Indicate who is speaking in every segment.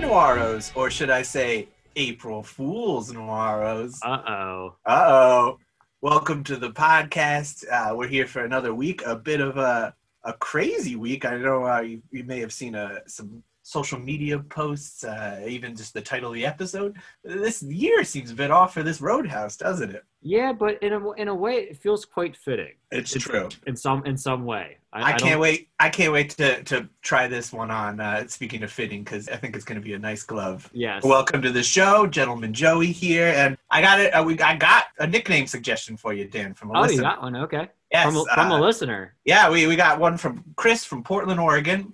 Speaker 1: Noiros, or should I say April Fool's Noiros?
Speaker 2: Uh oh.
Speaker 1: Uh oh. Welcome to the podcast. Uh, we're here for another week. A bit of a, a crazy week. I know uh, you, you may have seen uh, some social media posts, uh, even just the title of the episode. This year seems a bit off for this Roadhouse, doesn't it?
Speaker 2: Yeah, but in a in a way, it feels quite fitting
Speaker 1: It's true.
Speaker 2: in some in some way.
Speaker 1: I,
Speaker 2: don't-
Speaker 1: can't wait. I can't wait to, to try this one on. Uh, speaking of fitting, because I think it's going to be a nice glove.
Speaker 2: Yes.
Speaker 1: Welcome to the show, gentleman Joey here, and I got it. Uh, we I got a nickname suggestion for you, Dan, from a
Speaker 2: Oh, you
Speaker 1: listener.
Speaker 2: got one. Okay.
Speaker 1: Yes,
Speaker 2: from, a, from
Speaker 1: uh,
Speaker 2: a listener.
Speaker 1: yeah, we, we got one from Chris from Portland, Oregon.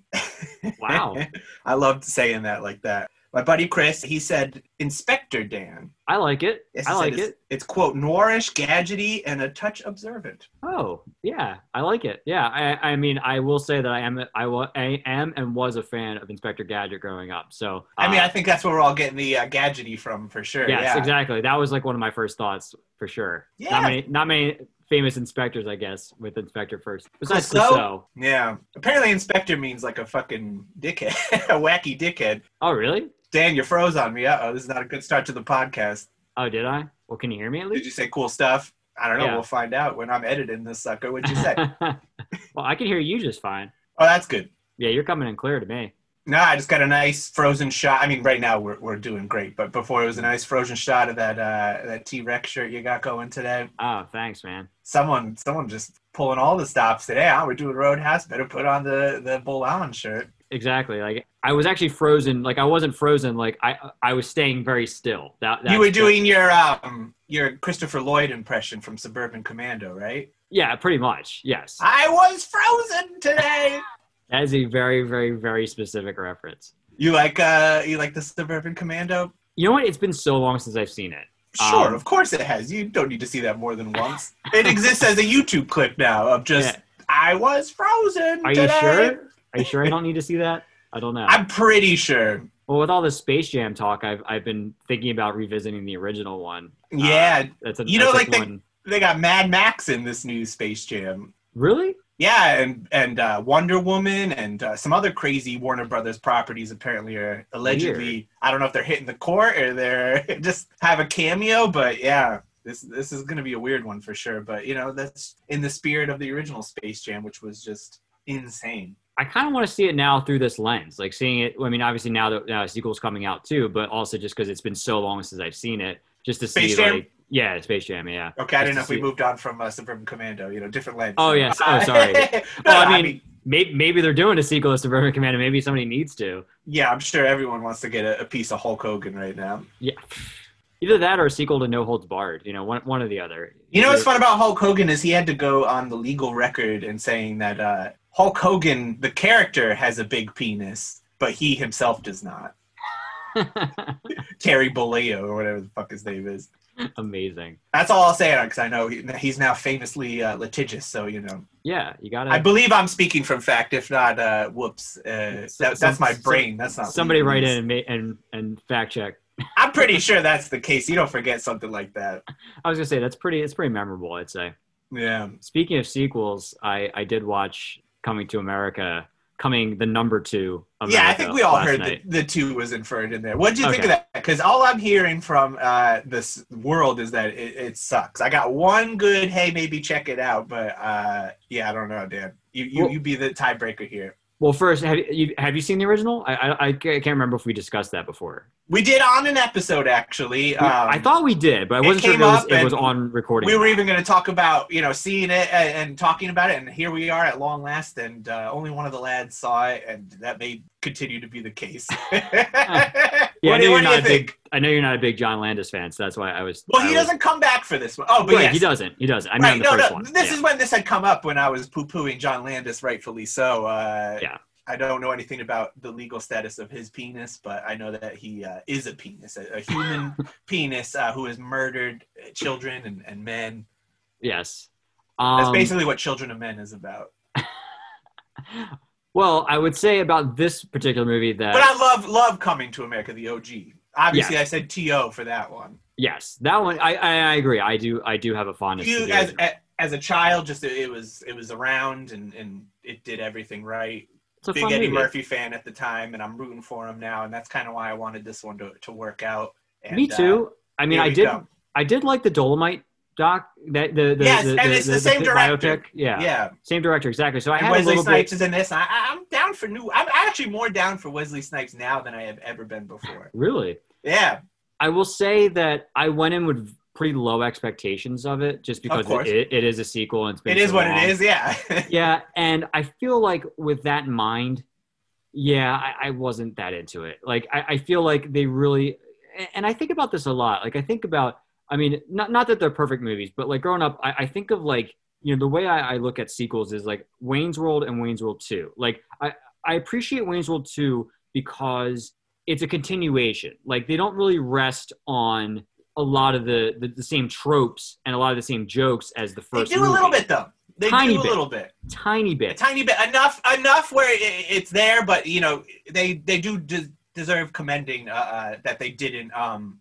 Speaker 2: Wow.
Speaker 1: I loved saying that like that. My buddy Chris, he said Inspector Dan.
Speaker 2: I like it.
Speaker 1: Yes, he
Speaker 2: I
Speaker 1: said
Speaker 2: like
Speaker 1: it's,
Speaker 2: it.
Speaker 1: It's quote noirish, gadgety, and a touch observant.
Speaker 2: Oh, yeah. I like it. Yeah. I, I mean, I will say that I am I, wa- I am and was a fan of Inspector Gadget growing up. So
Speaker 1: I mean,
Speaker 2: uh,
Speaker 1: I think that's where we're all getting the uh, gadgety from for sure.
Speaker 2: yes,
Speaker 1: yeah.
Speaker 2: exactly. That was like one of my first thoughts for sure.
Speaker 1: Yeah.
Speaker 2: Not many not many famous inspectors, I guess, with Inspector first. Besides
Speaker 1: Clouseau?
Speaker 2: Clouseau.
Speaker 1: Yeah. Apparently, inspector means like a fucking dickhead, a wacky dickhead.
Speaker 2: Oh, really?
Speaker 1: Dan, you froze on me. Uh oh, this is not a good start to the podcast.
Speaker 2: Oh, did I? Well, can you hear me at
Speaker 1: Did
Speaker 2: least?
Speaker 1: you say cool stuff? I don't know.
Speaker 2: Yeah.
Speaker 1: We'll find out when I'm editing this sucker. What'd you say? oh,
Speaker 2: well, I can hear you just fine.
Speaker 1: that's good.
Speaker 2: Yeah, you're coming in clear to me.
Speaker 1: No, I just got a nice frozen shot. I mean, right now we're, we're doing great, but before it was a nice frozen shot of that uh, that T Rex shirt you got going today.
Speaker 2: Oh, thanks, man.
Speaker 1: Someone someone just pulling all the stops today. Huh? We're doing Roadhouse. Better put on the the Bull Allen shirt.
Speaker 2: Exactly. Like I was actually frozen. Like I wasn't frozen. Like I I was staying very still. That, that's
Speaker 1: you were
Speaker 2: the-
Speaker 1: doing your um your Christopher Lloyd impression from Suburban Commando, right?
Speaker 2: Yeah, pretty much. Yes.
Speaker 1: I was frozen today.
Speaker 2: That is a very very very specific reference.
Speaker 1: you like uh you like the Suburban Commando?
Speaker 2: You know what? It's been so long since I've seen it.
Speaker 1: Sure,
Speaker 2: Um,
Speaker 1: of course it has. You don't need to see that more than once. it exists as a YouTube clip now of just I was frozen
Speaker 2: Are you
Speaker 1: today.
Speaker 2: sure? Are you sure I don't need to see that? I don't know.
Speaker 1: I'm pretty sure.
Speaker 2: well, with all this Space Jam talk, I've I've been thinking about revisiting the original one.
Speaker 1: Yeah,
Speaker 2: That's a,
Speaker 1: You know,
Speaker 2: that's
Speaker 1: like, the-
Speaker 2: one.
Speaker 1: they got Mad Max in this new Space Jam.
Speaker 2: Really?
Speaker 1: Yeah, and and uh, Wonder Woman and uh, some other crazy Warner Brothers properties apparently are allegedly. I don't know if they're hitting the court or they're just have a cameo, but yeah, this this is going to be a weird one for sure. But you know, that's in the spirit of the original Space Jam, which was just insane.
Speaker 2: I kind of want to see it now through this lens, like seeing it. I mean, obviously now that now a sequel's coming out too, but also just because it's been so long since I've seen it, just to
Speaker 1: Space
Speaker 2: see
Speaker 1: Jam?
Speaker 2: like yeah, Space Jam, yeah.
Speaker 1: Okay, I
Speaker 2: Just
Speaker 1: don't know
Speaker 2: to
Speaker 1: if we
Speaker 2: see-
Speaker 1: moved on from uh, Suburban Commando. You know, different lens.
Speaker 2: Oh, yes. Oh,
Speaker 1: Uh,
Speaker 2: sorry.
Speaker 1: no,
Speaker 2: Well, I
Speaker 1: I
Speaker 2: mean-
Speaker 1: mean,
Speaker 2: Maybe maybe they're doing a sequel to Suburban Commando. Maybe somebody needs to.
Speaker 1: yeah, I'm sure everyone wants to get a, a piece of Hulk Hogan right now.
Speaker 2: Yeah, either that or a sequel to No Holds Barred. You know, one one or the other.
Speaker 1: You know what's
Speaker 2: Either-
Speaker 1: fun about Hulk Hogan is he had to go on the legal record and saying that uh, Hulk Hogan, the character, has a big penis, but he himself does not. Terry Bollea or whatever the fuck his name is.
Speaker 2: Amazing.
Speaker 1: That's all I'll say on because I know he, he's now famously uh, litigious. So you know,
Speaker 2: Yeah, you gotta.
Speaker 1: I believe I'm speaking from fact. If not, uh, whoops, uh, that, that's my brain. That's not
Speaker 2: somebody
Speaker 1: legal
Speaker 2: write
Speaker 1: news.
Speaker 2: in and, ma- and and fact check.
Speaker 1: I'm pretty sure that's the case. You don't forget something like that.
Speaker 2: I was gonna say that's pretty. It's pretty memorable. I'd say.
Speaker 1: Yeah.
Speaker 2: Speaking of sequels, I I did watch Coming to America, coming the number two. America
Speaker 1: yeah, I think we all
Speaker 2: last
Speaker 1: heard
Speaker 2: night.
Speaker 1: that the two was inferred in there. What did you think of
Speaker 2: Okay.
Speaker 1: that? Because all I'm hearing from uh, this world is that it, it sucks. I got one good, hey, maybe check it out, but uh, yeah, I don't know, Dan. You you,
Speaker 2: Well-
Speaker 1: you be the tiebreaker here.
Speaker 2: Well, first, have you have you seen the original? I I, I can't remember if we discussed that before.
Speaker 1: We did on an episode actually. Um,
Speaker 2: I thought we did, but I
Speaker 1: it
Speaker 2: wasn't sure if
Speaker 1: came
Speaker 2: it was,
Speaker 1: up
Speaker 2: it was
Speaker 1: and
Speaker 2: on recording.
Speaker 1: we were even going to talk about you know seeing it and, and talking about it, and here we are at long last, and uh, only one of the lads saw it, and that may continue to be the case.
Speaker 2: yeah, I
Speaker 1: what do,
Speaker 2: know
Speaker 1: what
Speaker 2: you're
Speaker 1: do
Speaker 2: not
Speaker 1: you
Speaker 2: a big.
Speaker 1: think?
Speaker 2: I know you're not a big John Landis fan, so that's why I was.
Speaker 1: Well, he
Speaker 2: I was-
Speaker 1: doesn't come back for this one. Oh, but
Speaker 2: Right,
Speaker 1: yes.
Speaker 2: he doesn't. He doesn't. I mean, on
Speaker 1: Right,
Speaker 2: the
Speaker 1: no,
Speaker 2: first
Speaker 1: no.
Speaker 2: one.
Speaker 1: This
Speaker 2: yeah.
Speaker 1: is when this had come up when I was poo pooing John Landis, rightfully so. Uh,
Speaker 2: Yeah.
Speaker 1: I don't know anything about the legal status of his penis, but I know that he uh, is a penis, a, a human penis uh, who has murdered uh, children and, and men.
Speaker 2: yes.
Speaker 1: That's
Speaker 2: Um,
Speaker 1: basically what Children of Men is about.
Speaker 2: well, I would say about this particular movie that
Speaker 1: But I love love coming to America, the OG. Obviously, I said T.O. for that one.
Speaker 2: yes, that one I, I I agree. I do I do have a fondness. for
Speaker 1: You
Speaker 2: the
Speaker 1: as
Speaker 2: original.
Speaker 1: a- as a child, just it was it was around and and it did everything right.
Speaker 2: It's a
Speaker 1: big
Speaker 2: fun
Speaker 1: Eddie
Speaker 2: movie.
Speaker 1: Murphy fan at the time, and I'm rooting for him now, and that's kind of why I wanted this one to, to work out. And,
Speaker 2: Me
Speaker 1: uh,
Speaker 2: too. I mean,
Speaker 1: here
Speaker 2: I
Speaker 1: we
Speaker 2: did.
Speaker 1: go.
Speaker 2: I did like the Dolomite doc. That the the
Speaker 1: Yes,
Speaker 2: the,
Speaker 1: and it's the same director.
Speaker 2: biopic. Yeah.
Speaker 1: Yeah,
Speaker 2: same director exactly. So I
Speaker 1: and
Speaker 2: had a
Speaker 1: Wesley
Speaker 2: little
Speaker 1: Snipes
Speaker 2: bit.
Speaker 1: is in this. and I, I- I'm down for new. I'm actually more down for Wesley Snipes now than I have ever been before.
Speaker 2: Really,
Speaker 1: Yeah,
Speaker 2: I will say that I went in with pretty low expectations of it, just because
Speaker 1: course.
Speaker 2: it, it, it is a sequel and it's been
Speaker 1: it is
Speaker 2: so
Speaker 1: what
Speaker 2: long.
Speaker 1: it is. Yeah,
Speaker 2: yeah, and I feel like with that in mind, yeah, I, I wasn't that into it. Like I, I feel like they really, and I think about this a lot. Like I think about, I mean, not not that they're perfect movies, but like growing up, I, I think of like you know the way I, I look at sequels is like Wayne's World and Wayne's World Two. Like I I appreciate Wayne's World Two because it's a continuation. Like they don't really rest on a lot of the, the, the same tropes and a lot of the same jokes as the
Speaker 1: they
Speaker 2: first
Speaker 1: do a little
Speaker 2: movie.
Speaker 1: bit though. They
Speaker 2: Tiny
Speaker 1: do a
Speaker 2: bit.
Speaker 1: little bit.
Speaker 2: tiny
Speaker 1: a
Speaker 2: bit
Speaker 1: tiny bit enough enough where it, it's there but you know they they do de- deserve commending uh, uh that they didn't um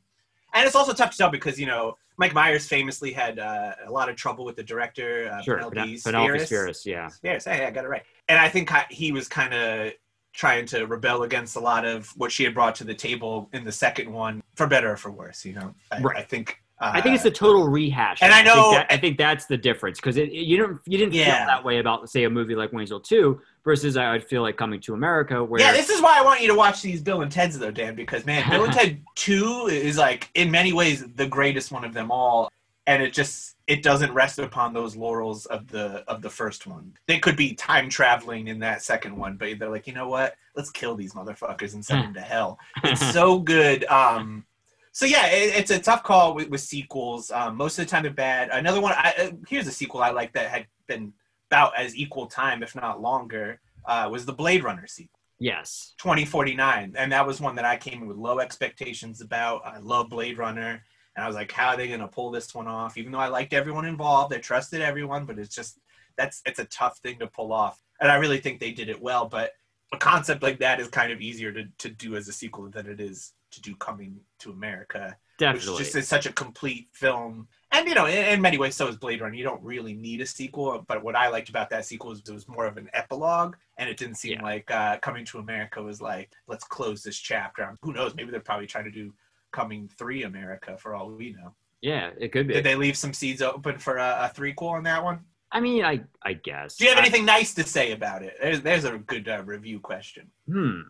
Speaker 1: and it's also tough to tell because you know mike myers famously had uh, a lot of trouble with the director uh,
Speaker 2: Sure,
Speaker 1: penelope,
Speaker 2: Penelope, Penelope
Speaker 1: Spheris.
Speaker 2: Spheris, yeah.
Speaker 1: Spheris, hey i got it right and i think ki- he was kind of trying to rebel against a lot of what she had brought to the table in the second one for better or for worse you know i,
Speaker 2: Right.
Speaker 1: I think uh,
Speaker 2: I think it's the total rehash.
Speaker 1: and I know-
Speaker 2: think that- I think that's the difference because it, it- you don't you didn't
Speaker 1: Yeah.
Speaker 2: feel that way about say a movie like Wayne's World Two versus I would feel like Coming to America where
Speaker 1: Yeah, this is why I want you to watch these Bill and Ted's though, Dan, because man, Bill and Ted Two is like in many ways the greatest one of them all, and it just it doesn't rest upon those laurels of the of the first one. They could be time traveling in that second one, but they're like, you know what? Let's kill these motherfuckers and send them to hell
Speaker 2: Hmm.
Speaker 1: it's so good. Um, so yeah, it, it's a tough call with, with sequels. Um, most of the time they're bad. Another one, I, uh, here's a sequel I like that had been about as equal time, if not longer, uh, was the Blade Runner sequel,
Speaker 2: yes,
Speaker 1: 2049, and that was one that I came in with low expectations about. I love Blade Runner, and I was like, how are they gonna pull this one off? Even though I liked everyone involved, I trusted everyone, but it's just that's it's a tough thing to pull off, and I really think they did it well, but a concept like that is kind of easier to, to do as a sequel than it is to do coming to america
Speaker 2: definitely.
Speaker 1: which just is such a complete film and you know in, in many ways so is blade runner you don't really need a sequel but what i liked about that sequel is it was more of an epilogue and it didn't seem
Speaker 2: Yeah.
Speaker 1: like uh, coming to america was like let's close this chapter Um, who knows maybe they're probably trying to do coming three america for all we know
Speaker 2: yeah, it could be.
Speaker 1: did they leave some seeds open for a, a threequel on that one
Speaker 2: I mean, I I guess.
Speaker 1: do you have
Speaker 2: I-
Speaker 1: anything nice to say about it there's, there's a good uh, review question
Speaker 2: hmm.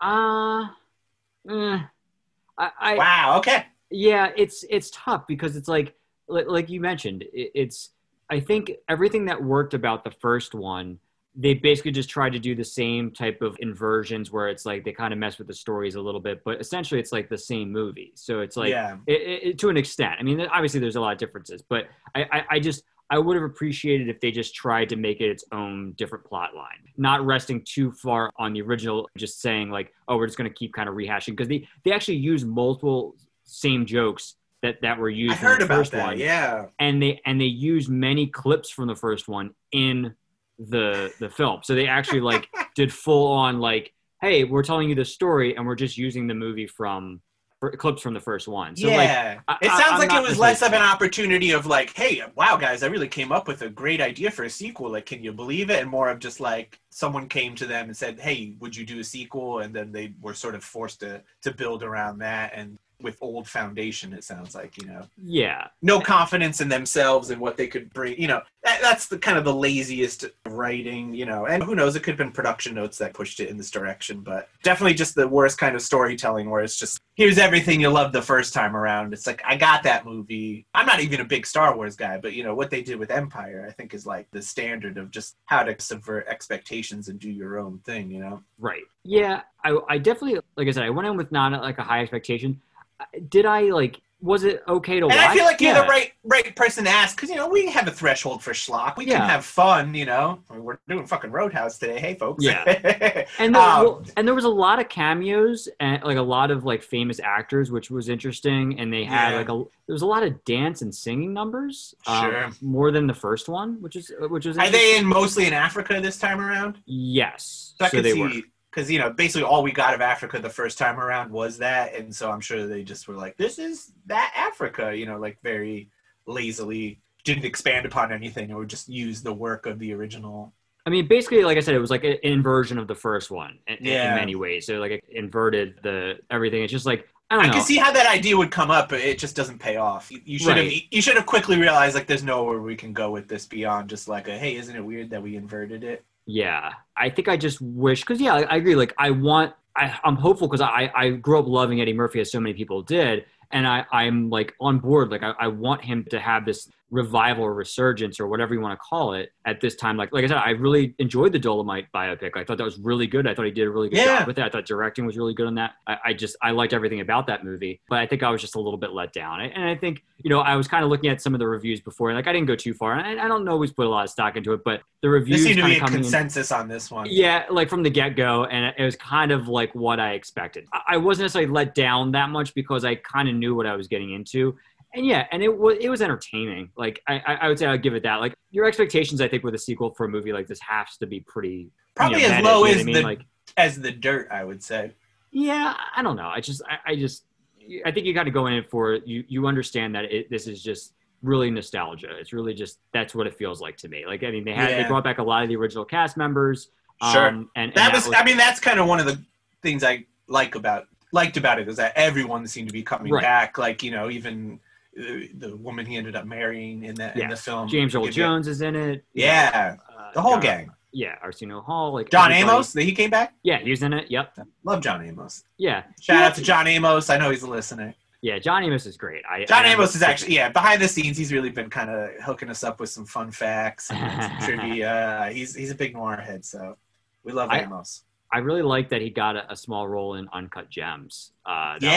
Speaker 2: Uh, eh. I, I
Speaker 1: wow okay
Speaker 2: yeah it's it's tough because it's like li- like you mentioned it, it's i think everything that worked about the first one they basically just tried to do the same type of inversions where it's like they kind of mess with the stories a little bit but essentially it's like the same movie so it's like
Speaker 1: yeah
Speaker 2: it, it, it- to an extent. I mean, obviously there's a lot of differences, but I, I, I just I would have appreciated if they just tried to make it its own different plot line, not resting too far on the original. Just saying like, oh, we're just going to keep kind of rehashing because they they actually use multiple same jokes that that were used.
Speaker 1: I
Speaker 2: in
Speaker 1: heard
Speaker 2: the
Speaker 1: about
Speaker 2: first
Speaker 1: that.
Speaker 2: one,
Speaker 1: Yeah,
Speaker 2: and they and they use many clips from the first one in the the film. So they actually like did full on like, hey, we're telling you the story and we're just using the movie from. for- Clips from the first one, so like
Speaker 1: yeah.
Speaker 2: I-
Speaker 1: it
Speaker 2: I-
Speaker 1: sounds
Speaker 2: I'm
Speaker 1: like
Speaker 2: not
Speaker 1: it was
Speaker 2: necessarily
Speaker 1: less of an
Speaker 2: saying-
Speaker 1: opportunity of like, hey, wow, guys, I really came up with a great idea for a sequel. Like, can you believe it? And more of just like someone came to them and said, hey, would you do a sequel? And then they were sort of forced to to build around that and with old foundation. It sounds like you know,
Speaker 2: Yeah,
Speaker 1: no confidence in themselves and what they could bring. You know, that, that's the kind of the laziest writing. You know, and who knows? It could have been production notes that pushed it in this direction, but definitely just the worst kind of storytelling where it's just here's everything you loved the first time around. It's like I got that movie. I'm not even a big Star Wars guy, but you know what they did with Empire, I think is like the standard of just how to subvert expectations and do your own thing. You know,
Speaker 2: right. Yeah, I, I definitely, like I said, I went in with not like a high expectation. Uh, Did I like? Was it okay to
Speaker 1: and
Speaker 2: watch?
Speaker 1: I feel like you're
Speaker 2: Yeah.
Speaker 1: the right right person to ask because you know we have a threshold for schlock. We
Speaker 2: Yeah.
Speaker 1: can have fun. You know, I mean, we're doing fucking Roadhouse today. Hey, folks.
Speaker 2: Yeah.
Speaker 1: Yeah.
Speaker 2: And there,
Speaker 1: Um,
Speaker 2: well, and there was a lot of cameos and like a lot of like famous actors, which was interesting. And they had
Speaker 1: Yeah.
Speaker 2: like a there was a lot of dance and singing numbers, um,
Speaker 1: Sure.
Speaker 2: more than the first one, which is which was
Speaker 1: Are
Speaker 2: interesting.
Speaker 1: they in mostly in Africa this time around?
Speaker 2: Yes,
Speaker 1: So I
Speaker 2: so
Speaker 1: could
Speaker 2: they were.
Speaker 1: see because you know basically all we got of Africa the first time around was that, and so I'm sure they just were like, "This is that Africa," you know, like very lazily didn't expand upon anything or just use the work of the original
Speaker 2: I mean, basically, like I said, it was like an inversion of the first one in,
Speaker 1: Yeah.
Speaker 2: in many ways. So like it inverted the everything. It's just like I
Speaker 1: I
Speaker 2: don't know.
Speaker 1: can see how that idea would come up, but it just doesn't pay off. You, you should have
Speaker 2: Right.
Speaker 1: you should have quickly realized like there's nowhere we can go with this beyond just like a hey, isn't it weird that we inverted it?
Speaker 2: yeah, I think I just wish because yeah, I, I agree. Like I want, I, I'm hopeful because I I grew up loving Eddie Murphy as so many people did, and I I'm like on board. Like I, I want him to have this revival or resurgence or whatever you want to call it at this time. Like like I said, I really enjoyed the Dolomite biopic. I thought that was really good. I thought he did a really good
Speaker 1: Yeah.
Speaker 2: job with it. I thought directing was really good on that. I, I just I liked everything about that movie, but I think I was just a little bit let down. And and I think you know I was kind of looking at some of the reviews before. Like I didn't go too far, and I, I don't always put a lot of stock into it, but the
Speaker 1: There
Speaker 2: reviews
Speaker 1: seemed to
Speaker 2: kind
Speaker 1: be
Speaker 2: of
Speaker 1: a
Speaker 2: coming in.
Speaker 1: consensus on this one.
Speaker 2: Yeah, like from the get go, and it was kind of like what I expected. I- I wasn't necessarily let down that much because I kind of knew what I was getting into, and yeah, and it was it was entertaining. Like I, I I would say I'd give it that. Like your expectations, I think, with a sequel for a movie like this has to be pretty
Speaker 1: Probably
Speaker 2: you know,
Speaker 1: as
Speaker 2: managed,
Speaker 1: low
Speaker 2: you know what
Speaker 1: as
Speaker 2: I mean?
Speaker 1: the
Speaker 2: like
Speaker 1: as the dirt, I would say.
Speaker 2: yeah, I don't know. I just, I, I just, I think you got to go in for you. You understand that it, this is just really nostalgia. It's really just that's what it feels like to me. Like I mean, they had
Speaker 1: Yeah.
Speaker 2: they brought back a lot of the original cast members. um,
Speaker 1: Sure.
Speaker 2: and, and
Speaker 1: That was, I mean, that's kind of one of the things I like about liked about it is that everyone seemed to be coming
Speaker 2: Right.
Speaker 1: back. Like you know, even the, the woman he ended up marrying in that in the
Speaker 2: Yes.
Speaker 1: film,
Speaker 2: James Earl
Speaker 1: Yeah.
Speaker 2: Jones is in it.
Speaker 1: Um, Yeah,
Speaker 2: Uh,
Speaker 1: the whole
Speaker 2: John-
Speaker 1: gang.
Speaker 2: Yeah, Arsenio Hall, like
Speaker 1: John
Speaker 2: everybody-
Speaker 1: Amos, he came back.
Speaker 2: Yeah, he was in it. Yep.
Speaker 1: Love John Amos.
Speaker 2: Yeah,
Speaker 1: Shout
Speaker 2: Yeah.
Speaker 1: out to John Amos. I know he's a listener.
Speaker 2: yeah. John Amos is great. I,
Speaker 1: John
Speaker 2: I am
Speaker 1: Amos is
Speaker 2: a-
Speaker 1: actually, yeah, behind the scenes, he's really been kind of hooking us up with some fun facts and some trivia. He's he's a big noir head, so we love
Speaker 2: I-
Speaker 1: Amos.
Speaker 2: I really like that he got a, a small role in Uncut Gems. Uh, that, was, that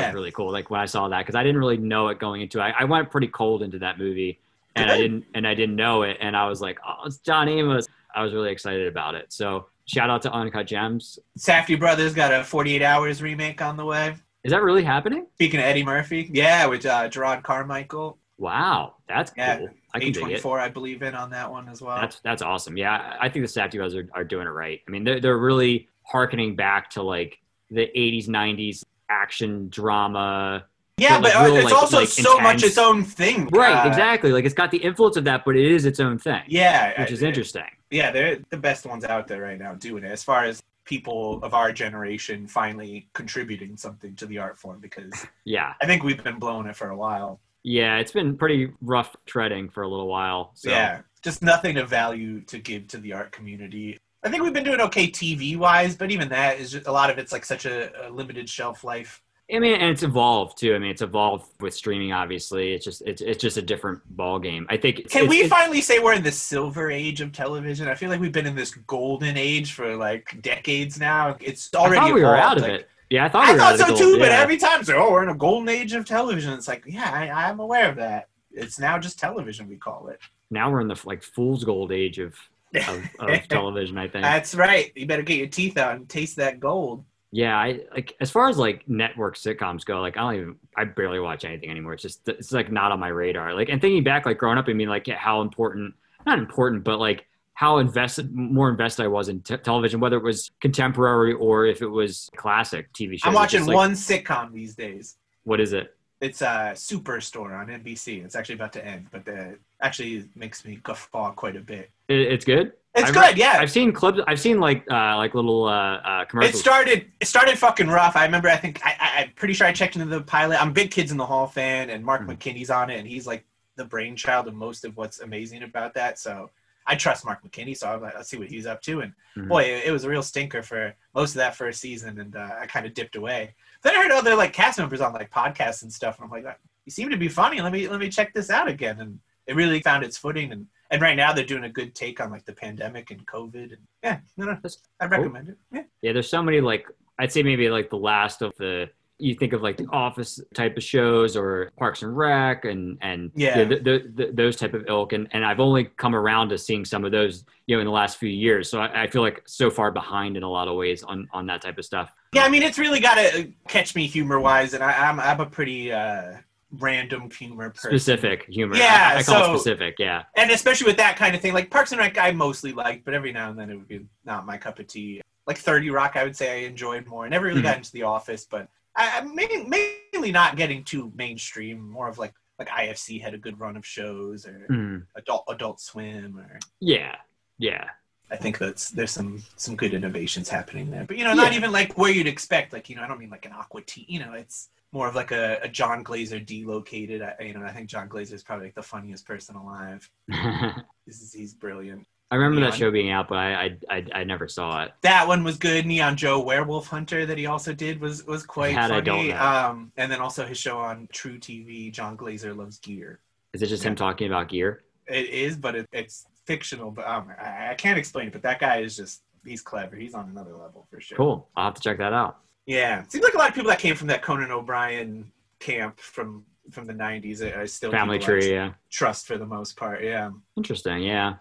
Speaker 1: Yeah.
Speaker 2: was really cool. Like when I saw that, because I didn't really know it going into. I, I went pretty cold into that movie, and I
Speaker 1: Good.
Speaker 2: didn't and I didn't know it, and I was like, oh, it's John Amos. I was really excited about it. So shout out to Uncut Gems.
Speaker 1: Safety Brothers got a 48 Hours remake on the way.
Speaker 2: Is that really happening?
Speaker 1: Speaking of Eddie Murphy, yeah, with uh, Gerard Carmichael,
Speaker 2: Wow, that's
Speaker 1: Yeah.
Speaker 2: cool. I can dig it.
Speaker 1: A24, I believe, in on that one as well.
Speaker 2: That's that's awesome. Yeah, I- I think the Safety Brothers are, are doing it right. I mean, they're they're really harkening back to like the '80s, '90s action drama.
Speaker 1: yeah,
Speaker 2: like,
Speaker 1: but uh,
Speaker 2: real,
Speaker 1: it's
Speaker 2: like-
Speaker 1: also
Speaker 2: like,
Speaker 1: so much
Speaker 2: intense-
Speaker 1: its own thing.
Speaker 2: Right,
Speaker 1: Uh,
Speaker 2: exactly. Like it's got the influence of that, but it is its own thing.
Speaker 1: Yeah, uh,
Speaker 2: which is
Speaker 1: I-
Speaker 2: interesting.
Speaker 1: yeah, they're the best ones out there right now doing it. As far as people of our generation finally contributing something to the art form, because
Speaker 2: Yeah,
Speaker 1: I think we've been blowing it for a while.
Speaker 2: yeah. It's been pretty rough treading for a little while. So.
Speaker 1: Yeah, just nothing of value to give to the art community. I think we've been doing okay TV wise, but even that is just, a lot of it's like such a, a limited shelf life.
Speaker 2: I mean, and it's evolved too. I mean, it's evolved with streaming. Obviously, it's just it's it's just a different ball game. I think. it's-
Speaker 1: Can we
Speaker 2: it's-
Speaker 1: finally say we're in the silver age of television? I feel like we've been in this golden age for like decades now. It's
Speaker 2: I
Speaker 1: already
Speaker 2: thought we were
Speaker 1: evolved,
Speaker 2: out of
Speaker 1: like-
Speaker 2: it. Yeah, I thought we
Speaker 1: I
Speaker 2: were out
Speaker 1: thought
Speaker 2: of the
Speaker 1: so
Speaker 2: gold.
Speaker 1: too, but
Speaker 2: Yeah.
Speaker 1: every time it's like, oh, we're in a golden age of television. It's like, yeah, I, I'm aware of that. It's now just television, we call it.
Speaker 2: now we're in the like fool's gold age of of, of television. I think.
Speaker 1: That's right. You better get your teeth out and taste that gold.
Speaker 2: Yeah, I like as far as like network sitcoms go, like I don't even I barely watch anything anymore. It's just it's like not on my radar. Like and thinking back, like growing up, I mean, like how important not important, but like how invested more invested I was in t- television, whether it was contemporary or if it was classic TV shows.
Speaker 1: I'm
Speaker 2: It's
Speaker 1: watching
Speaker 2: just, like,
Speaker 1: one sitcom these days.
Speaker 2: What is it?
Speaker 1: It's uh, Superstore on NBC. It's actually about to end, but that actually makes me guffaw quite a bit.
Speaker 2: it it's good.
Speaker 1: It's
Speaker 2: I've-
Speaker 1: good, yeah.
Speaker 2: I've seen clips. I've seen like uh like little uh, uh
Speaker 1: It
Speaker 2: commercials.
Speaker 1: started. It started fucking rough. I remember. I think I, I, I'm pretty sure I checked into the pilot. I'm a big Kids in the Hall fan, and Mark
Speaker 2: Mhm.
Speaker 1: McKinney's on it, and he's like the brainchild of most of what's amazing about that. So I trust Mark McKinney. So I'm like, let's see what he's up to. And
Speaker 2: Mhm.
Speaker 1: boy, it, it was a real stinker for most of that first season, and uh, I kind of dipped away. Then I heard other like cast members on like podcasts and stuff, and I'm like, you seem to be funny. Let me let me check this out again. And it really found its footing. And and right now they're doing a good take on like the pandemic and COVID. And yeah, no, no,
Speaker 2: That's
Speaker 1: I recommend it. Yeah.
Speaker 2: Yeah, there's so many like I'd say maybe like the last of the you think of like the office type of shows or Parks and Rec and and
Speaker 1: Yeah.
Speaker 2: th- th- th- those type of ilk and and I've only come around to seeing some of those you know in the last few years so I, I feel like so far behind in a lot of ways on on that type of stuff.
Speaker 1: Yeah, I mean, it's really got to catch me humor wise, and I, I'm I'm a pretty uh, random humor person.
Speaker 2: Specific humor, I-
Speaker 1: Yeah,
Speaker 2: I, I call
Speaker 1: so-
Speaker 2: it specific. Yeah,
Speaker 1: And especially with that kind of thing, like Parks and Rec, I mostly liked, but every now and then it would be not my cup of tea. Like Thirty Rock, I would say I enjoyed more. I never really got into The Office, but I, I'm main- mainly not getting too mainstream. More of like like IFC had a good run of shows, or
Speaker 2: Mm.
Speaker 1: Adult Adult Swim, or
Speaker 2: yeah, yeah.
Speaker 1: I think that's there's some some good innovations happening there. But you know, not
Speaker 2: Yeah.
Speaker 1: even like where you'd expect. Like you know, I don't mean like an Aqua Teen. You know, it's more of like a, a John Glazer delocated. I, you know, I think John Glazer is probably like the funniest person alive.
Speaker 2: I
Speaker 1: This is he's brilliant.
Speaker 2: remember that
Speaker 1: Yeah.
Speaker 2: show being out, but I I, I, I never saw it.
Speaker 1: That one was good. Neon Joe Werewolf Hunter that he also did was was quite
Speaker 2: That I
Speaker 1: funny.
Speaker 2: don't know.
Speaker 1: Um, and then also his show on True TV, John Glazer loves gear.
Speaker 2: Is it just
Speaker 1: Yeah.
Speaker 2: him talking about gear?
Speaker 1: It is, but it, it's fictional. But um, I, I can't explain it. But that guy is just he's clever. He's on another level for sure.
Speaker 2: Cool. I'll have to check that out.
Speaker 1: Yeah, seems like a lot of people that came from that Conan O'Brien camp from from the '90s are, are still
Speaker 2: Family
Speaker 1: people I
Speaker 2: Tree. Yeah.
Speaker 1: Trust for the most part. Yeah,
Speaker 2: Interesting. Yeah.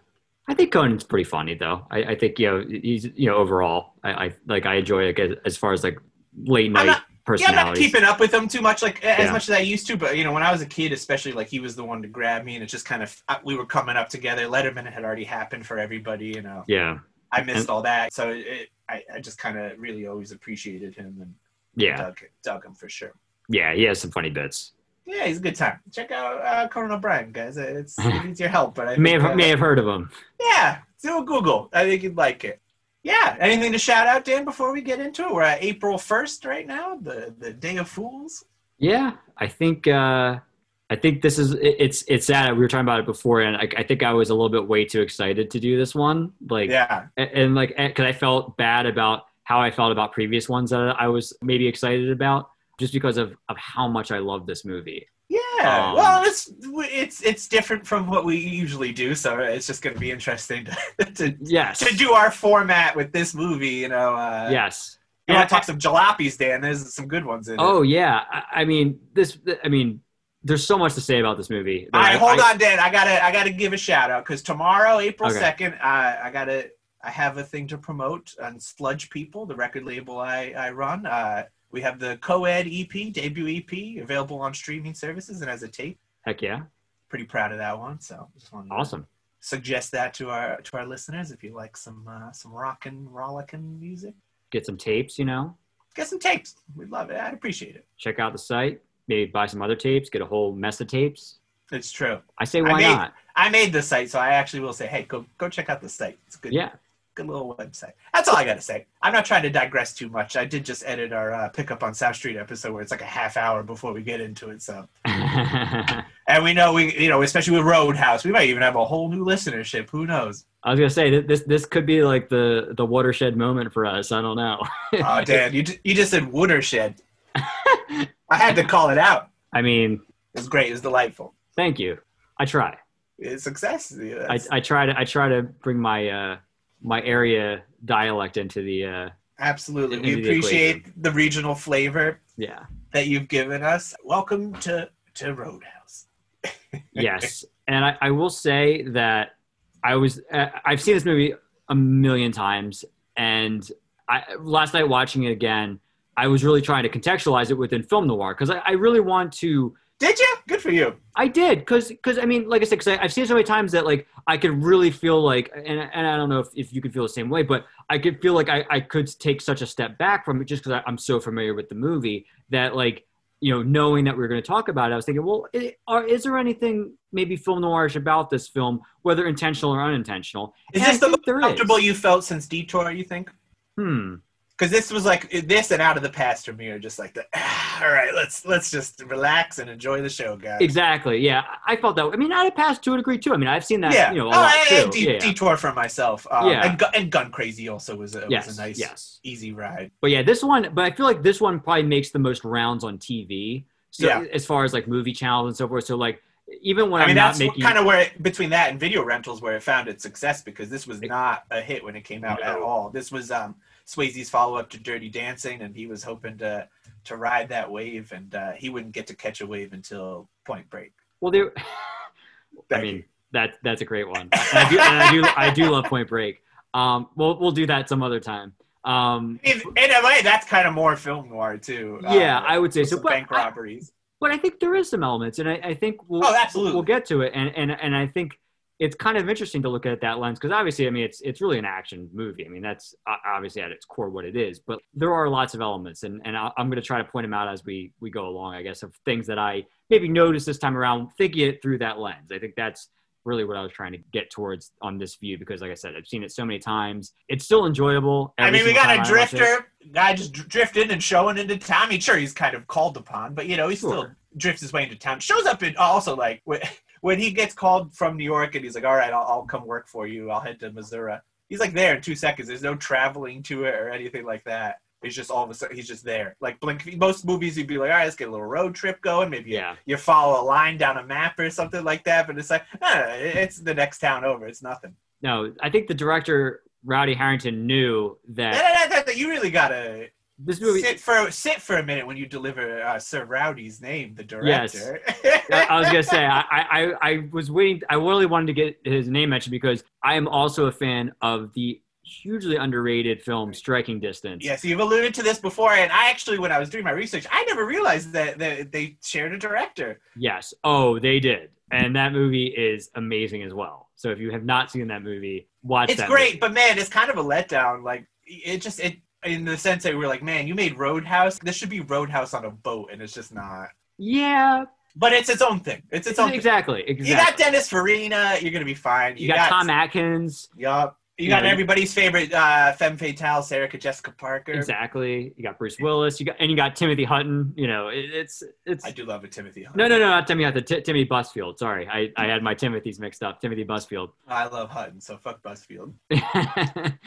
Speaker 2: I think Conan's pretty funny though. I, I think you know he's you know overall I, I like I enjoy it as, as far as like late
Speaker 1: I'm
Speaker 2: night
Speaker 1: not- yeah. I'm not
Speaker 2: personalities.
Speaker 1: keeping up with him too much, like a- as
Speaker 2: Yeah.
Speaker 1: much as I used to. But you know, when I was a kid, especially, like he was the one to grab me, and it just kind of I- we were coming up together. Letterman had already happened for everybody. You know,
Speaker 2: yeah.
Speaker 1: I missed
Speaker 2: And-
Speaker 1: all that, so it, I, I just kind of really always appreciated him and
Speaker 2: Yeah.
Speaker 1: dug, dug him for sure.
Speaker 2: Yeah. He has some funny bits.
Speaker 1: Yeah, he's a good time. Check out uh, Conan O'Brien, guys. It's, it needs your help, but I
Speaker 2: May
Speaker 1: think,
Speaker 2: have
Speaker 1: uh,
Speaker 2: may have heard of him.
Speaker 1: Yeah, do a Google. I think you'd like it. Yeah. Anything to shout out, Dan, before we get into it? We're at April first right now, the the Day of Fools.
Speaker 2: Yeah, I think uh, I think this is it- it's it's sad. We were talking about it before, and I, I think I was a little bit way too excited to do this one. Like,
Speaker 1: yeah.
Speaker 2: a- and like because I felt bad about how I felt about previous ones that I was maybe excited about, just because of of how much I love this movie.
Speaker 1: Yeah.
Speaker 2: Um,
Speaker 1: well, it's it's it's different from what we usually do, so it's just going to be interesting to, to
Speaker 2: Yes,
Speaker 1: to do our format with this movie. You know. Uh,
Speaker 2: yes.
Speaker 1: You want to talk some jalopies, Dan? There's some good ones in it.
Speaker 2: Oh yeah. I, I mean this. I mean, there's so much to say about this movie.
Speaker 1: All right,
Speaker 2: I-
Speaker 1: hold
Speaker 2: I-
Speaker 1: on, Dan. I gotta, I gotta give a shout out because tomorrow, April
Speaker 2: Okay.
Speaker 1: second, I, I gotta, I have a thing to promote on Sludge People, the record label I, I run. Uh, we have the co-ed EP, debut EP, available on streaming services and as a tape.
Speaker 2: Heck yeah!
Speaker 1: Pretty proud of that one. So just want to
Speaker 2: Awesome.
Speaker 1: suggest that to our to our listeners if you like some uh, some rockin' rollickin' music.
Speaker 2: Get some tapes. You know,
Speaker 1: Get some tapes. We'd love it. I'd appreciate it.
Speaker 2: check out the site. Maybe buy some other tapes. Get a whole mess of tapes.
Speaker 1: It's true.
Speaker 2: I say
Speaker 1: I
Speaker 2: why
Speaker 1: made-
Speaker 2: not?
Speaker 1: I made the site, so I actually will say, hey, go go check out the site. It's good.
Speaker 2: Yeah,
Speaker 1: good little website. That's all I gotta say. I'm not trying to digress too much. I did just edit our uh, pickup on South Street episode where it's like a half hour before we get into it. So,
Speaker 2: I
Speaker 1: and we know we, you know, especially with Roadhouse, we might even have a whole new listenership. Who knows?
Speaker 2: was gonna say that this this could be like the the watershed moment for us. I don't know.
Speaker 1: Oh, Dan, you ju- you just said Woodershed. I had to call it out.
Speaker 2: I mean,
Speaker 1: It was great. It was delightful.
Speaker 2: thank you. I try.
Speaker 1: It's success.
Speaker 2: I, I try to I try to bring my uh my area dialect into the uh
Speaker 1: Absolutely,
Speaker 2: Into
Speaker 1: we
Speaker 2: the
Speaker 1: appreciate the regional flavor
Speaker 2: yeah
Speaker 1: that you've given us. Welcome to to Roadhouse.
Speaker 2: yes. And I, I will say that I was uh, I've seen this movie a million times, and I last night watching it again, I was really trying to contextualize it within film noir because I, I really want to.
Speaker 1: Did you? Good for you.
Speaker 2: I did, because I mean, like I said, 'cause I, I've seen it so many times that like I could really feel like, and, and I don't know if, if you could feel the same way, but I could feel like I, I could take such a step back from it just because I'm so familiar with the movie that like you know knowing that we were going to talk about it, I was thinking, well, i are, is there anything maybe film noirish about this film, whether intentional or unintentional?
Speaker 1: Is
Speaker 2: And I
Speaker 1: this the
Speaker 2: think
Speaker 1: most
Speaker 2: there is.
Speaker 1: comfortable you felt since Detour? You think?
Speaker 2: Hmm.
Speaker 1: because this was like this and out of the past for me are just like the "Ah, all right let's let's just relax and enjoy the show guys
Speaker 2: Exactly. Yeah, I I felt that. I mean, I'd have passed to a degree too. I mean, I've seen that.
Speaker 1: yeah
Speaker 2: You know, a
Speaker 1: Oh,
Speaker 2: lot
Speaker 1: I- I
Speaker 2: too.
Speaker 1: de-
Speaker 2: yeah.
Speaker 1: detour for myself um,
Speaker 2: Yeah.
Speaker 1: and, Gu- and gun crazy also was a,
Speaker 2: yes.
Speaker 1: was a nice
Speaker 2: Yes.
Speaker 1: easy ride
Speaker 2: But yeah, this one, but I feel like this one probably makes the most rounds on TV. So
Speaker 1: Yeah.
Speaker 2: as far as like movie channels and so forth. So like even when
Speaker 1: i
Speaker 2: I am
Speaker 1: mean
Speaker 2: not
Speaker 1: that's
Speaker 2: making
Speaker 1: kind of where it, between that and video rentals where it found its success because this was not a hit when it came out at
Speaker 2: No.
Speaker 1: all this was um Swayze's follow-up to Dirty Dancing, and he was hoping to to ride that wave, and uh, he wouldn't get to catch a wave until Point Break.
Speaker 2: well there I
Speaker 1: Thank
Speaker 2: mean
Speaker 1: you.
Speaker 2: that that's a great one. And I do and I do I do love Point Break. Um we'll we'll do that some other time. Um
Speaker 1: in, in a way, that's kind of more film noir too.
Speaker 2: yeah,
Speaker 1: Uh,
Speaker 2: I would say
Speaker 1: with
Speaker 2: so.
Speaker 1: some
Speaker 2: But
Speaker 1: bank
Speaker 2: I,
Speaker 1: robberies.
Speaker 2: but I think there is some elements, and I, I think we'll
Speaker 1: Oh, absolutely.
Speaker 2: we'll get to it. And and and I think it's kind of interesting to look at it that lens because obviously, I mean, it's it's really an action movie. I mean, that's o- obviously at its core what it is. But there are lots of elements, and and I- I'm going to try to point them out as we we go along. I guess of things that I maybe noticed this time around, thinking it through that lens. I think that's really what I was trying to get towards on this view because, like I said, I've seen it so many times. It's still enjoyable.
Speaker 1: I mean, we got a
Speaker 2: drifter.
Speaker 1: drifter guy just dr- drifted and showing into town. I mean, sure, he's kind of called upon, but you know, he still
Speaker 2: Sure.
Speaker 1: drifts his way into town. Shows up in also like when, when he gets called from New York and he's like, "All right, I'll, I'll come work for you. I'll head to Missouri." He's like there in two seconds. There's no traveling to it or anything like that. He's just all of a sudden he's just there. Like blink. Most movies, you'd be like, "All right, let's get a little road trip going. Maybe
Speaker 2: Yeah.
Speaker 1: you follow a line down a map or something like that." But it's like, ah, it's the next town over. It's nothing.
Speaker 2: No, I think the director Rowdy Harrington knew that
Speaker 1: You really gotta
Speaker 2: this movie.
Speaker 1: sit for sit for a minute when you deliver uh, Sir Rowdy's name, the
Speaker 2: Yes.
Speaker 1: director.
Speaker 2: I I was gonna say I, I I- I was waiting. I really wanted to get his name mentioned because I am also a fan of the hugely underrated film Striking Distance.
Speaker 1: yes, you've alluded to this before, and I actually, when I was doing my research, I never realized that, that they shared a director.
Speaker 2: Yes. Oh, they did, and that movie is amazing as well. So if you have not seen that movie, watch.
Speaker 1: It's
Speaker 2: that
Speaker 1: great,
Speaker 2: movie.
Speaker 1: but man, it's kind of a letdown. Like it just it in the sense that we're like, man, you made Roadhouse. This should be Roadhouse on a boat, and it's just not.
Speaker 2: yeah,
Speaker 1: But it's its own thing. It's its own.
Speaker 2: exactly,
Speaker 1: thing.
Speaker 2: exactly.
Speaker 1: You got Dennis Farina. You're gonna be fine.
Speaker 2: You got Tom Atkins.
Speaker 1: Yup. You
Speaker 2: Yeah,
Speaker 1: got
Speaker 2: you-
Speaker 1: everybody's favorite uh, femme fatale, Sarah Jessica Parker.
Speaker 2: Exactly. You got Bruce Willis. You got and you got Timothy Hutton. You know, it, it's it's.
Speaker 1: I do love a Timothy Hutton.
Speaker 2: No, no, no, not Timothy Hutton. T- Timmy Busfield. Sorry, I, I had my Timothy's mixed up. Timothy Busfield.
Speaker 1: I love Hutton, so fuck BuzzFeed.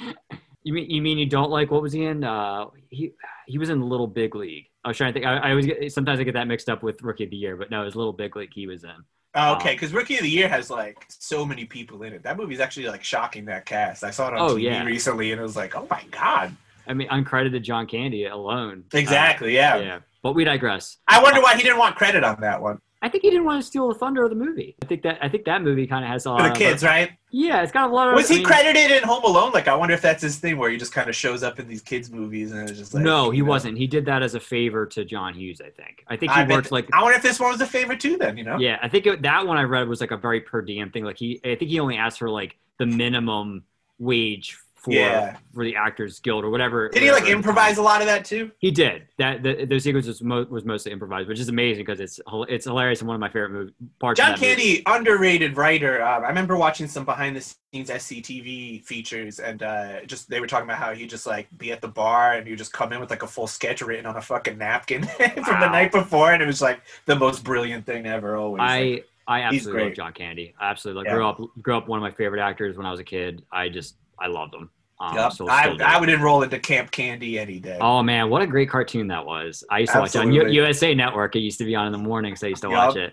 Speaker 2: you mean you mean you don't like what was he in? Uh, he he was in Little Big League. I was trying to think. I, I always get, sometimes I get that mixed up with Rookie of the Year, but no, it was Little Big League he was in.
Speaker 1: Oh, okay, because Rookie of the Year has like so many people in it. That movie's actually like shocking that cast. I saw it on
Speaker 2: Oh,
Speaker 1: TV
Speaker 2: yeah.
Speaker 1: recently, and it was like, oh my god.
Speaker 2: I mean, uncredited John Candy alone.
Speaker 1: Exactly.
Speaker 2: Uh,
Speaker 1: yeah.
Speaker 2: yeah. But we digress.
Speaker 1: I wonder why he didn't want credit on that one
Speaker 2: I think he didn't want to steal the thunder of the movie. I think that I think that movie kind of has a lot
Speaker 1: for the
Speaker 2: of
Speaker 1: kids, right?
Speaker 2: Yeah, it's got a lot of.
Speaker 1: Was
Speaker 2: Uh, I
Speaker 1: he
Speaker 2: mean,
Speaker 1: credited in Home Alone? Like, I wonder if that's his thing, where he just kind of shows up in these kids' movies and it's just like.
Speaker 2: No, he
Speaker 1: you know.
Speaker 2: wasn't. He did that as a favor to John Hughes. I think. I think he
Speaker 1: I bet-
Speaker 2: worked like
Speaker 1: I wonder if this one was a favorite too. Then you know.
Speaker 2: Yeah, I think it, that one I read was like a very per diem thing. Like he, I think he only asked for like the minimum wage for
Speaker 1: Yeah.
Speaker 2: for the Actors Guild or whatever.
Speaker 1: Did he like
Speaker 2: whatever.
Speaker 1: improvise a lot of that too?
Speaker 2: He did. That the, those sequence was, mo- was mostly improvised, which is amazing because it's hil- it's hilarious and one of my favorite movie parts. of
Speaker 1: John
Speaker 2: that
Speaker 1: Candy,
Speaker 2: movie.
Speaker 1: underrated writer. Um, I remember watching some behind the scenes SCTV features, and uh, just they were talking about how he just like be at the bar and you just come in with like a full sketch written on a fucking napkin from the
Speaker 2: Wow.
Speaker 1: night before, and it was like the most brilliant thing ever. Always.
Speaker 2: I I
Speaker 1: He's
Speaker 2: absolutely love
Speaker 1: great.
Speaker 2: John Candy. I absolutely love,
Speaker 1: Yeah.
Speaker 2: grew up grew up one of my favorite actors when I was a kid. I just I loved him. Um,
Speaker 1: Yup.
Speaker 2: so
Speaker 1: I,
Speaker 2: still do.
Speaker 1: I would enroll into Camp Candy any day.
Speaker 2: Oh man, what a great cartoon that was! I used to watch it on
Speaker 1: Absolutely.
Speaker 2: U- USA Network. It used to be on in the mornings. I used to
Speaker 1: Yup.
Speaker 2: watch it.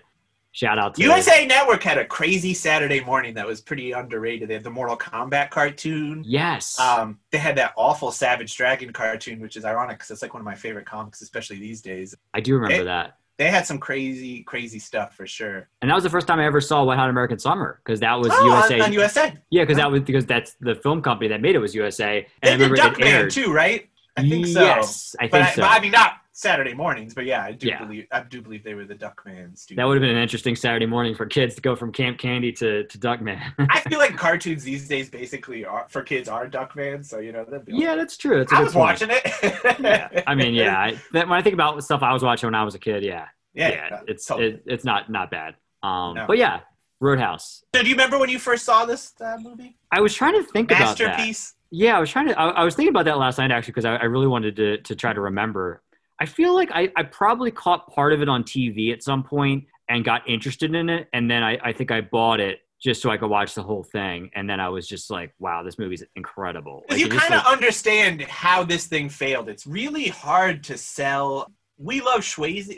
Speaker 2: Shout out to
Speaker 1: USA Network had a crazy Saturday morning that was pretty underrated. They had the Mortal Kombat cartoon.
Speaker 2: Yes.
Speaker 1: Um, they had that awful Savage Dragon cartoon, which is ironic because it's like one of my favorite comics, especially these days.
Speaker 2: I do remember
Speaker 1: it-
Speaker 2: that.
Speaker 1: they had some crazy, crazy stuff for sure.
Speaker 2: And that was the first time I ever saw Wet Hot American Summer because that was
Speaker 1: oh, on-
Speaker 2: USA.
Speaker 1: on USA.
Speaker 2: yeah, because that was because that's the film company that made it was USA. And I
Speaker 1: They did
Speaker 2: remember it aired.
Speaker 1: Duckman too, right? I think so.
Speaker 2: Yes, I
Speaker 1: but,
Speaker 2: think
Speaker 1: I,
Speaker 2: so.
Speaker 1: but I mean, not Saturday mornings, but yeah, I do
Speaker 2: Yeah.
Speaker 1: believe I do believe they were the Duckman
Speaker 2: that
Speaker 1: studio.
Speaker 2: would have been an interesting Saturday morning for kids to go from Camp Candy to, to Duckman.
Speaker 1: I feel like cartoons these days basically are for kids are Duckman, so you know. that'd be-
Speaker 2: yeah, that's true. That's a
Speaker 1: I
Speaker 2: good
Speaker 1: was
Speaker 2: point.
Speaker 1: watching it.
Speaker 2: Yeah. I mean, yeah. I, that, when I think about stuff I was watching when I was a kid, yeah,
Speaker 1: yeah.
Speaker 2: it's
Speaker 1: totally.
Speaker 2: it, it's not not bad. Um,
Speaker 1: No.
Speaker 2: but yeah, Roadhouse.
Speaker 1: so, do you remember when you first saw this uh, movie?
Speaker 2: I was trying to think about that.
Speaker 1: Masterpiece.
Speaker 2: Yeah, I was trying to. I, I was thinking about that last night actually because I, I really wanted to to try to remember. I feel like I, I probably caught part of it on TV at some point and got interested in it, and then I, I think I bought it just so I could watch the whole thing, and then I was just like, "Wow, this movie's incredible!" Like,
Speaker 1: you
Speaker 2: it just,
Speaker 1: kind of
Speaker 2: like-
Speaker 1: understand how this thing failed. It's really hard to sell. We love Swayze.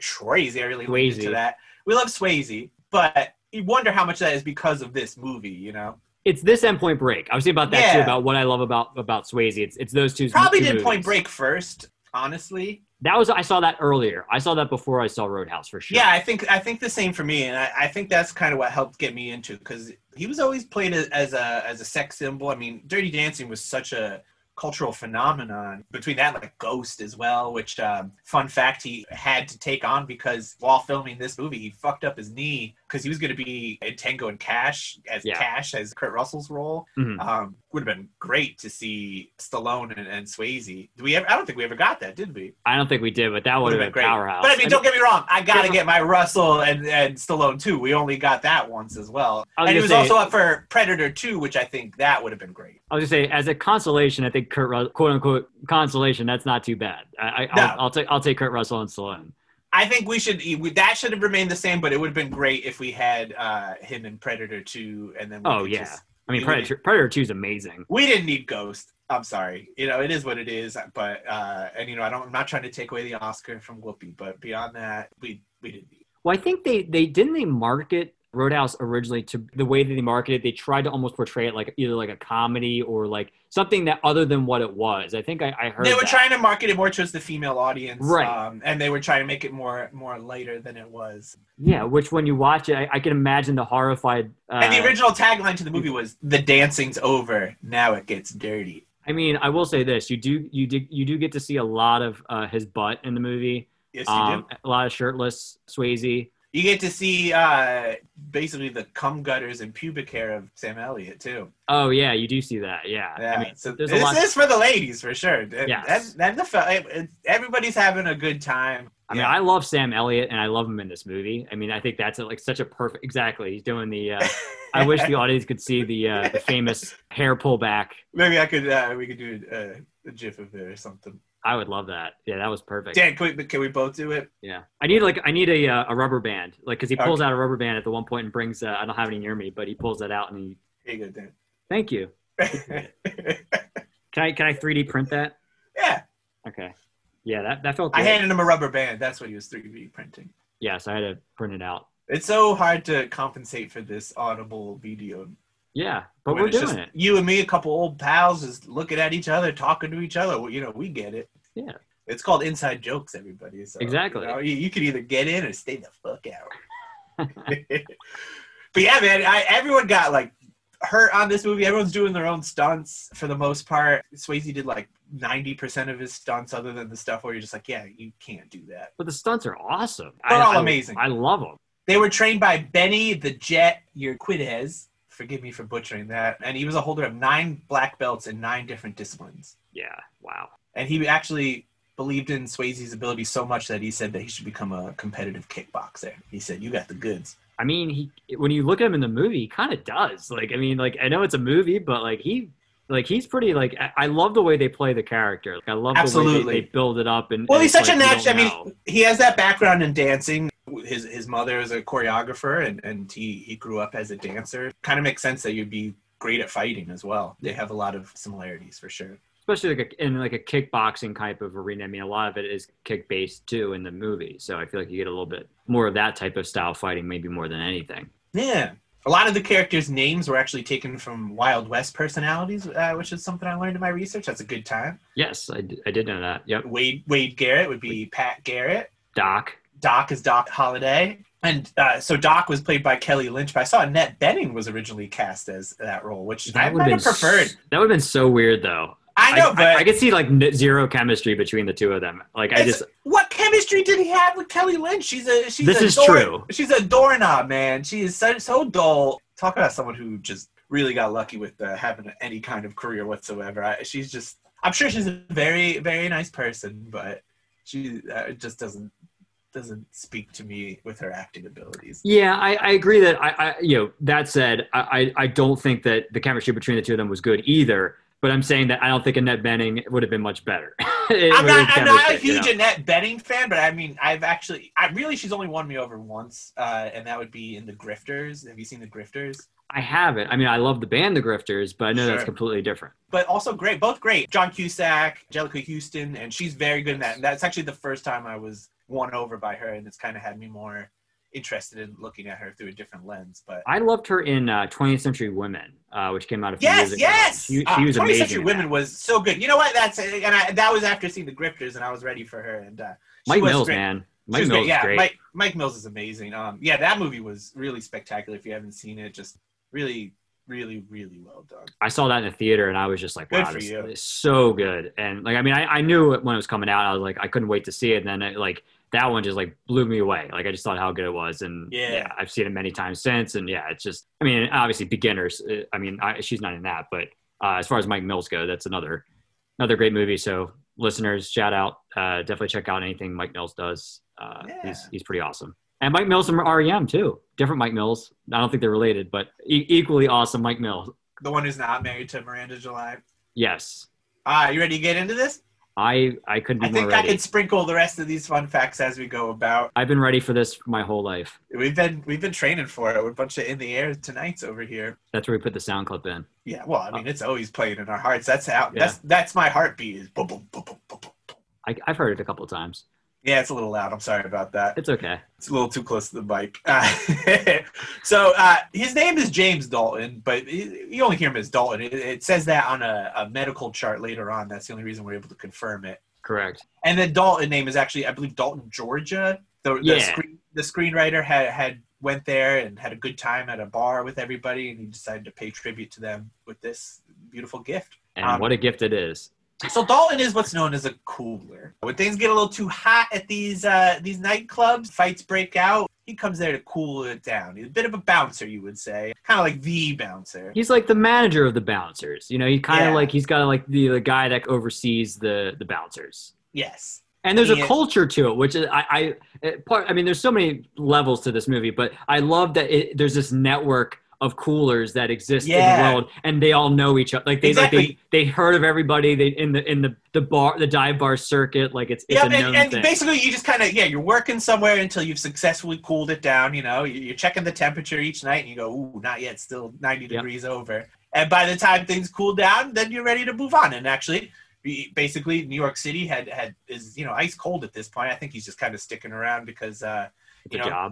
Speaker 1: Swayze, I really leaned into
Speaker 2: Swayze.
Speaker 1: that. We love Swayze, but you wonder how much that is because of this movie. You know,
Speaker 2: it's this and Point Break. I was thinking about that too
Speaker 1: Yeah.
Speaker 2: about what I love about about Swayze. It's it's those two.
Speaker 1: probably
Speaker 2: two
Speaker 1: did Point
Speaker 2: movies.
Speaker 1: Break first. Honestly,
Speaker 2: That was I saw that earlier. I saw that before I saw Roadhouse for sure.
Speaker 1: yeah, I think I think the same for me, and I, I think that's kind of what helped get me into because he was always played as, as a as a sex symbol. I mean, Dirty Dancing was such a cultural phenomenon. Between that, like Ghost as well, which um, fun fact he had to take on because while filming this movie, he fucked up his knee because he was going to be in Tango and Cash as
Speaker 2: Yeah.
Speaker 1: Cash as Kurt Russell's role.
Speaker 2: Mhm.
Speaker 1: Um, would have been great to see Stallone and, and Swayze. Do we ever? I don't think we ever got that, did we?
Speaker 2: I don't think we did, but that would have been,
Speaker 1: great.
Speaker 2: powerhouse.
Speaker 1: But I mean,
Speaker 2: And
Speaker 1: don't get me wrong. I gotta
Speaker 2: Yeah.
Speaker 1: get my Russell and, and Stallone too. We only got that once as well,
Speaker 2: I
Speaker 1: and
Speaker 2: was gonna
Speaker 1: it was
Speaker 2: say-
Speaker 1: also up for Predator two, which I think that would have been great.
Speaker 2: I was gonna say, as a consolation, I think Kurt, Rus- quote unquote, consolation. That's not too bad. I, I,
Speaker 1: No.
Speaker 2: I'll, I'll take I'll take Kurt Russell and Stallone.
Speaker 1: I think we should we, that should have remained the same, but it would have been great if we had uh, him in Predator two, and then we
Speaker 2: Oh
Speaker 1: could
Speaker 2: yeah,
Speaker 1: just-
Speaker 2: I mean
Speaker 1: we
Speaker 2: Predator Predator Two is amazing.
Speaker 1: we didn't need Ghost. I'm sorry, you know it is what it is, but uh, and you know I don't I'm not trying to take away the Oscar from Whoopi, but beyond that, we we didn't. Need.
Speaker 2: Well, I think they they didn't they market Roadhouse originally to the way that they marketed. it, They tried to almost portray it like either like a comedy or like something that other than what it was. I think I, I heard
Speaker 1: They were
Speaker 2: that.
Speaker 1: trying to market it more towards the female audience,
Speaker 2: Right.
Speaker 1: Um, and they were trying to make it more more lighter than it was.
Speaker 2: Yeah, which when you watch it, I, I can imagine the horrified. Uh,
Speaker 1: and the original tagline to the movie was "The dancing's over, now it gets dirty."
Speaker 2: I mean, I will say this: you do you do you do get to see a lot of uh, his butt in the movie.
Speaker 1: Yes, you
Speaker 2: Um, a lot of shirtless Swayze.
Speaker 1: do. You get to see uh, basically the cum gutters and pubic hair of Sam Elliott too.
Speaker 2: Oh yeah, you do see that. Yeah,
Speaker 1: Yeah,
Speaker 2: I mean,
Speaker 1: so
Speaker 2: there's
Speaker 1: this
Speaker 2: a lot-
Speaker 1: is for the ladies for sure. And,
Speaker 2: Yes.
Speaker 1: and- and the fel- it- it- everybody's having a good time.
Speaker 2: I mean,
Speaker 1: Yeah.
Speaker 2: I love Sam Elliott and I love him in this movie. I mean, I think that's like such a perfect. Exactly, he's doing the. Uh, I wish the audience could see the, uh, the famous hair pullback.
Speaker 1: Maybe I could uh, we could do uh, a, a gif of it or something.
Speaker 2: I would love that. Yeah, that was perfect.
Speaker 1: Dan, can we, can we both do it?
Speaker 2: Yeah, I need like I need a uh, a rubber band, like because he pulls out a rubber band at the one point and brings. Uh, I don't have any near me, but he pulls that out and he.
Speaker 1: Here you go, Dan.
Speaker 2: Thank you. Can I can I 3D print that?
Speaker 1: yeah,
Speaker 2: Okay. Yeah, that that felt.
Speaker 1: I
Speaker 2: Good.
Speaker 1: handed him a rubber band. That's what he was 3D printing.
Speaker 2: Yes, I had to print it out.
Speaker 1: It's so hard to compensate for this audible video.
Speaker 2: Yeah, but
Speaker 1: when
Speaker 2: we're
Speaker 1: it's
Speaker 2: doing
Speaker 1: just
Speaker 2: it.
Speaker 1: You and me, a couple old pals, just looking at each other, talking to each other. Well, you know, we get it.
Speaker 2: Yeah.
Speaker 1: It's called inside jokes, everybody. So,
Speaker 2: Exactly.
Speaker 1: You, know, you- you can either get in or stay the fuck out. but yeah, man, I, everyone got like hurt on this movie. Everyone's doing their own stunts for the most part. Swayze did like 90% of his stunts, other than the stuff where you're just like, yeah, you can't do that.
Speaker 2: But the stunts are awesome.
Speaker 1: They're
Speaker 2: I,
Speaker 1: all
Speaker 2: I-
Speaker 1: amazing.
Speaker 2: I love them.
Speaker 1: They were trained by Benny the Jet Urquidez. Forgive me for butchering that. And he was a holder of nine black belts in nine different disciplines.
Speaker 2: Yeah. Wow.
Speaker 1: And he actually believed in Swayze's ability so much that he said that he should become a competitive kickboxer. He said, "You got the goods."
Speaker 2: I mean, he when you look at him in the movie, he kind of does. Like, I mean, like I know it's a movie, but like he, like he's pretty. Like I, I love the way they play the character. Like I love the way
Speaker 1: Absolutely.
Speaker 2: they, they build it up and.
Speaker 1: Well,
Speaker 2: and
Speaker 1: he's
Speaker 2: it's
Speaker 1: such a
Speaker 2: like, you
Speaker 1: natural. I
Speaker 2: don't
Speaker 1: mean,
Speaker 2: know.
Speaker 1: he has that background in dancing. His his mother is a choreographer, and and he he grew up as a dancer. Kind of makes sense that you'd be great at fighting as well. They have a lot of similarities for sure.
Speaker 2: especially like a, in like a kickboxing type of arena. I mean, a lot of it is kick based too in the movie. So I feel like you get a little bit more of that type of style fighting, maybe more than anything.
Speaker 1: Yeah. A lot of the characters' names were actually taken from Wild West personalities, uh, which is something I learned in my research. That's a good time.
Speaker 2: Yes, I, d- I did know that. Yep,
Speaker 1: Wade Wade Garrett would be Pat Garrett.
Speaker 2: Doc.
Speaker 1: Doc is Doc Holliday. And uh, so Doc was played by Kelly Lynch, but I saw Annette Benning was originally cast as that role, which I
Speaker 2: would've
Speaker 1: might have
Speaker 2: s-
Speaker 1: preferred.
Speaker 2: that would have been so weird though.
Speaker 1: I know, but
Speaker 2: I, could see like n- zero chemistry between the two of them. Like I
Speaker 1: It's-
Speaker 2: just
Speaker 1: what chemistry did he have with Kelly Lynch? She's a she's
Speaker 2: This
Speaker 1: a
Speaker 2: is
Speaker 1: door-
Speaker 2: true.
Speaker 1: She's a doorknob, man. She is so, so dull. Talk about someone who just really got lucky with uh, having any kind of career whatsoever. I, she's just I'm sure she's a very very nice person, but she uh, just doesn't doesn't speak to me with her acting abilities.
Speaker 2: yeah, I, I agree that I, I you know that said I, I I don't think that the chemistry between the two of them was good either. But I'm saying that I don't think Annette Benning would have been much better. It
Speaker 1: I'm
Speaker 2: would have
Speaker 1: not, I'm
Speaker 2: been
Speaker 1: not a
Speaker 2: chemistry, you know?
Speaker 1: huge Annette Benning fan, but I mean, I've actually, I really, she's only won me over once, uh, and that would be in The Grifters. Have you seen The Grifters?
Speaker 2: I haven't. I mean, I love the band The Grifters, but I know that's
Speaker 1: Sure.
Speaker 2: completely different.
Speaker 1: but also great, both great. John Cusack, Angelica Houston, and she's very good in that. And that's actually the first time I was won over by her, and it's kind of had me more interested in looking at her through a different lens. But
Speaker 2: I loved her in uh, 20th Century Women, uh, which came out a few
Speaker 1: yes,
Speaker 2: years ago.
Speaker 1: yes,
Speaker 2: She, she
Speaker 1: Uh,
Speaker 2: was
Speaker 1: 20th
Speaker 2: amazing.
Speaker 1: Century
Speaker 2: in that.
Speaker 1: Women was so good. You know what? That's and I, that was after seeing the Grifters, and I was ready for her. And uh, she
Speaker 2: Mike
Speaker 1: was
Speaker 2: Mills,
Speaker 1: great.
Speaker 2: man.
Speaker 1: She
Speaker 2: Mike
Speaker 1: was
Speaker 2: Mills
Speaker 1: great.
Speaker 2: is
Speaker 1: Yeah,
Speaker 2: great.
Speaker 1: Mike Mike Mills is amazing. Um, yeah, that movie was really spectacular. If you haven't seen it, just really, really, really well done.
Speaker 2: I saw that in the theater and I was just like,
Speaker 1: Good
Speaker 2: wow,
Speaker 1: for
Speaker 2: this
Speaker 1: you.
Speaker 2: is so good. And like, I mean, I, I knew it when it was coming out. I was like, I couldn't wait to see it. And then it, like that one just like blew me away. Like I just thought how good it was. And
Speaker 1: Yeah.
Speaker 2: I've seen it many times since. And yeah, it's just, I mean, obviously beginners. uh, I mean, I, she's not in that, but Uh, as far as Mike Mills go, that's another another great movie. So listeners, shout out, uh, definitely check out anything Mike Mills does. Uh,
Speaker 1: Yeah.
Speaker 2: He's he's pretty awesome. And Mike Mills from REM too. Different Mike Mills. I don't think they're related, but e- equally awesome Mike Mills.
Speaker 1: The one who's not married to Miranda July.
Speaker 2: Yes,
Speaker 1: Ah, you ready to get into this?
Speaker 2: I I couldn't be
Speaker 1: I
Speaker 2: more
Speaker 1: think I
Speaker 2: ready.
Speaker 1: can sprinkle the rest of these fun facts as we go about.
Speaker 2: I've been ready for this my whole life.
Speaker 1: We've been we've been training for it. We're a bunch of in the air tonights over here.
Speaker 2: That's where we put the sound clip in.
Speaker 1: Yeah, well, I mean, it's always playing in our hearts. That's how.
Speaker 2: Yeah.
Speaker 1: That's that's my heartbeat. Is boom, boom, boom, boom, boom, boom.
Speaker 2: I, I've heard it a couple of times.
Speaker 1: Yeah, it's a little loud. I'm sorry about that.
Speaker 2: It's okay.
Speaker 1: It's a little too close to the mic. Uh, so uh, his name is James Dalton, but he- you only hear him as Dalton. It, it says that on a, a medical chart later on. That's the only reason we're able to confirm it.
Speaker 2: Correct.
Speaker 1: And the Dalton name is actually, I believe, Dalton, Georgia. The, the,
Speaker 2: Yeah.
Speaker 1: screen, the screenwriter had, had went there and had a good time at a bar with everybody, and he decided to pay tribute to them with this beautiful gift.
Speaker 2: And
Speaker 1: Um,
Speaker 2: what a gift it is.
Speaker 1: So Dalton is what's known as a cooler. When things get a little too hot at these uh, these nightclubs, fights break out. He comes there to cool it down. He's a bit of a bouncer, you would say, kind of like the bouncer.
Speaker 2: He's like the manager of the bouncers. You know, he kind of
Speaker 1: Yeah.
Speaker 2: like he's got like the, the guy that oversees the the bouncers.
Speaker 1: Yes,
Speaker 2: And there's
Speaker 1: Yeah.
Speaker 2: a culture to it, which is, I, I it- part. I mean, there's so many levels to this movie, but I love that it, there's this network of coolers that exist in
Speaker 1: Yeah.
Speaker 2: the world, and they all know each other. Like they like
Speaker 1: Exactly.
Speaker 2: they, they heard of everybody. They in the in the the bar the dive bar circuit. Like it's, it's
Speaker 1: yep.
Speaker 2: a known
Speaker 1: And, and
Speaker 2: thing.
Speaker 1: basically, you just kind of yeah, you're working somewhere until you've successfully cooled it down. You know, You- you're checking the temperature each night, and you go, ooh, not yet, still 90
Speaker 2: Yep.
Speaker 1: degrees over. And by the time things cool down, then you're ready to move on. And actually. be- Basically, New York City had had is you know ice cold at this point. I think he's just kind of sticking around because uh,
Speaker 2: It's
Speaker 1: you
Speaker 2: a
Speaker 1: know,
Speaker 2: job.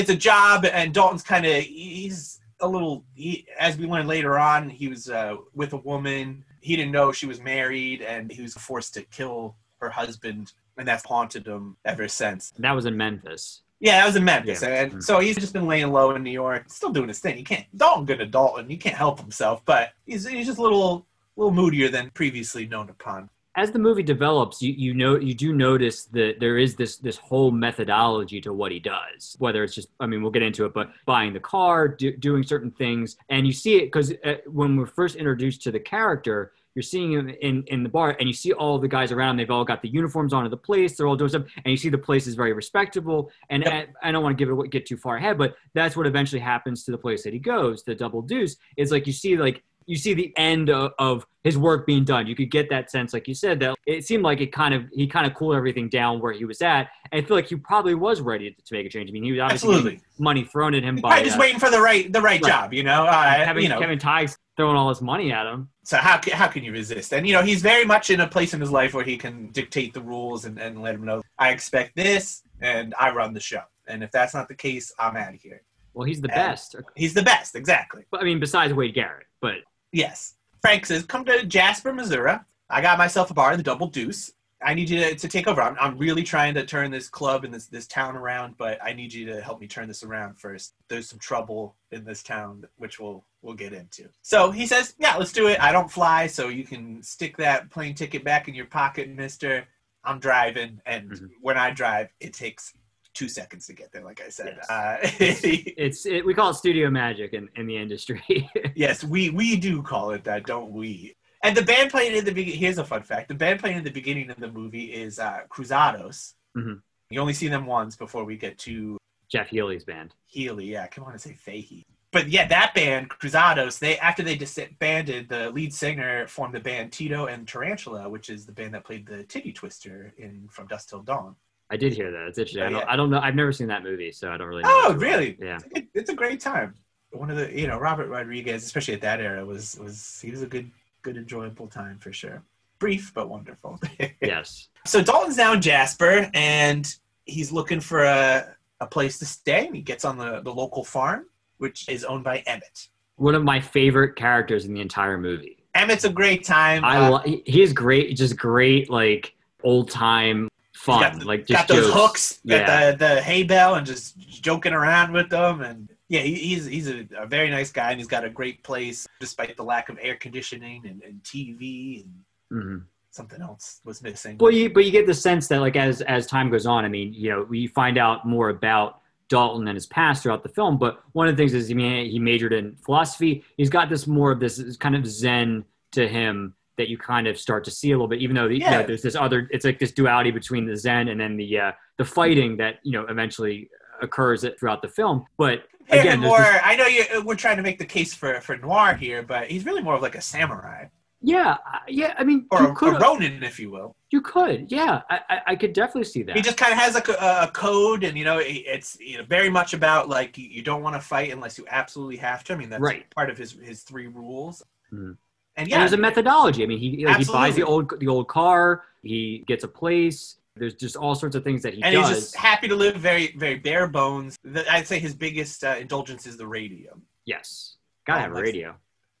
Speaker 1: it's a job and dalton's kind of he's a little he, as we learned later on he was uh, with a woman he didn't know she was married and he was forced to kill her husband and that's haunted him ever since
Speaker 2: That was in Memphis.
Speaker 1: yeah that was in memphis
Speaker 2: Yeah.
Speaker 1: and so he's just been laying low in new york still doing his thing he can't dalton good to dalton he can't help himself but he's, he's just a little little moodier than previously known upon
Speaker 2: as the movie develops, you, you know you do notice that there is this this whole methodology to what he does. Whether it's just, I mean, we'll get into it, but buying the car, do, doing certain things, and you see it because uh, when we're first introduced to the character, you're seeing him in in the bar, and you see all the guys around. They've all got the uniforms on at the place. They're all doing stuff, and you see the place is very respectable. And
Speaker 1: Yep.
Speaker 2: I, I don't want to give it away- get too far ahead, but that's what eventually happens to the place that he goes. The Double Deuce is like you see like you see the end of, of his work being done. You could get that sense, like you said, that it seemed like it kind of he kind of cooled everything down where he was at. And I feel like he probably was ready to, to make a change. I mean, he was obviously
Speaker 1: absolutely
Speaker 2: getting money thrown at him
Speaker 1: He's
Speaker 2: by
Speaker 1: probably just
Speaker 2: uh,
Speaker 1: waiting for the right the right,
Speaker 2: Right.
Speaker 1: job you know uh,
Speaker 2: Kevin,
Speaker 1: you know
Speaker 2: Kevin Tighes throwing all this money at him.
Speaker 1: so how ca- how can you resist? And you know he's very much in a place in his life where he can dictate the rules and, and let him know I expect this and I run the show. And if that's not the case, I'm out of here.
Speaker 2: Well, he's the
Speaker 1: Yeah.
Speaker 2: best.
Speaker 1: He's the best, exactly.
Speaker 2: But, I mean, besides Wade Garrett, but
Speaker 1: Yes. Frank says, "Come to Jasper, Missouri. I got myself a bar, the Double Deuce. I need you to, to take over. I'm, I'm really trying to turn this club and this this town around, but I need you to help me turn this around first. There's some trouble in this town, which we'll we'll get into." So he says, "Yeah, let's do it. I don't fly, so you can stick that plane ticket back in your pocket, Mister. I'm driving, and
Speaker 2: Mhm.
Speaker 1: when I drive, it takes." Two seconds to get there, like I said. Uh,
Speaker 2: it's it, we call it studio magic in, in the industry.
Speaker 1: Yes, we we do call it that, don't we? And the band playing in the beginning. Here's a fun fact: the band playing in the beginning of the movie is uh, Cruzados.
Speaker 2: Mhm.
Speaker 1: You only see them once before we get to
Speaker 2: Jeff Healy's band.
Speaker 1: Healy. Yeah, I come on and say Fahey. But yeah, that band Cruzados. They after they disbanded, the lead singer formed the band Tito and Tarantula, which is the band that played the Titty Twister in From Dusk Till Dawn.
Speaker 2: I did hear that. It's interesting.
Speaker 1: Oh,
Speaker 2: I, don't,
Speaker 1: yeah.
Speaker 2: I don't know. I've never seen that movie, so I don't really. know.
Speaker 1: Oh, really?
Speaker 2: Yeah.
Speaker 1: It's a, good- it's a great time. One of the you know Robert Rodriguez, especially at that era, was was he was a good good enjoyable time for sure. Brief but wonderful.
Speaker 2: Yes.
Speaker 1: so Dalton's now in Jasper, and he's looking for a a place to stay. And he gets on the the local farm, which is owned by Emmett.
Speaker 2: One of my favorite characters in the entire movie.
Speaker 1: Emmett's a great time.
Speaker 2: I
Speaker 1: Uh,
Speaker 2: lo- he- he's great, just great, like old time
Speaker 1: he's
Speaker 2: fun,
Speaker 1: got the-
Speaker 2: like
Speaker 1: got
Speaker 2: just
Speaker 1: those
Speaker 2: jokes.
Speaker 1: hooks,
Speaker 2: Yeah.
Speaker 1: got the the hay bale, and just joking around with them. And yeah, he, he's he's a, a very nice guy, and he's got a great place despite the lack of air conditioning and, and TV and
Speaker 2: Mhm.
Speaker 1: something else was missing.
Speaker 2: Well, you but you get the sense that like as as time goes on, I mean, you know, we find out more about Dalton and his past throughout the film. But one of the things is, I mean, he majored in philosophy. He's got this more of this kind of Zen to him that you kind of start to see a little bit, even though the, yeah. you know, there's this other, it's like this duality between the Zen and then the uh, the fighting that you know eventually occurs throughout the film. But again,
Speaker 1: more, this, I know you, we're trying to make the case for for Noir here, but he's really more of like a samurai.
Speaker 2: Yeah, yeah. I mean,
Speaker 1: or a, could, a Ronin, if you will.
Speaker 2: You could, yeah. I, I, I could definitely see that.
Speaker 1: He just kind of has like a, a, code, and you know, it's you know, very much about like you don't want to fight unless you absolutely have to. I mean, that's right. part of his his three rules. Mm-hmm.
Speaker 2: And yeah, and there's a methodology. I mean, he like, he buys the old the old car. He gets a place. There's just all sorts of things that he
Speaker 1: and
Speaker 2: does.
Speaker 1: he's just happy to live very very bare bones. I'd say his biggest uh, indulgence is the radio.
Speaker 2: Yes, gotta um, have a radio.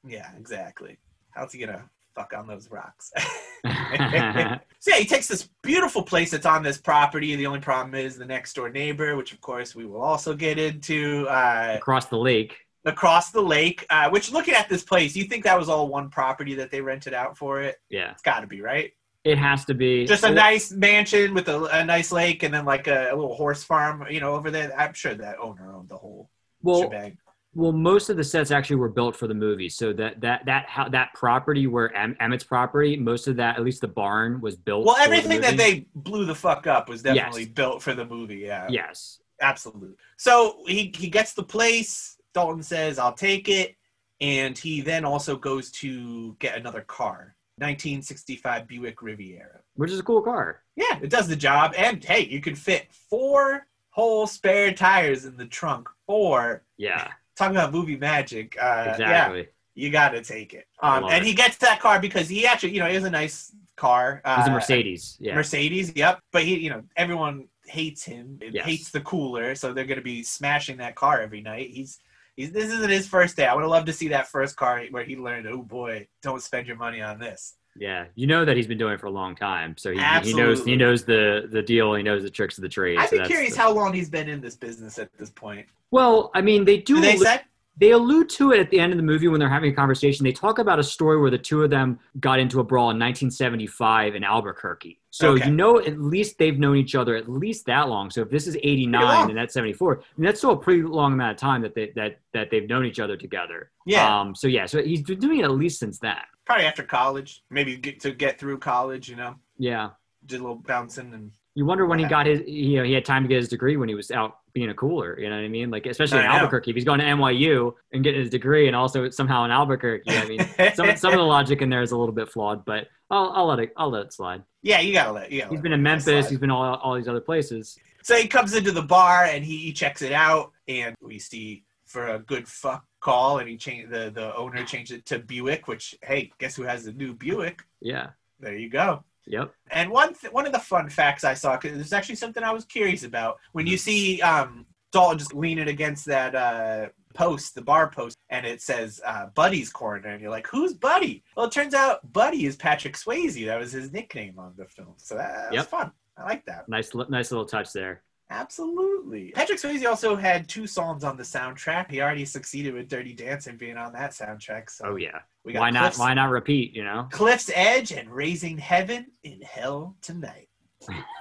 Speaker 1: Yeah, exactly. How's he gonna fuck on those rocks? so yeah, he takes this beautiful place that's on this property. The only problem is the next door neighbor, which of course we will also get into. Uh,
Speaker 2: Across the lake
Speaker 1: across the lake. Uh, which, looking at this place, you think that was all one property that they rented out for it?
Speaker 2: Yeah,
Speaker 1: it's got to be right.
Speaker 2: It has to be
Speaker 1: just a it, nice mansion with a, a, nice lake, and then like a, a, little horse farm, you know, over there. I'm sure that owner owned the whole well, shebang.
Speaker 2: Well, most of the sets actually were built for the movie, so that that that how that property where em, Emmett's property, most of that, at least the barn, was built.
Speaker 1: Well, everything the that they blew the fuck up was definitely yes. built for the movie. Yeah.
Speaker 2: Yes.
Speaker 1: Absolutely. So he he gets the place. Dalton says, I'll take it. And he then also goes to get another car, 1965 Buick Riviera.
Speaker 2: Which is a cool car.
Speaker 1: Yeah, it does the job. And hey, you can fit four whole spare tires in the trunk. Four.
Speaker 2: Yeah.
Speaker 1: Talking about movie magic. Uh, exactly. Yeah, you got to take it. Um, and it. he gets that car because he actually, you know, he has a nice car.
Speaker 2: Uh, it's a Mercedes. Yeah.
Speaker 1: Mercedes, yep. But he, you know, everyone hates him, yes. hates the cooler. So they're going to be smashing that car every night. He's. He's, this isn't his first day. I would have loved to see that first car where he learned, oh boy, don't spend your money on this.
Speaker 2: Yeah, you know that he's been doing it for a long time, so he, he knows he knows the the deal. He knows the tricks of the trade.
Speaker 1: I'd
Speaker 2: so
Speaker 1: be curious the, how long he's been in this business at this point.
Speaker 2: Well, I mean, they do.
Speaker 1: do they, allude,
Speaker 2: they allude to it at the end of the movie when they're having a conversation. They talk about a story where the two of them got into a brawl in 1975 in Albuquerque. So okay. you know, at least they've known each other at least that long. So if this is '89 and that's '74, I mean, that's still a pretty long amount of time that they that that they've known each other together.
Speaker 1: Yeah.
Speaker 2: Um. So yeah. So he's been doing it at least since that.
Speaker 1: Probably after college, maybe get to get through college. You know.
Speaker 2: Yeah.
Speaker 1: Did a little bouncing and.
Speaker 2: You wonder when he got his, you know, he had time to get his degree when he was out being a cooler. You know what I mean? Like especially I in know. Albuquerque, if he's going to NYU and getting his degree, and also somehow in Albuquerque. I mean, some some of the logic in there is a little bit flawed, but I'll, I'll let it I'll let it slide.
Speaker 1: Yeah, you gotta let. You gotta
Speaker 2: he's
Speaker 1: let
Speaker 2: been in Memphis. He's been all all these other places.
Speaker 1: So he comes into the bar and he, he checks it out, and we see for a good fuck call, and he changed the the owner changed it to Buick. Which hey, guess who has the new Buick?
Speaker 2: Yeah,
Speaker 1: there you go.
Speaker 2: Yep.
Speaker 1: And one th- one of the fun facts I saw because there's actually something I was curious about when you see um, Dalton just leaning against that uh, post, the bar post, and it says uh, Buddy's corner, and you're like, who's Buddy? Well, it turns out Buddy is Patrick Swayze. That was his nickname on the film, so that, that yep. was fun. I like that.
Speaker 2: Nice, nice little touch there.
Speaker 1: Absolutely. Patrick Swayze also had two songs on the soundtrack. He already succeeded with Dirty Dancing being on that soundtrack. So
Speaker 2: oh yeah. why not? Cliff's, why not repeat? You know,
Speaker 1: Cliff's Edge and Raising Heaven in Hell Tonight.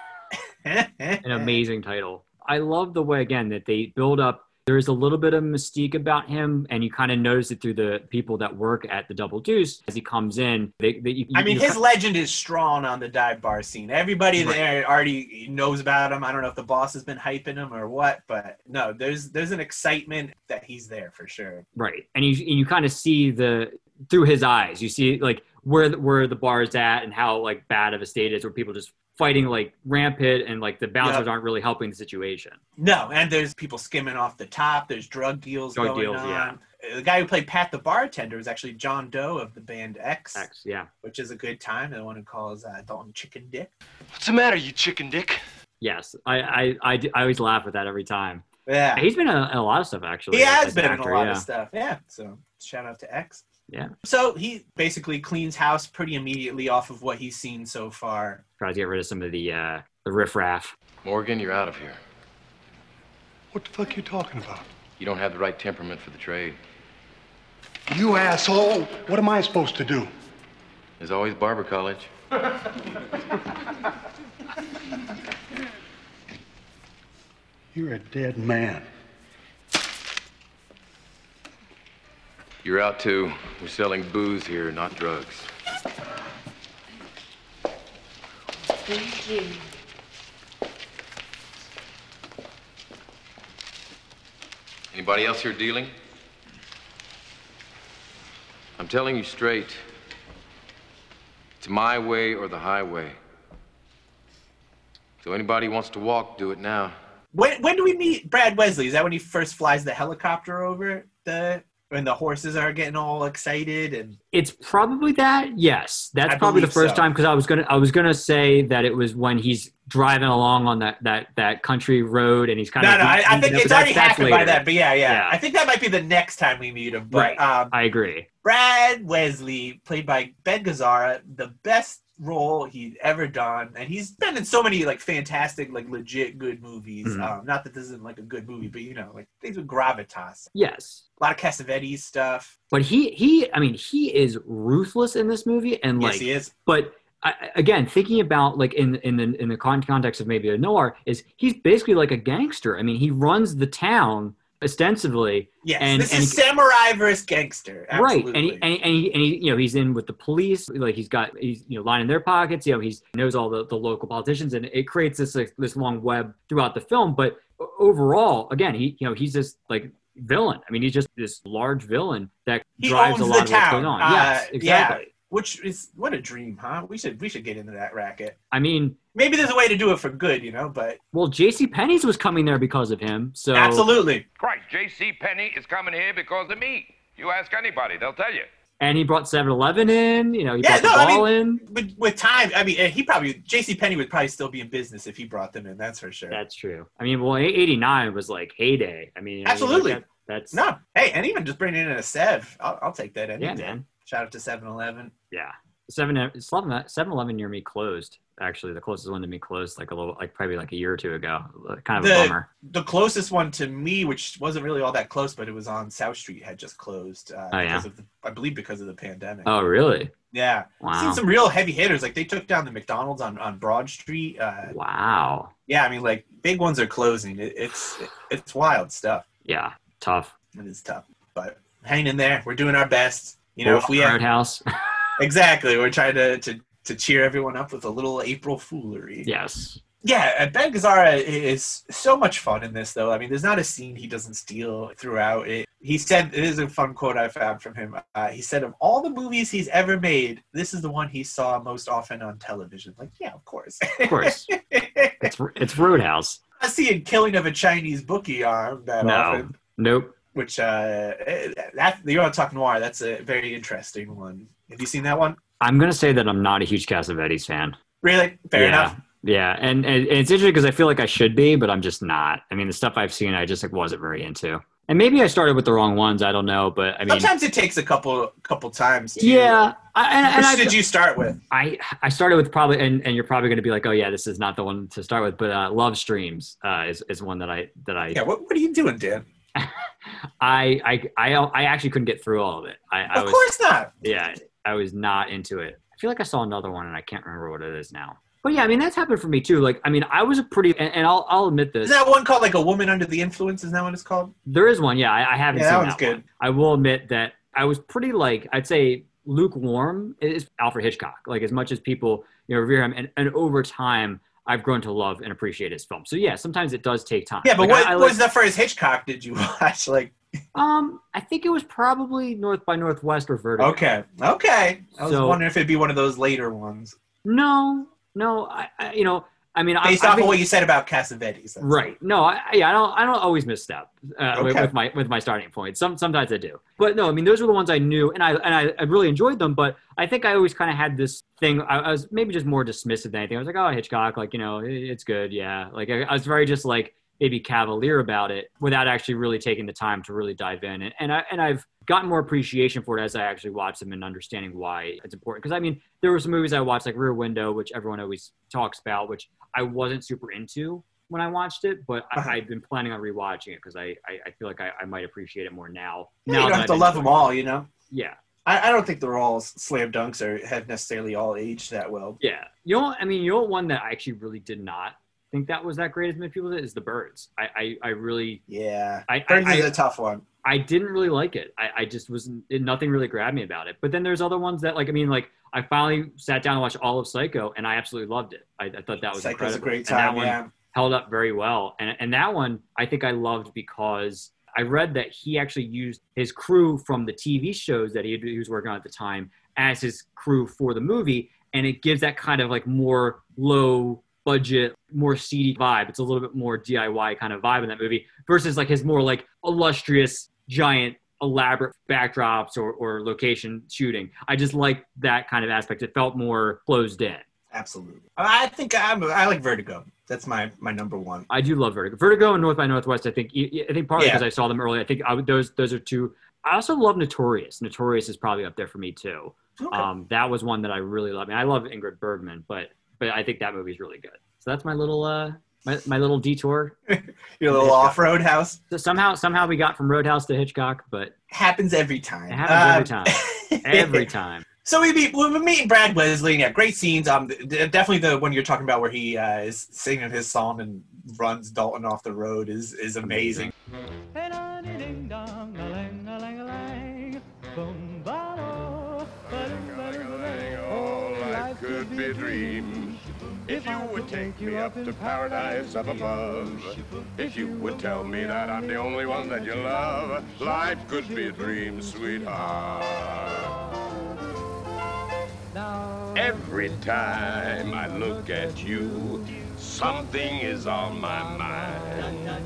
Speaker 2: An amazing title. I love the way again that they build up. There is a little bit of mystique about him, and you kind of notice it through the people that work at the Double Deuce as he comes in. They, they, you,
Speaker 1: I mean,
Speaker 2: you,
Speaker 1: his legend is strong on the dive bar scene. Everybody right. there already knows about him. I don't know if the boss has been hyping him or what, but no, there's there's an excitement that he's there for sure.
Speaker 2: Right, and you and you kind of see the through his eyes. You see like where the, where the bar is at and how like bad of a state it is, where people just fighting like rampant and like the bouncers yep. aren't really helping the situation.
Speaker 1: No, and there's people skimming off the top. There's drug deals drug going deals, on. Yeah. The guy who played Pat the bartender was actually John Doe of the band X.
Speaker 2: X, yeah.
Speaker 1: Which is a good time. The one who calls uh, Dalton Chicken Dick.
Speaker 3: What's the matter, you chicken dick?
Speaker 2: Yes, I I, I, I always laugh at that every time.
Speaker 1: Yeah,
Speaker 2: he's been in a, in a lot of stuff actually.
Speaker 1: He has been actor, in a lot yeah. of stuff. Yeah, so shout out to X.
Speaker 2: Yeah.
Speaker 1: So he basically cleans house pretty immediately off of what he's seen so far.
Speaker 2: Tries to get rid of some of the uh, the riffraff.
Speaker 3: Morgan, you're out of here.
Speaker 4: What the fuck are you talking about?
Speaker 3: You don't have the right temperament for the trade.
Speaker 4: You asshole! What am I supposed to do?
Speaker 3: There's always barber college.
Speaker 4: you're a dead man.
Speaker 3: You're out too. We're selling booze here, not drugs.
Speaker 5: Thank you.
Speaker 3: Anybody else here dealing? I'm telling you straight. It's my way or the highway. So anybody who wants to walk, do it now.
Speaker 1: When when do we meet Brad Wesley? Is that when he first flies the helicopter over the when the horses are getting all excited and
Speaker 2: It's probably that. Yes, that's
Speaker 1: I
Speaker 2: probably the
Speaker 1: believe
Speaker 2: first
Speaker 1: so.
Speaker 2: time because I was gonna I was gonna say that it was when he's driving along on that that that country road and he's kind
Speaker 1: no
Speaker 2: of
Speaker 1: no I, I think it's already happened by that but yeah, yeah
Speaker 2: Yeah.
Speaker 1: I think that might be the next time we meet him but
Speaker 2: Right.
Speaker 1: um,
Speaker 2: I agree.
Speaker 1: Brad Wesley, played by Ben Gazzara, the best role he's ever done, and he's been in so many like fantastic, like legit good movies.
Speaker 2: Mhm.
Speaker 1: Um, not that this isn't like a good movie, but you know, like things with gravitas,
Speaker 2: Yes,
Speaker 1: a lot of Cassavetes stuff.
Speaker 2: but he he I mean he is ruthless in this movie and
Speaker 1: yes,
Speaker 2: like
Speaker 1: he is.
Speaker 2: but I, I- again, thinking about like in in the in the con- context of maybe a noir is he's basically like a gangster. I mean, he runs the town ostensibly,
Speaker 1: Yes,
Speaker 2: and-
Speaker 1: this
Speaker 2: and-
Speaker 1: is samurai versus gangster. Absolutely.
Speaker 2: right? And he, and he and he and he you know he's in with the police, like he's got he's you know lining their pockets. You know he's knows all the, the local politicians, and it creates this like, this long web throughout the film. But o- overall, again, he you know he's just like villain. I mean, he's just this large villain that
Speaker 1: He
Speaker 2: drives a
Speaker 1: owns
Speaker 2: lot
Speaker 1: the
Speaker 2: of what's
Speaker 1: town.
Speaker 2: going on.
Speaker 1: Uh,
Speaker 2: yes,
Speaker 1: yeah.
Speaker 2: exactly.
Speaker 1: Which is what a dream, huh? We should we should get into that racket.
Speaker 2: I mean,
Speaker 1: Maybe there's a way to do it for good, you know. But
Speaker 2: well, J.C. Penney's was coming there because of him. So
Speaker 1: absolutely,
Speaker 6: Christ, J.C. Penney is coming here because of me. You ask anybody, they'll tell you.
Speaker 2: and he brought 7-Eleven in. You know, he
Speaker 1: Yeah,
Speaker 2: brought
Speaker 1: no,
Speaker 2: the
Speaker 1: I
Speaker 2: ball in.
Speaker 1: with, with time, I mean, eh, he probably J.C. Penny would probably still be in business if he brought them in. That's for sure.
Speaker 2: That's true. I mean, well, eighty nine was like heyday. I mean, you know,
Speaker 1: Absolutely.
Speaker 2: like that- that's
Speaker 1: no, hey, and even just bringing in a Sev, I'll, I'll take that any
Speaker 2: yeah,
Speaker 1: day.
Speaker 2: man.
Speaker 1: Shout out to 7-Eleven.
Speaker 2: Yeah, seven 7-Eleven near me closed. Actually, the closest one to me closed like a little, like probably like a year or two ago. Uh, Kind of
Speaker 1: The-
Speaker 2: a bummer.
Speaker 1: The closest one to me, which wasn't really all that close, but it was on South Street, had just closed. Uh,
Speaker 2: Oh, yeah.
Speaker 1: because of the, I believe because of the pandemic.
Speaker 2: Oh, really?
Speaker 1: Yeah,
Speaker 2: Wow.
Speaker 1: seen some real heavy hitters. Like they took down the McDonald's on on Broad Street. Uh,
Speaker 2: Wow.
Speaker 1: yeah, I mean, like big ones are closing. It, it's it's wild stuff.
Speaker 2: Yeah. Tough.
Speaker 1: It is tough, but hang in there. We're doing our best. You know, if we have
Speaker 2: Roadhouse.
Speaker 1: Exactly. We're trying to, to, to cheer everyone up with a little April foolery.
Speaker 2: yes.
Speaker 1: Yeah, uh, Ben Gazzara i- is so much fun in this, though. I mean, there's not a scene he doesn't steal throughout. It, he said, it is a fun quote I found from him. Uh, he said, of all the movies he's ever made, this is the one he saw most often on television. Like, yeah, of course.
Speaker 2: Of course.
Speaker 1: I
Speaker 2: it's it's Roadhouse.
Speaker 1: see a killing of a Chinese bookie arm that
Speaker 2: No.
Speaker 1: often,
Speaker 2: Nope.
Speaker 1: which, uh, eh, that, you want to talk noir, that's a very interesting one. Have you seen that one?
Speaker 2: I'm gonna say that I'm not a huge Cassavetes fan.
Speaker 1: Really? Fair
Speaker 2: yeah.
Speaker 1: enough.
Speaker 2: Yeah, and, and, and it's interesting because I feel like I should be, but I'm just not. I mean, the stuff I've seen, I just like wasn't very into. And maybe I started with the wrong ones. I don't know, but I mean,
Speaker 1: Sometimes it takes a couple couple times. To,
Speaker 2: yeah. I, and, and
Speaker 1: Which
Speaker 2: I,
Speaker 1: did you start with?
Speaker 2: I I started with probably, and, and you're probably going to be like, oh yeah, this is not the one to start with. But uh, Love Streams uh, is is one that I that I,
Speaker 1: Yeah. What, what are you doing, Dan?
Speaker 2: I I I I actually couldn't get through all of it. I, I
Speaker 1: of
Speaker 2: was
Speaker 1: course not.
Speaker 2: yeah, I was not into it. I feel like I saw another one and I can't remember what it is now. But yeah, I mean that's happened for me too. Like I mean I was a pretty and, and I'll I'll admit this.
Speaker 1: Isn't that one called like a woman under the influence? Isn't that what it's called?
Speaker 2: There is one, yeah. I, I haven't
Speaker 1: Yeah, that
Speaker 2: seen
Speaker 1: one's
Speaker 2: that
Speaker 1: good.
Speaker 2: one. I will admit that I was pretty like I'd say lukewarm is Alfred Hitchcock. Like as much as people you know revere him, and, and over time I've grown to love and appreciate his film. So yeah, sometimes it does take time.
Speaker 1: Yeah, but
Speaker 2: Like,
Speaker 1: what
Speaker 2: I, I
Speaker 1: was
Speaker 2: like,
Speaker 1: the first Hitchcock did you watch? Like,
Speaker 2: Um, I think it was probably North by Northwest or Vertigo.
Speaker 1: okay, okay. I was
Speaker 2: So-
Speaker 1: wondering if it'd be one of those later ones,
Speaker 2: No, no, I, I you know I mean I-
Speaker 1: based
Speaker 2: I,
Speaker 1: off
Speaker 2: think-
Speaker 1: of what you said about Cassavetes. that's-
Speaker 2: Right. No, I, I- yeah, I don't. I don't always misstep uh, with,
Speaker 1: Okay.
Speaker 2: with my with my starting point. Some sometimes I do, but no. I mean, those were the ones I knew, and I and I, I really enjoyed them. But I think I always kind of had this thing. I, I was maybe just more dismissive than anything. I was like, oh, Hitchcock, like you know, i- it's good, yeah. Like I, I was very just like maybe cavalier about it without actually really taking the time to really dive in. And, and I and I've gotten more appreciation for it as I actually watch them and understanding why it's important. Because I mean, there were some movies I watched like Rear Window, which everyone always talks about, which I wasn't super into when I watched it, but
Speaker 1: Uh-huh.
Speaker 2: I, I've been planning on rewatching it because I, I, I feel like I, I might appreciate it more now.
Speaker 1: Yeah,
Speaker 2: now
Speaker 1: you
Speaker 2: that
Speaker 1: don't have
Speaker 2: I've
Speaker 1: to love
Speaker 2: enjoyed
Speaker 1: them all, you know.
Speaker 2: it. Yeah,
Speaker 1: I, I don't think they're all slam dunks or have necessarily all aged that well.
Speaker 2: yeah. You know, I mean, you know, one that I actually really did not think that was that great as many people did is the birds. I, I, I really,
Speaker 1: Yeah,
Speaker 2: I, I,
Speaker 1: Burns
Speaker 2: I-
Speaker 1: is a tough one.
Speaker 2: I didn't really like it. I, I just was it, nothing really grabbed me about it. But then there's other ones that like I mean like I finally sat down and watched all of Psycho and I absolutely loved it. I, I thought that was
Speaker 1: Psycho's
Speaker 2: incredible.
Speaker 1: a great
Speaker 2: And that
Speaker 1: time.
Speaker 2: one
Speaker 1: Yeah.
Speaker 2: held up very well. And and that one I think I loved because I read that he actually used his crew from the TV shows that he, had- he was working on at the time as his crew for the movie, and it gives that kind of like more low budget, more seedy vibe. It's a little bit more DIY kind of vibe in that movie versus like his more like illustrious giant elaborate backdrops or, or location shooting. I just like that kind of aspect. It felt more closed in.
Speaker 1: Absolutely. I think I'm, I like Vertigo. That's my my number one.
Speaker 2: I do love Vertigo. Vertigo and North by Northwest. I think I think partly
Speaker 1: Yeah.
Speaker 2: because I saw them early. I think I, would- those those are two. I also love Notorious. Notorious is probably up there for me too.
Speaker 1: Okay.
Speaker 2: Um, that was one that I really love. And I love Ingrid Bergman, but but I think that movie's really good. So that's my little uh my, my little detour.
Speaker 1: Your little
Speaker 2: Hitchcock.
Speaker 1: off road house
Speaker 2: So somehow somehow we got from Roadhouse to Hitchcock, but
Speaker 1: happens every time.
Speaker 2: it happens
Speaker 1: Um,
Speaker 2: every time. Every time.
Speaker 1: So we meet we meet Brad Wesley. and Yeah, great scenes. Um, th- th- definitely the one you're talking about where he uh, is singing his song and runs Dalton off the road is is amazing.
Speaker 7: All life could be a dream if you would take me up to paradise up above. If you would tell me that I'm the only one that you love, life could be a dream, sweetheart. Every time I look at you, something is on my mind.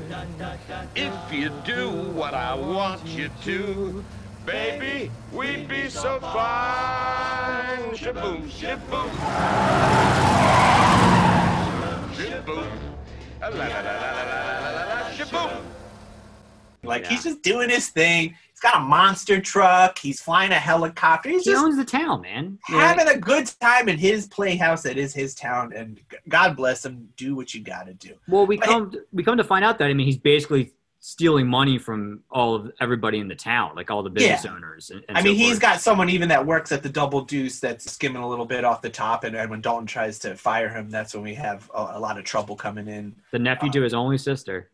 Speaker 7: If you do what I want you to, baby, we'd be so fine. Shaboom, shaboom. Shaboom. La la la la la la la la la. Shaboom.
Speaker 1: Like
Speaker 2: Yeah.
Speaker 1: he's just doing his thing. He's got a monster truck. He's flying a helicopter. He's
Speaker 2: He
Speaker 1: just
Speaker 2: owns the town, man. Yeah.
Speaker 1: having a good time in his playhouse that is his town. And g- God bless him. Do what you got to do.
Speaker 2: Well, we
Speaker 1: But-
Speaker 2: come we come to find out that I mean he's basically stealing money from all of everybody in the town, like all the business owners. And, and
Speaker 1: I
Speaker 2: so
Speaker 1: mean, he's
Speaker 2: forth.
Speaker 1: got someone even that works at the Double Deuce that's skimming a little bit off the top. And, and when Dalton tries to fire him, that's when we have a, a lot of trouble coming in.
Speaker 2: the
Speaker 1: uh,
Speaker 2: nephew to his only sister.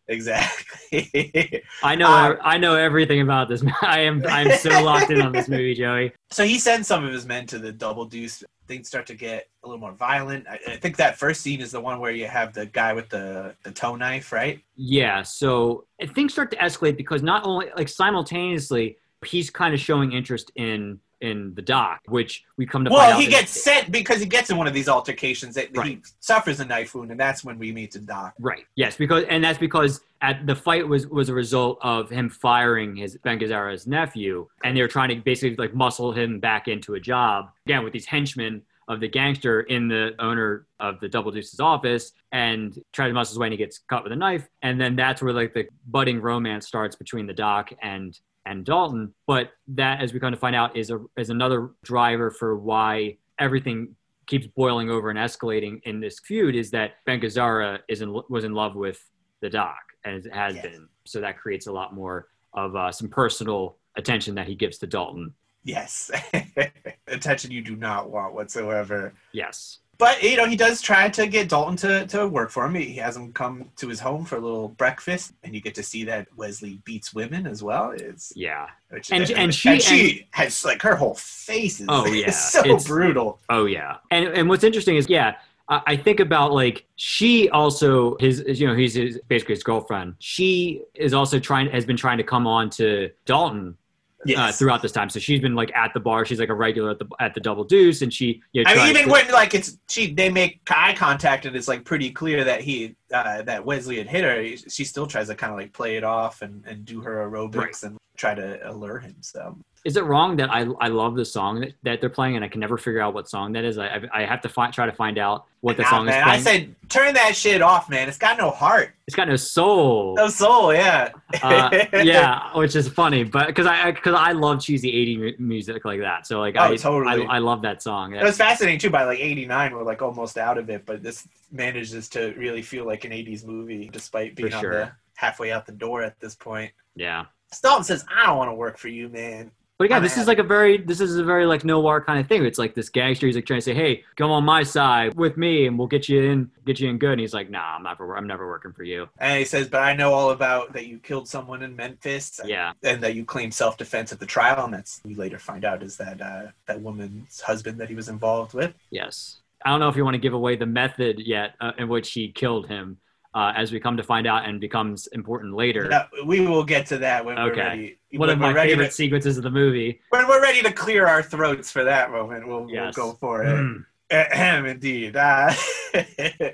Speaker 1: Exactly.
Speaker 2: I know
Speaker 1: uh,
Speaker 2: I know everything about this. I am I am so locked in on this movie, Joey.
Speaker 1: so he sends some of his men to the double deuce things start to get a little more violent i, I think that first scene is the one where you have the guy with the, the toe knife right
Speaker 2: Yeah, so things start to escalate because not only like simultaneously he's kind of showing interest in in the doc, which we come to find
Speaker 1: well
Speaker 2: out
Speaker 1: he
Speaker 2: that-
Speaker 1: gets sent because he gets in one of these altercations that he
Speaker 2: Right.
Speaker 1: suffers a knife wound and that's when we meet the doc
Speaker 2: Right. Yes, because and that's because at the fight was was a result of him firing his Ben Gazzara's nephew, and they were trying to basically like muscle him back into a job again with these henchmen of the gangster in the owner of the Double Deuce's office, and try to muscle his way, and he gets cut with a knife, and then that's where like the budding romance starts between the doc and and Dalton. But that, as we come to find out, is a is another driver for why everything keeps boiling over and escalating in this feud is that Ben Gazzara is in, was in love with the doc and has
Speaker 1: Yes.
Speaker 2: been. So that creates a lot more of uh, some personal attention that he gives to Dalton.
Speaker 1: yes attention you do not want whatsoever
Speaker 2: Yes.
Speaker 1: but you know he does try to get dalton to, to work for him he has him come to his home for a little breakfast and you get to see that wesley beats women as well it's
Speaker 2: Yeah.
Speaker 1: Which,
Speaker 2: And-
Speaker 1: and,
Speaker 2: and
Speaker 1: and
Speaker 2: she-
Speaker 1: she has like her whole face is
Speaker 2: Oh, yeah.
Speaker 1: so
Speaker 2: It's-
Speaker 1: brutal.
Speaker 2: Oh yeah. And and what's interesting is yeah, I, I think about like she also his is, you know he's his, basically his girlfriend. She is also trying has been trying to come on to Dalton uh,
Speaker 1: Yes.
Speaker 2: throughout this time. So she's been like at the bar. She's like a regular at the at the Double Deuce, and she you know,
Speaker 1: I mean,
Speaker 2: tries
Speaker 1: even
Speaker 2: to-
Speaker 1: when like it's she, they make eye contact, and it's like pretty clear that he, uh, that Wesley had hit her. She still tries to kind of like play it off and, and do her aerobics
Speaker 2: Right.
Speaker 1: and try to allure him. So
Speaker 2: Is it wrong that I I love the song that, that they're playing and I can never figure out what song that is? I I- I have to find try to find out what the
Speaker 1: Nah,
Speaker 2: song is
Speaker 1: man,
Speaker 2: playing.
Speaker 1: I said turn that shit off, man. It's got no heart,
Speaker 2: it's got no soul.
Speaker 1: no soul. Yeah,
Speaker 2: Uh, yeah, which is funny, but because I because I love cheesy eighty mu- music like that. So like
Speaker 1: Oh,
Speaker 2: I,
Speaker 1: totally.
Speaker 2: I I love that song.
Speaker 1: It was fascinating too. By like '89, we're like almost out of it, but this manages to really feel like an '80s movie, despite being on
Speaker 2: sure.
Speaker 1: the halfway out the door at this point.
Speaker 2: yeah.
Speaker 1: Stalton says, "I don't want to work for you, man."
Speaker 2: But again,
Speaker 1: Kinda
Speaker 2: this is
Speaker 1: had-
Speaker 2: like a very this is a very like noir kind of thing. It's like this gangster. He's like trying to say, "Hey, come on my side with me, and we'll get you in, get you in good." And he's like, "Nah, I'm never, I'm never working for you."
Speaker 1: And he says, "But I know all about that you killed someone in Memphis,
Speaker 2: Yeah,
Speaker 1: and that you claimed self-defense at the trial, and that's you later find out is that uh, that woman's husband that he was involved with."
Speaker 2: yes. I don't know if you want to give away the method yet uh, in which he killed him, uh, as we come to find out and becomes important later.
Speaker 1: No, we will get to that when
Speaker 2: Okay.
Speaker 1: we're ready.
Speaker 2: One
Speaker 1: when
Speaker 2: of my
Speaker 1: we're ready
Speaker 2: favorite
Speaker 1: To,
Speaker 2: sequences of the movie.
Speaker 1: when we're ready to clear our throats for that moment, we'll,
Speaker 2: Yes.
Speaker 1: we'll go for it.
Speaker 2: Mm.
Speaker 1: Ahem, indeed. Uh,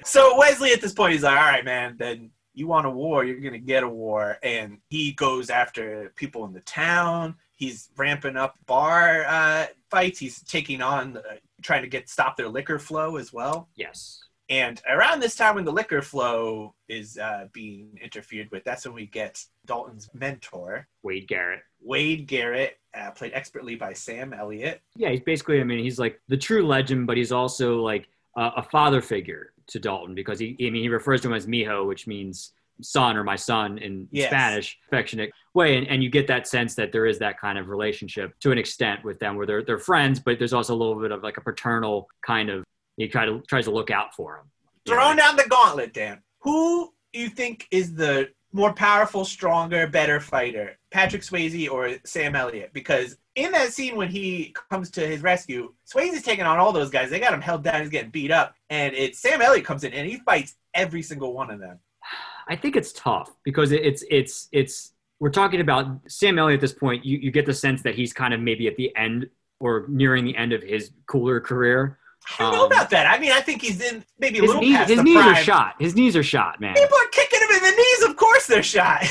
Speaker 1: so Wesley at this point he's like, all right, man, then you want a war, you're gonna get a war. And he goes after people in the town. He's ramping up bar uh, fights. He's taking on, uh, trying to get stop their liquor flow as well.
Speaker 2: Yes.
Speaker 1: And around this time when the liquor flow is uh, being interfered with, that's when we get Dalton's mentor,
Speaker 2: Wade Garrett.
Speaker 1: Wade Garrett, uh, played expertly by Sam Elliott.
Speaker 2: Yeah, he's basically, I mean, he's like the true legend, but he's also like a, a father figure to Dalton because he, I mean, he refers to him as mijo, which means son or my son in
Speaker 1: Yes.
Speaker 2: Spanish, affectionate way. And, and you get that sense that there is that kind of relationship to an extent with them where they're, they're friends, but there's also a little bit of like a paternal kind of, he try to, tries to look out for him. You know,
Speaker 1: Throwing down the gauntlet, Dan. Who do you think is the more powerful, stronger, better fighter, Patrick Swayze or Sam Elliott? Because in that scene when he comes to his rescue, Swayze's taking on all those guys. They got him held down. He's getting beat up, and it's Sam Elliott comes in and he fights every single one of them.
Speaker 2: I think it's tough because it- it's it's it's we're talking about Sam Elliott at this point. You you get the sense that he's kind of maybe at the end or nearing the end of his cooler career.
Speaker 1: I don't know
Speaker 2: Um,
Speaker 1: about that. I mean, I think he's in maybe a
Speaker 2: His
Speaker 1: little
Speaker 2: knees,
Speaker 1: past
Speaker 2: his
Speaker 1: the
Speaker 2: knees are
Speaker 1: prime.
Speaker 2: shot. His knees are shot, man.
Speaker 1: People are kicking him in the knees. Of course, they're shot.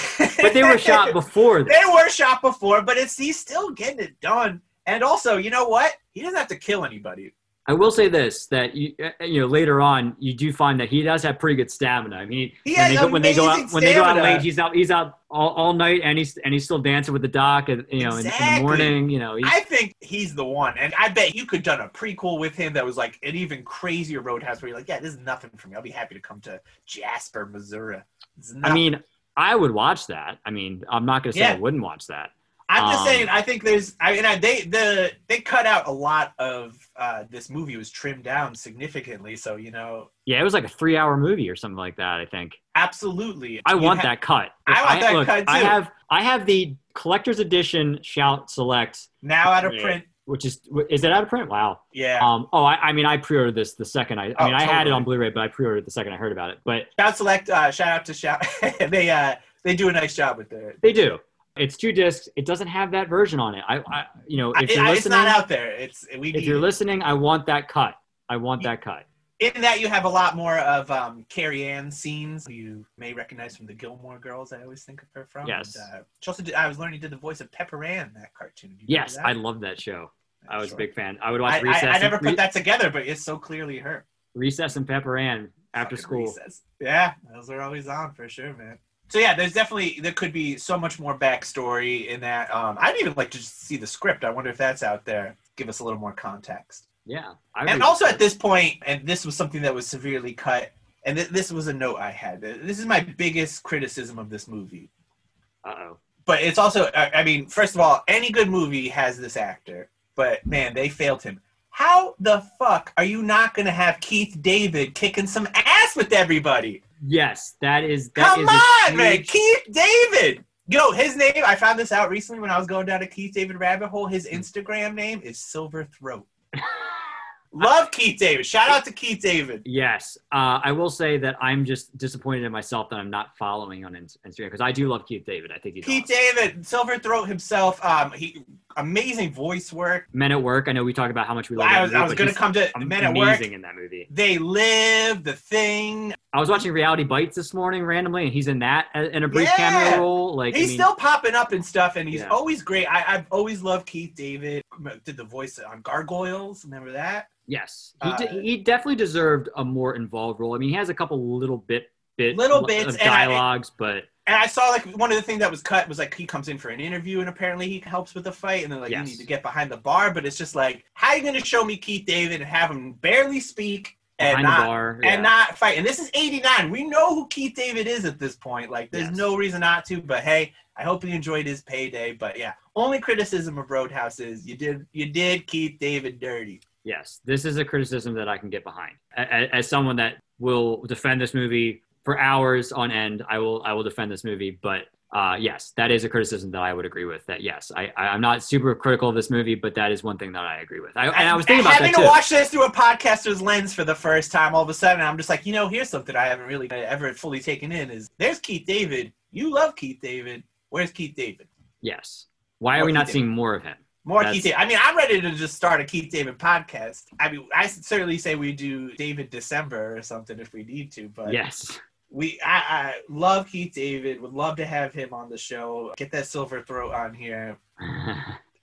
Speaker 2: But they were shot before this.
Speaker 1: They were shot before, but it's he's still getting it done. And also, you know what? He doesn't have to kill anybody.
Speaker 2: I will say this: that you, uh, you know, later on, you do find that he does have pretty good stamina. I mean,
Speaker 1: He
Speaker 2: when, they
Speaker 1: has
Speaker 2: go, when they go out,
Speaker 1: amazing
Speaker 2: when they go out
Speaker 1: stamina.
Speaker 2: late, he's out, he's out all, all night, and he's and he's still dancing with the doc, and you know, in- in, the
Speaker 1: Exactly.
Speaker 2: morning, you know, he,
Speaker 1: I think he's the one, and I bet you could done a prequel with him that was like an even crazier Roadhouse, where you're like, yeah, this is nothing for me. I'll be happy to come to Jasper, Missouri. It's
Speaker 2: I
Speaker 1: nothing.
Speaker 2: mean, I would watch that. I mean, I'm not going to say I
Speaker 1: Yeah.
Speaker 2: wouldn't watch that.
Speaker 1: I'm just
Speaker 2: um,
Speaker 1: saying. I think there's, I mean, I, they the they cut out a lot of uh, this movie was trimmed down significantly, so you know,
Speaker 2: Yeah, it was like a three-hour movie or something like that. I think
Speaker 1: absolutely.
Speaker 2: I
Speaker 1: You
Speaker 2: want
Speaker 1: ha-
Speaker 2: that cut.
Speaker 1: I want that
Speaker 2: look,
Speaker 1: cut,
Speaker 2: I
Speaker 1: too.
Speaker 2: have I have the collector's edition Shout Select,
Speaker 1: now out of
Speaker 2: Yeah.
Speaker 1: print.
Speaker 2: which is is it out of print? Wow.
Speaker 1: Yeah,
Speaker 2: Um. Oh, I, I mean, I pre-ordered this the second I. I
Speaker 1: Oh,
Speaker 2: mean, I had it
Speaker 1: totally.
Speaker 2: on Blu-ray, but I pre-ordered it the second I heard about it. But
Speaker 1: shout select. Uh, shout out to shout. they uh, they do a nice job with it.
Speaker 2: they do. It's two discs. It doesn't have that version on it. I, I you know, if you're
Speaker 1: I- it's
Speaker 2: listening,
Speaker 1: not out there. It's we.
Speaker 2: if
Speaker 1: need
Speaker 2: you're
Speaker 1: it.
Speaker 2: listening, I want that cut. I want that cut.
Speaker 1: in that you have a lot more of um, Carrie Ann scenes who you may recognize from the Gilmore Girls. I always think of her from.
Speaker 2: Yes.
Speaker 1: And, uh, she also did, I was learning you did the voice of Pepper Ann in that cartoon. Do you remember
Speaker 2: Yes,
Speaker 1: that?
Speaker 2: I love that show. I was a
Speaker 1: Sure.
Speaker 2: big fan. I would watch
Speaker 1: I,
Speaker 2: Recess.
Speaker 1: I, I
Speaker 2: and-
Speaker 1: never
Speaker 2: Re-
Speaker 1: put that together, but it's so clearly her.
Speaker 2: Recess and Pepper Ann after
Speaker 1: Fucking
Speaker 2: school.
Speaker 1: Recess. Yeah, those are always on for sure, man. So yeah, there's definitely there could be so much more backstory in that. Um, I'd even like to just see the script. I wonder if that's out there. Give us a little more context.
Speaker 2: Yeah. I read
Speaker 1: and also
Speaker 2: that.
Speaker 1: at this point, and this was something that was severely cut, and th- this was a note I had. This is my biggest criticism of this movie.
Speaker 2: Uh-oh.
Speaker 1: But it's also, I I mean, first of all, any good movie has this actor, but man, they failed him. How the fuck are you not going to have Keith David kicking some ass with everybody?
Speaker 2: Yes, that is. that
Speaker 1: Come
Speaker 2: is
Speaker 1: on,
Speaker 2: a
Speaker 1: man.
Speaker 2: huge-
Speaker 1: Keith David. Yo, his name, I found this out recently when I was going down a Keith David rabbit hole. His Instagram name is Silver Throat. Love Keith David. Shout out to Keith David.
Speaker 2: Yes, uh, I will say that I'm just disappointed in myself that I'm not following on Ins- Instagram because I do love Keith David. I think he's
Speaker 1: Pete
Speaker 2: awesome.
Speaker 1: David, Silver Throat himself. Um, he amazing voice work.
Speaker 2: Men at Work. I know we talk about how much we love.
Speaker 1: I
Speaker 2: that
Speaker 1: was,
Speaker 2: movie,
Speaker 1: I was
Speaker 2: but
Speaker 1: gonna
Speaker 2: he's
Speaker 1: come to
Speaker 2: am-
Speaker 1: Men at Work.
Speaker 2: amazing in that movie.
Speaker 1: They live. The thing.
Speaker 2: I was watching Reality Bites this morning randomly, and he's in that a- in a brief
Speaker 1: Yeah!
Speaker 2: cameo role. Like I
Speaker 1: he's
Speaker 2: mean,
Speaker 1: still popping up and stuff, and he's
Speaker 2: Yeah.
Speaker 1: always great. I, I've always loved Keith David. Did the voice on Gargoyles. Remember that?
Speaker 2: Yes, he, de-
Speaker 1: Uh,
Speaker 2: he definitely deserved a more involved role. I mean, he has a couple little bit bit
Speaker 1: Little
Speaker 2: of
Speaker 1: bits, and I-
Speaker 2: dialogues, but
Speaker 1: And I saw like one of the things that was cut was like he comes in for an interview and apparently he helps with the fight and they're like
Speaker 2: Yes.
Speaker 1: you need to get behind the bar, but it's just like how you gonna show me Keith David and have him barely speak and
Speaker 2: behind the
Speaker 1: not
Speaker 2: bar. yeah.
Speaker 1: and not fight. And this is 89. We know who Keith David is at this point. Like, there's
Speaker 2: Yes.
Speaker 1: no reason not to. But hey, I hope you enjoyed his payday. But yeah, only criticism of Roadhouse is you did you did Keith David dirty.
Speaker 2: Yes, this is a criticism that I can get behind. A- a- As someone that will defend this movie for hours on end, I will I will defend this movie. But uh, yes, that is a criticism that I would agree with. That yes, I I- I'm not super critical of this movie, but that is one thing that I agree with. I, and I was thinking about
Speaker 1: having
Speaker 2: that too.
Speaker 1: to watch this through a podcaster's lens for the first time. All of a sudden, I'm just like, you know, here's something I haven't really ever fully taken in. Is there's Keith David. You love Keith David. Where's Keith David?
Speaker 2: yes, why are
Speaker 1: More
Speaker 2: we
Speaker 1: Keith
Speaker 2: not
Speaker 1: David.
Speaker 2: seeing more of him?
Speaker 1: More
Speaker 2: That's-
Speaker 1: Keith David. I mean, I'm ready to just start a Keith David podcast. I mean, I certainly say we do David December or something if we need to, but
Speaker 2: Yes,
Speaker 1: we I, I love Keith David. Would love to have him on the show. Get that silver throat on here.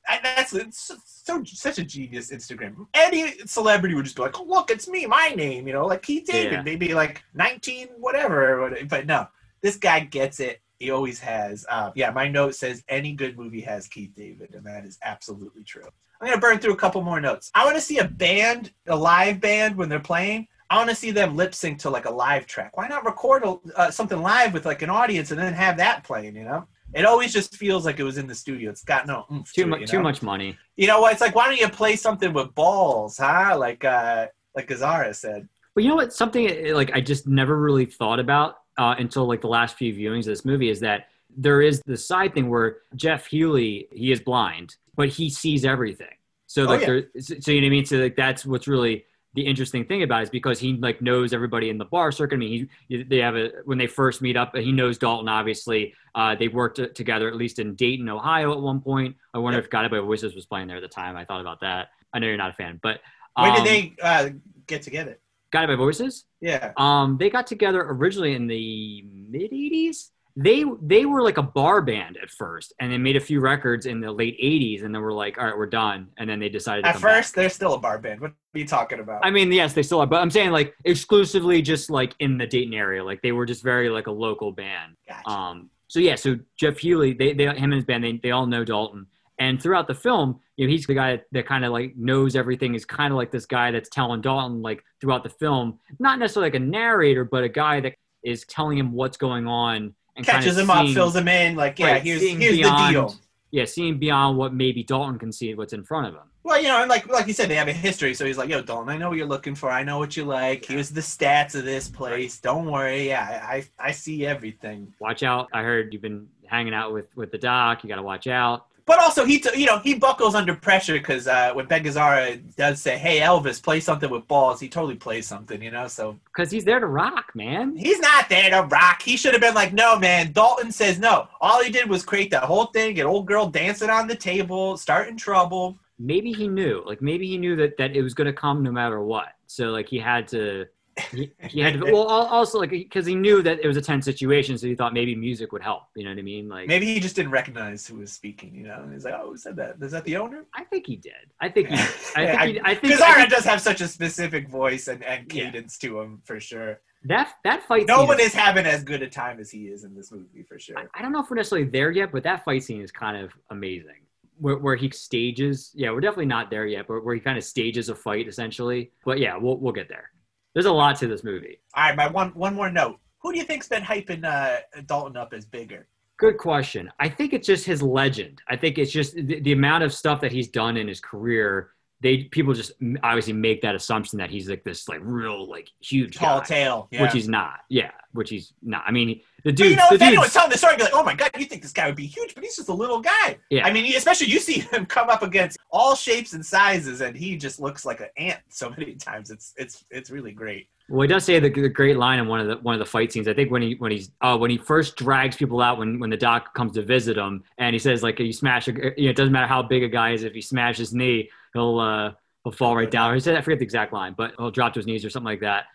Speaker 1: I, that's it's so such a genius Instagram. Any celebrity would just be like, oh, "Look, it's me, my name," you know, like Keith David,
Speaker 2: Yeah.
Speaker 1: maybe like nineteen, whatever. or what- But no, this guy gets it. He always has. Uh, yeah, my note says any good movie has Keith David, and that is absolutely true. I'm gonna burn through a couple more notes. I want to see a band, a live band, when they're playing. I want to see them lip sync to like a live track. Why not record a, uh, something live with like an audience and then have that playing? You know, it always just feels like it was in the studio. It's got no oomph
Speaker 2: too
Speaker 1: to it,
Speaker 2: much
Speaker 1: you
Speaker 2: too
Speaker 1: know?
Speaker 2: much money.
Speaker 1: You know what? It's like why don't you play something with balls, huh? Like uh like Gazara said.
Speaker 2: But you know what? Something eh, like I just never really thought about uh, until like the last few viewings of this movie is that there is this side thing where Jeff Healy he is blind, but he sees everything. So
Speaker 1: Oh,
Speaker 2: like
Speaker 1: yeah.
Speaker 2: there, so so you know what I mean. So like that's what's really the interesting thing about it is because he like knows everybody in the bar circuit. I mean, he they have a when they first meet up, he knows Dalton obviously. Uh, they worked t- together at least in Dayton, Ohio at one point. I wonder if Gotta by Voices was playing there at the time. I thought about that. I know you're not a fan, but
Speaker 1: When
Speaker 2: um,
Speaker 1: did they uh get together?
Speaker 2: Gotta by Voices?
Speaker 1: Yeah.
Speaker 2: Um, they got together originally in the mid '80s. They they were like a bar band at first, and they made a few records in the late '80s, and then were like, "All right, we're done." And then they decided to
Speaker 1: At
Speaker 2: come back.
Speaker 1: first they're still a bar band. What are you talking about?
Speaker 2: I mean, yes, they still are, but I'm saying like exclusively just like in the Dayton area. Like they were just very like a local band.
Speaker 1: Gotcha.
Speaker 2: Um, so yeah, so Jeff Healy, they, they him and his band, they, they all know Dalton. And throughout the film, you know, he's the guy that kind of like knows everything. Is kind of like this guy that's telling Dalton like throughout the film, not necessarily like a narrator, but a guy that is telling him what's going on and kinda
Speaker 1: Catches him up,
Speaker 2: seeing-
Speaker 1: fills him in, like, yeah,
Speaker 2: right,
Speaker 1: here's
Speaker 2: seeing
Speaker 1: here's the
Speaker 2: beyond-
Speaker 1: deal.
Speaker 2: Yeah, seeing beyond what maybe Dalton can see, what's in front of him.
Speaker 1: Well, you know, and like like you said, they have a history, so he's like, "Yo, Dalton, I know what you're looking for. I know what you like. Here's the stats of this place. Don't worry. Yeah, I I I see everything."
Speaker 2: Watch out! I heard you've been hanging out with with the doc. You got to watch out.
Speaker 1: But also, he t- you know he buckles under pressure because uh, when Ben Gazzara does say, "Hey Elvis, play something with balls," he totally plays something, you know. So
Speaker 2: Because he's there to rock, man.
Speaker 1: he's not there to rock. He should have been like, "No, man." Dalton says no. All he did was create that whole thing, get old girl dancing on the table, starting trouble.
Speaker 2: Maybe he knew, like maybe he knew that that it was going to come no matter what. So like he had to, he, he had to. Well, al- also like because he knew that it was a tense situation, so he thought maybe music would help. You know what I mean? Like
Speaker 1: Maybe he just didn't recognize who was speaking, you know. And he's like, "Oh, who said that? Is that the owner?"
Speaker 2: I think he did. I think he. I think he, I think, I
Speaker 1: Gazzara
Speaker 2: think
Speaker 1: does have such a specific voice and, and
Speaker 2: Yeah.
Speaker 1: cadence to him for sure.
Speaker 2: that that fight.
Speaker 1: No
Speaker 2: scene
Speaker 1: one is having as good a time as he is in this movie for sure.
Speaker 2: I, I don't know if we're necessarily there yet, but that fight scene is kind of amazing. Where, where he stages, yeah, we're definitely not there yet, but where he kind of stages a fight essentially. But yeah, we'll we'll get there. There's a lot to this movie.
Speaker 1: All right, my one one more note. Who do you think's been hyping uh, Dalton up as bigger?
Speaker 2: Good question. I think it's just his legend. I think it's just the, the amount of stuff that he's done in his career. They people just m- obviously make that assumption that he's like this like real like huge
Speaker 1: Tall
Speaker 2: guy,
Speaker 1: tale. Yeah.
Speaker 2: which he's not. Yeah, which he's not. I mean, the
Speaker 1: but
Speaker 2: dude,
Speaker 1: you know,
Speaker 2: the
Speaker 1: if anyone was
Speaker 2: dude,
Speaker 1: telling the story, I'd be like, oh my God, you think this guy would be huge, but he's just a little guy.
Speaker 2: Yeah.
Speaker 1: I mean, especially you see him come up against all shapes and sizes, and he just looks like an ant so many times. It's it's it's really great.
Speaker 2: Well, he does say the, the great line in one of the one of the fight scenes. I think when he when he's uh, when he first drags people out when when the doc comes to visit him, and he says like you smash, a, you know, it doesn't matter how big a guy is if he smashes his knee, he'll uh, he'll fall right down. He said I forget the exact line, but he'll drop to his knees or something like that.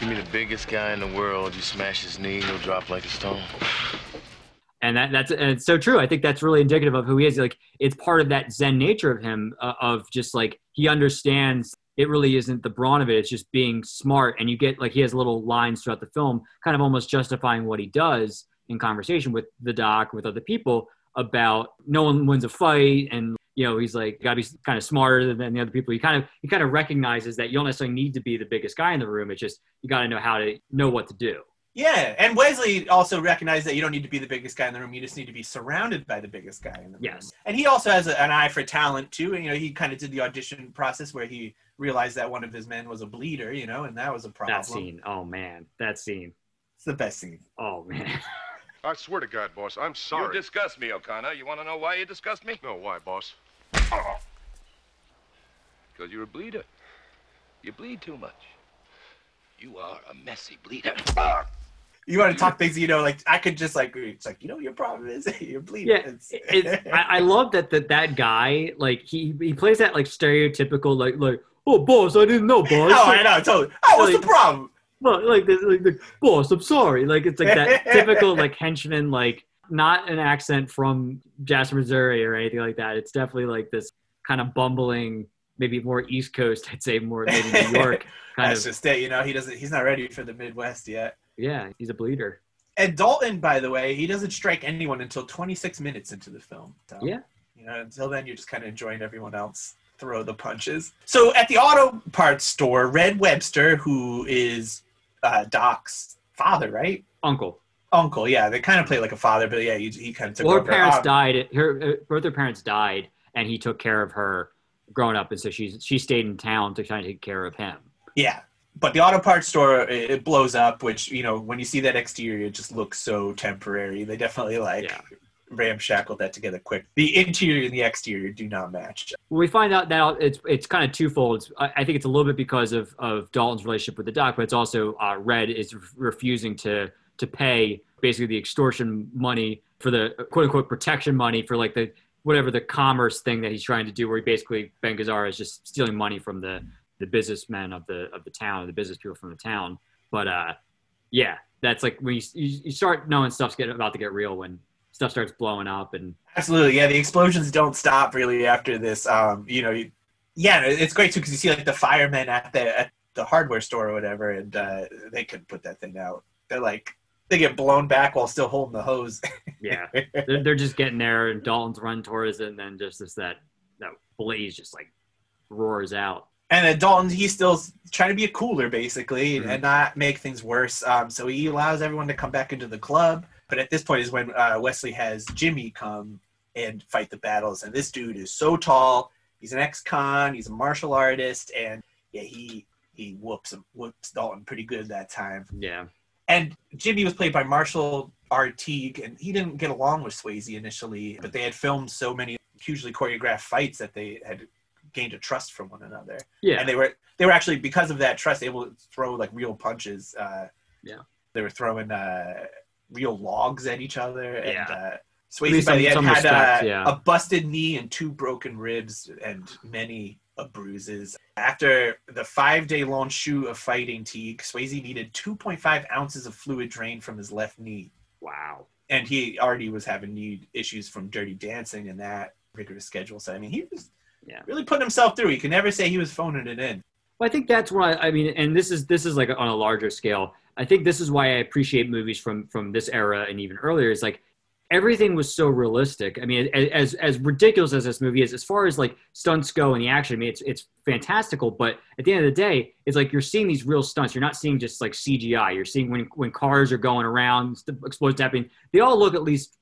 Speaker 3: Give me the biggest guy in the world. You smash his knee, he'll drop like a stone.
Speaker 2: and that that's and it's so true. I think that's really indicative of who he is. Like it's part of that Zen nature of him, uh, of just like he understands it really isn't the brawn of it. It's just being smart, and you get like he has little lines throughout the film, kind of almost justifying what he does in conversation with the doc, with other people about no one wins a fight, and you know, he's like got to be kind of smarter than the other people. He kind of he kind of recognizes that you don't necessarily need to be the biggest guy in the room. It's just you got to know how to know what to do.
Speaker 1: Yeah, and Wesley also recognized that you don't need to be the biggest guy in the room. You just need to be surrounded by the biggest guy in the room.
Speaker 2: Yes.
Speaker 1: And he also has a, an eye for talent too. And you know, he kind of did the audition process where he realized that one of his men was a bleeder. You know, and that was a problem.
Speaker 2: That scene. Oh man, that scene.
Speaker 1: It's the best scene.
Speaker 2: Oh man.
Speaker 8: I swear to God, boss, I'm
Speaker 6: You
Speaker 8: sorry.
Speaker 6: disgust me, O'Connor. You want to know why you disgust me?
Speaker 8: No, why, boss?
Speaker 6: Because you're a bleeder. You bleed too much. You are a messy bleeder.
Speaker 1: You want to talk things, you know, like I could just like it's like you know what your problem is you're bleeding.
Speaker 2: Yeah,
Speaker 1: It's-
Speaker 2: it's, I, I love that, that that guy like he he plays that like stereotypical like like oh boss I didn't know boss
Speaker 1: oh, I know. Totally. Oh, what's the
Speaker 2: Like-
Speaker 1: problem?
Speaker 2: Well, like, the, like the, boss I'm sorry like it's like that typical like henchman like not an accent from Jasper Missouri or anything like that it's definitely like this kind of bumbling maybe more East Coast I'd say more maybe New York kind
Speaker 1: That's
Speaker 2: of
Speaker 1: just it. You know, he doesn't. He's not ready for the Midwest yet.
Speaker 2: yeah he's a bleeder
Speaker 1: And Dalton, by the way, he doesn't strike anyone until 26 minutes into the film. So,
Speaker 2: Yeah.
Speaker 1: You know, until then, you're just kind of enjoying everyone else throw the punches. So at the auto parts store, Red Webster, who is uh, Doc's father, right?
Speaker 2: uncle
Speaker 1: Uncle, yeah. They kind of play like a father, but yeah, he, he kind of took
Speaker 2: well her
Speaker 1: over.
Speaker 2: parents
Speaker 1: Um,
Speaker 2: died her uh, both her parents died and he took care of her growing up and so she's she stayed in town to try to take care of him
Speaker 1: Yeah. But the auto parts store, it it blows up, which, you know, when you see that exterior, it just looks so temporary. They definitely like
Speaker 2: Yeah.
Speaker 1: ramshackled that together quick. The interior and the exterior do not match.
Speaker 2: Well, we find out now it's it's kind of twofold. It's, I I think it's a little bit because of, of Dalton's relationship with the doc, but it's also uh, Red is re- refusing to to pay basically the extortion money for the uh, quote unquote protection money for like the whatever the commerce thing that he's trying to do, where he basically Ben Gazzara is just stealing money from the the businessmen of the of the town, the business people from the town. But uh, yeah, that's like when you, you you start knowing stuff's getting about to get real when stuff starts blowing up and
Speaker 1: Absolutely, yeah. The explosions don't stop really after this. Um, you know, you, yeah, it- it's great too because you see like the firemen at the at the hardware store or whatever, and uh, they couldn't put that thing out. They're like they get blown back while still holding the hose.
Speaker 2: yeah they're, they're just getting there and dalton's run towards it and then just this that that blaze just like roars out
Speaker 1: and then Dalton, he's still trying to be a cooler basically
Speaker 2: Mhm.
Speaker 1: and not make things worse. Um, so he allows everyone to come back into the club. But at this point is when uh, Wesley has Jimmy come and fight the battles. And this dude is so tall. He's an ex-con. He's a martial artist, and yeah, he he whoops him, whoops Dalton pretty good that time.
Speaker 2: yeah
Speaker 1: And Jimmy was played by Marshall Artigue, and he didn't get along with Swayze initially, but they had filmed so many hugely choreographed fights that they had gained a trust from one another.
Speaker 2: yeah
Speaker 1: And they were they were actually because of that trust able to throw like real punches. Uh,
Speaker 2: Yeah.
Speaker 1: they were throwing uh, real logs at each other. And,
Speaker 2: Yeah.
Speaker 1: uh,
Speaker 2: At
Speaker 1: Swayze
Speaker 2: least
Speaker 1: by
Speaker 2: some-
Speaker 1: the end
Speaker 2: some
Speaker 1: had
Speaker 2: respect,
Speaker 1: uh,
Speaker 2: yeah.
Speaker 1: a busted knee and two broken ribs and many uh, bruises. After the five day long shoot of fighting Teague, Swayze needed 2.5 ounces of fluid drained from his left knee.
Speaker 2: wow
Speaker 1: And he already was having knee issues from dirty dancing and that rigorous schedule. So, I mean, he was
Speaker 2: Yeah.
Speaker 1: really putting himself through. You can never say he was phoning it in.
Speaker 2: Well, I think that's why I mean, and this is this is like on a larger scale. I think this is why I appreciate movies from from this era and even earlier. Is like everything was so realistic. I mean, as as, as ridiculous as this movie is, as far as like stunts go and the action, I mean, it's it's fantastical. But at the end of the day, it's like you're seeing these real stunts. You're not seeing just like CGI. You're seeing when when cars are going around, st- explosions happening. They all look at least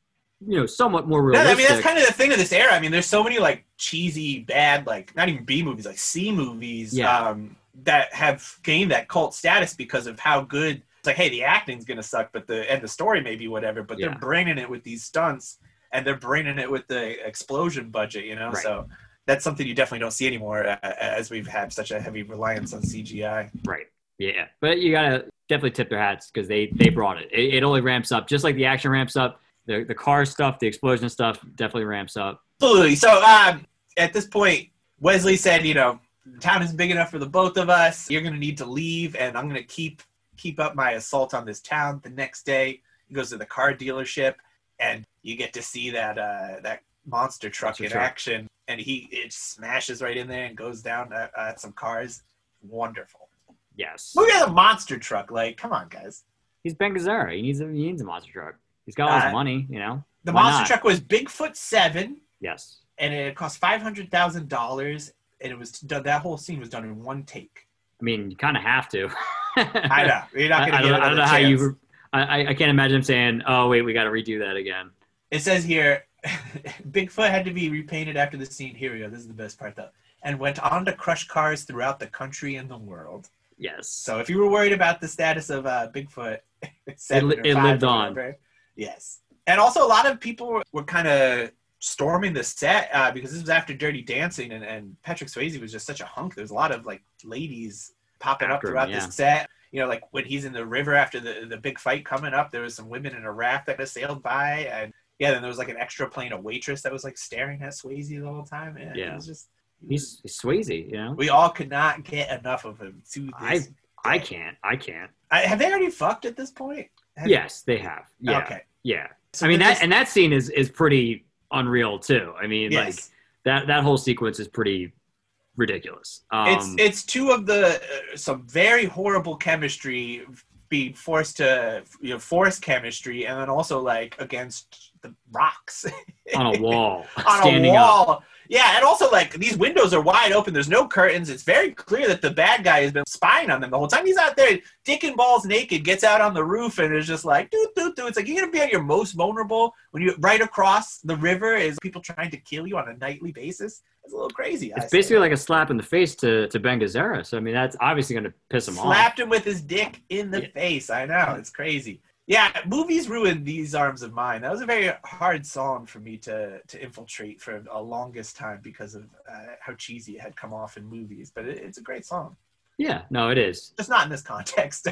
Speaker 2: you know somewhat more
Speaker 1: No,
Speaker 2: realistic.
Speaker 1: I mean that's kind of the thing of this era. I mean, there's so many like cheesy, bad, like not even B movies, like C movies
Speaker 2: Yeah.
Speaker 1: um, that have gained that cult status because of how good. It's like, hey, the acting's gonna suck, but the and the story may be whatever. But
Speaker 2: Yeah.
Speaker 1: they're braining it with these stunts, and they're braining it with the explosion budget, you know.
Speaker 2: Right.
Speaker 1: So that's something you definitely don't see anymore, uh, as we've had such a heavy reliance on CGI.
Speaker 2: Right. Yeah. But you gotta definitely tip their hats because they they brought it. it. It only ramps up, just like the action ramps up. The the car stuff, the explosion stuff, definitely ramps up.
Speaker 1: Absolutely. So um, at this point, Wesley said, you know, the town is big enough for the both of us. You're going to need to leave, and I'm going to keep keep up my assault on this town. The next day, he goes to the car dealership, and you get to see that uh, that monster truck
Speaker 2: Monster
Speaker 1: in
Speaker 2: truck.
Speaker 1: action, and he it smashes right in there and goes down at, at some cars. Wonderful.
Speaker 2: Yes.
Speaker 1: Look at the monster truck. Like, come on, guys.
Speaker 2: He's Ben Gazzara. He needs a he needs a monster truck. He's got all his
Speaker 1: Uh,
Speaker 2: money, you know.
Speaker 1: The
Speaker 2: Why
Speaker 1: monster
Speaker 2: not?
Speaker 1: truck was Bigfoot seven.
Speaker 2: Yes.
Speaker 1: and it cost five hundred thousand dollars, and it was done, that whole scene was done in one take.
Speaker 2: I mean, you kind of have to.
Speaker 1: I know you're not gonna
Speaker 2: I, I
Speaker 1: get
Speaker 2: don't, I don't
Speaker 1: another
Speaker 2: know how
Speaker 1: chance.
Speaker 2: you. I, I- I can't imagine him saying, "Oh wait, we got to redo that again."
Speaker 1: It says here, Bigfoot had to be repainted after the scene. Here we go. This is the best part though, and went on to crush cars throughout the country and the world.
Speaker 2: Yes.
Speaker 1: So if you were worried about the status of uh, Bigfoot, seven
Speaker 2: li-
Speaker 1: or
Speaker 2: it
Speaker 1: five
Speaker 2: lived
Speaker 1: or
Speaker 2: on.
Speaker 1: whatever, Yes, and also a lot of people were, were kind of storming the set uh, because this was after Dirty Dancing, and, and Patrick Swayze was just such a hunk. There's a lot of like ladies popping up
Speaker 2: After him,
Speaker 1: throughout
Speaker 2: yeah.
Speaker 1: the set. You know, like when he's in the river after the the big fight coming up, there was some women in a raft that had sailed by, and yeah, then there was like an extra plane, a waitress that was like staring at Swayze the whole time. And
Speaker 2: Yeah.
Speaker 1: it was just
Speaker 2: he's, he's Swayze, you know.
Speaker 1: we all could not get enough of him. To this
Speaker 2: I I can't. I can't.
Speaker 1: I, have they already fucked at this point? Have-
Speaker 2: Yes, they have. Yeah.
Speaker 1: Okay.
Speaker 2: Yeah.
Speaker 1: So
Speaker 2: I mean
Speaker 1: they're
Speaker 2: that
Speaker 1: just-
Speaker 2: and that scene is is pretty unreal too. I mean, like
Speaker 1: yes.
Speaker 2: that that whole sequence is pretty ridiculous. Um,
Speaker 1: it's it's two of the uh, some very horrible chemistry being forced to you know force chemistry and then also like against the rocks
Speaker 2: on a wall,
Speaker 1: on
Speaker 2: standing
Speaker 1: a
Speaker 2: up.
Speaker 1: wall. Yeah, and also like these windows are wide open. There's no curtains. It's very clear that the bad guy has been spying on them the whole time. He's out there, dick and balls naked, gets out on the roof, and is just like, doo doo doo. It's like you're gonna be at your most vulnerable when you right across the river is people trying to kill you on a nightly basis. It's a little crazy. I
Speaker 2: It's
Speaker 1: say.
Speaker 2: basically like a slap in the face to to Ben Gazzara. So I mean, that's obviously going to piss him off.
Speaker 1: slapped him with his dick in the
Speaker 2: Yeah.
Speaker 1: face. I know it's crazy. Yeah, movies ruined these arms of mine. That was a very hard song for me to to infiltrate for a longest time because of uh, how cheesy it had come off in movies. But it, it's a great song,
Speaker 2: Yeah. No, it is.
Speaker 1: just not in this context.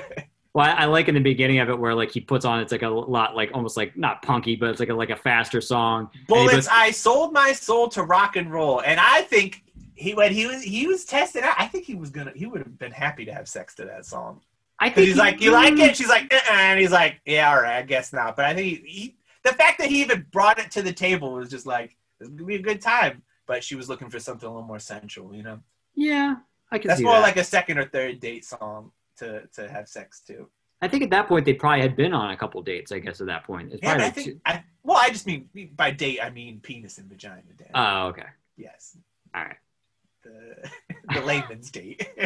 Speaker 2: Well, I, I like in the beginning of it where like he puts on it's like a lot like almost like not punky, but it's like a like a faster song. And he
Speaker 1: Bullets,
Speaker 2: goes-
Speaker 1: I sold my soul to rock and roll, and I think he when he was he was tested out. I think he was gonna he would have been happy to have sex to that song.
Speaker 2: I
Speaker 1: Because
Speaker 2: think
Speaker 1: he's
Speaker 2: he- mm,
Speaker 1: like, you like it? She's like, uh and he's like, yeah, all right, I guess not. But I think he, he, the fact that he even brought it to the table was just like, this is gonna be a good time. But she was looking for something a little more sensual, you know.
Speaker 2: Yeah, I can
Speaker 1: That's
Speaker 2: see
Speaker 1: more
Speaker 2: that.
Speaker 1: like a second or third date song to to have sex to.
Speaker 2: I think at that point they probably had been on a couple dates. I guess at that point, it's
Speaker 1: Yeah, but
Speaker 2: probably
Speaker 1: I
Speaker 2: like
Speaker 1: think
Speaker 2: two-
Speaker 1: I well, I just mean by date, I mean penis and vagina. Dan.
Speaker 2: oh okay,
Speaker 1: yes,
Speaker 2: all right.
Speaker 1: the, the layman's date.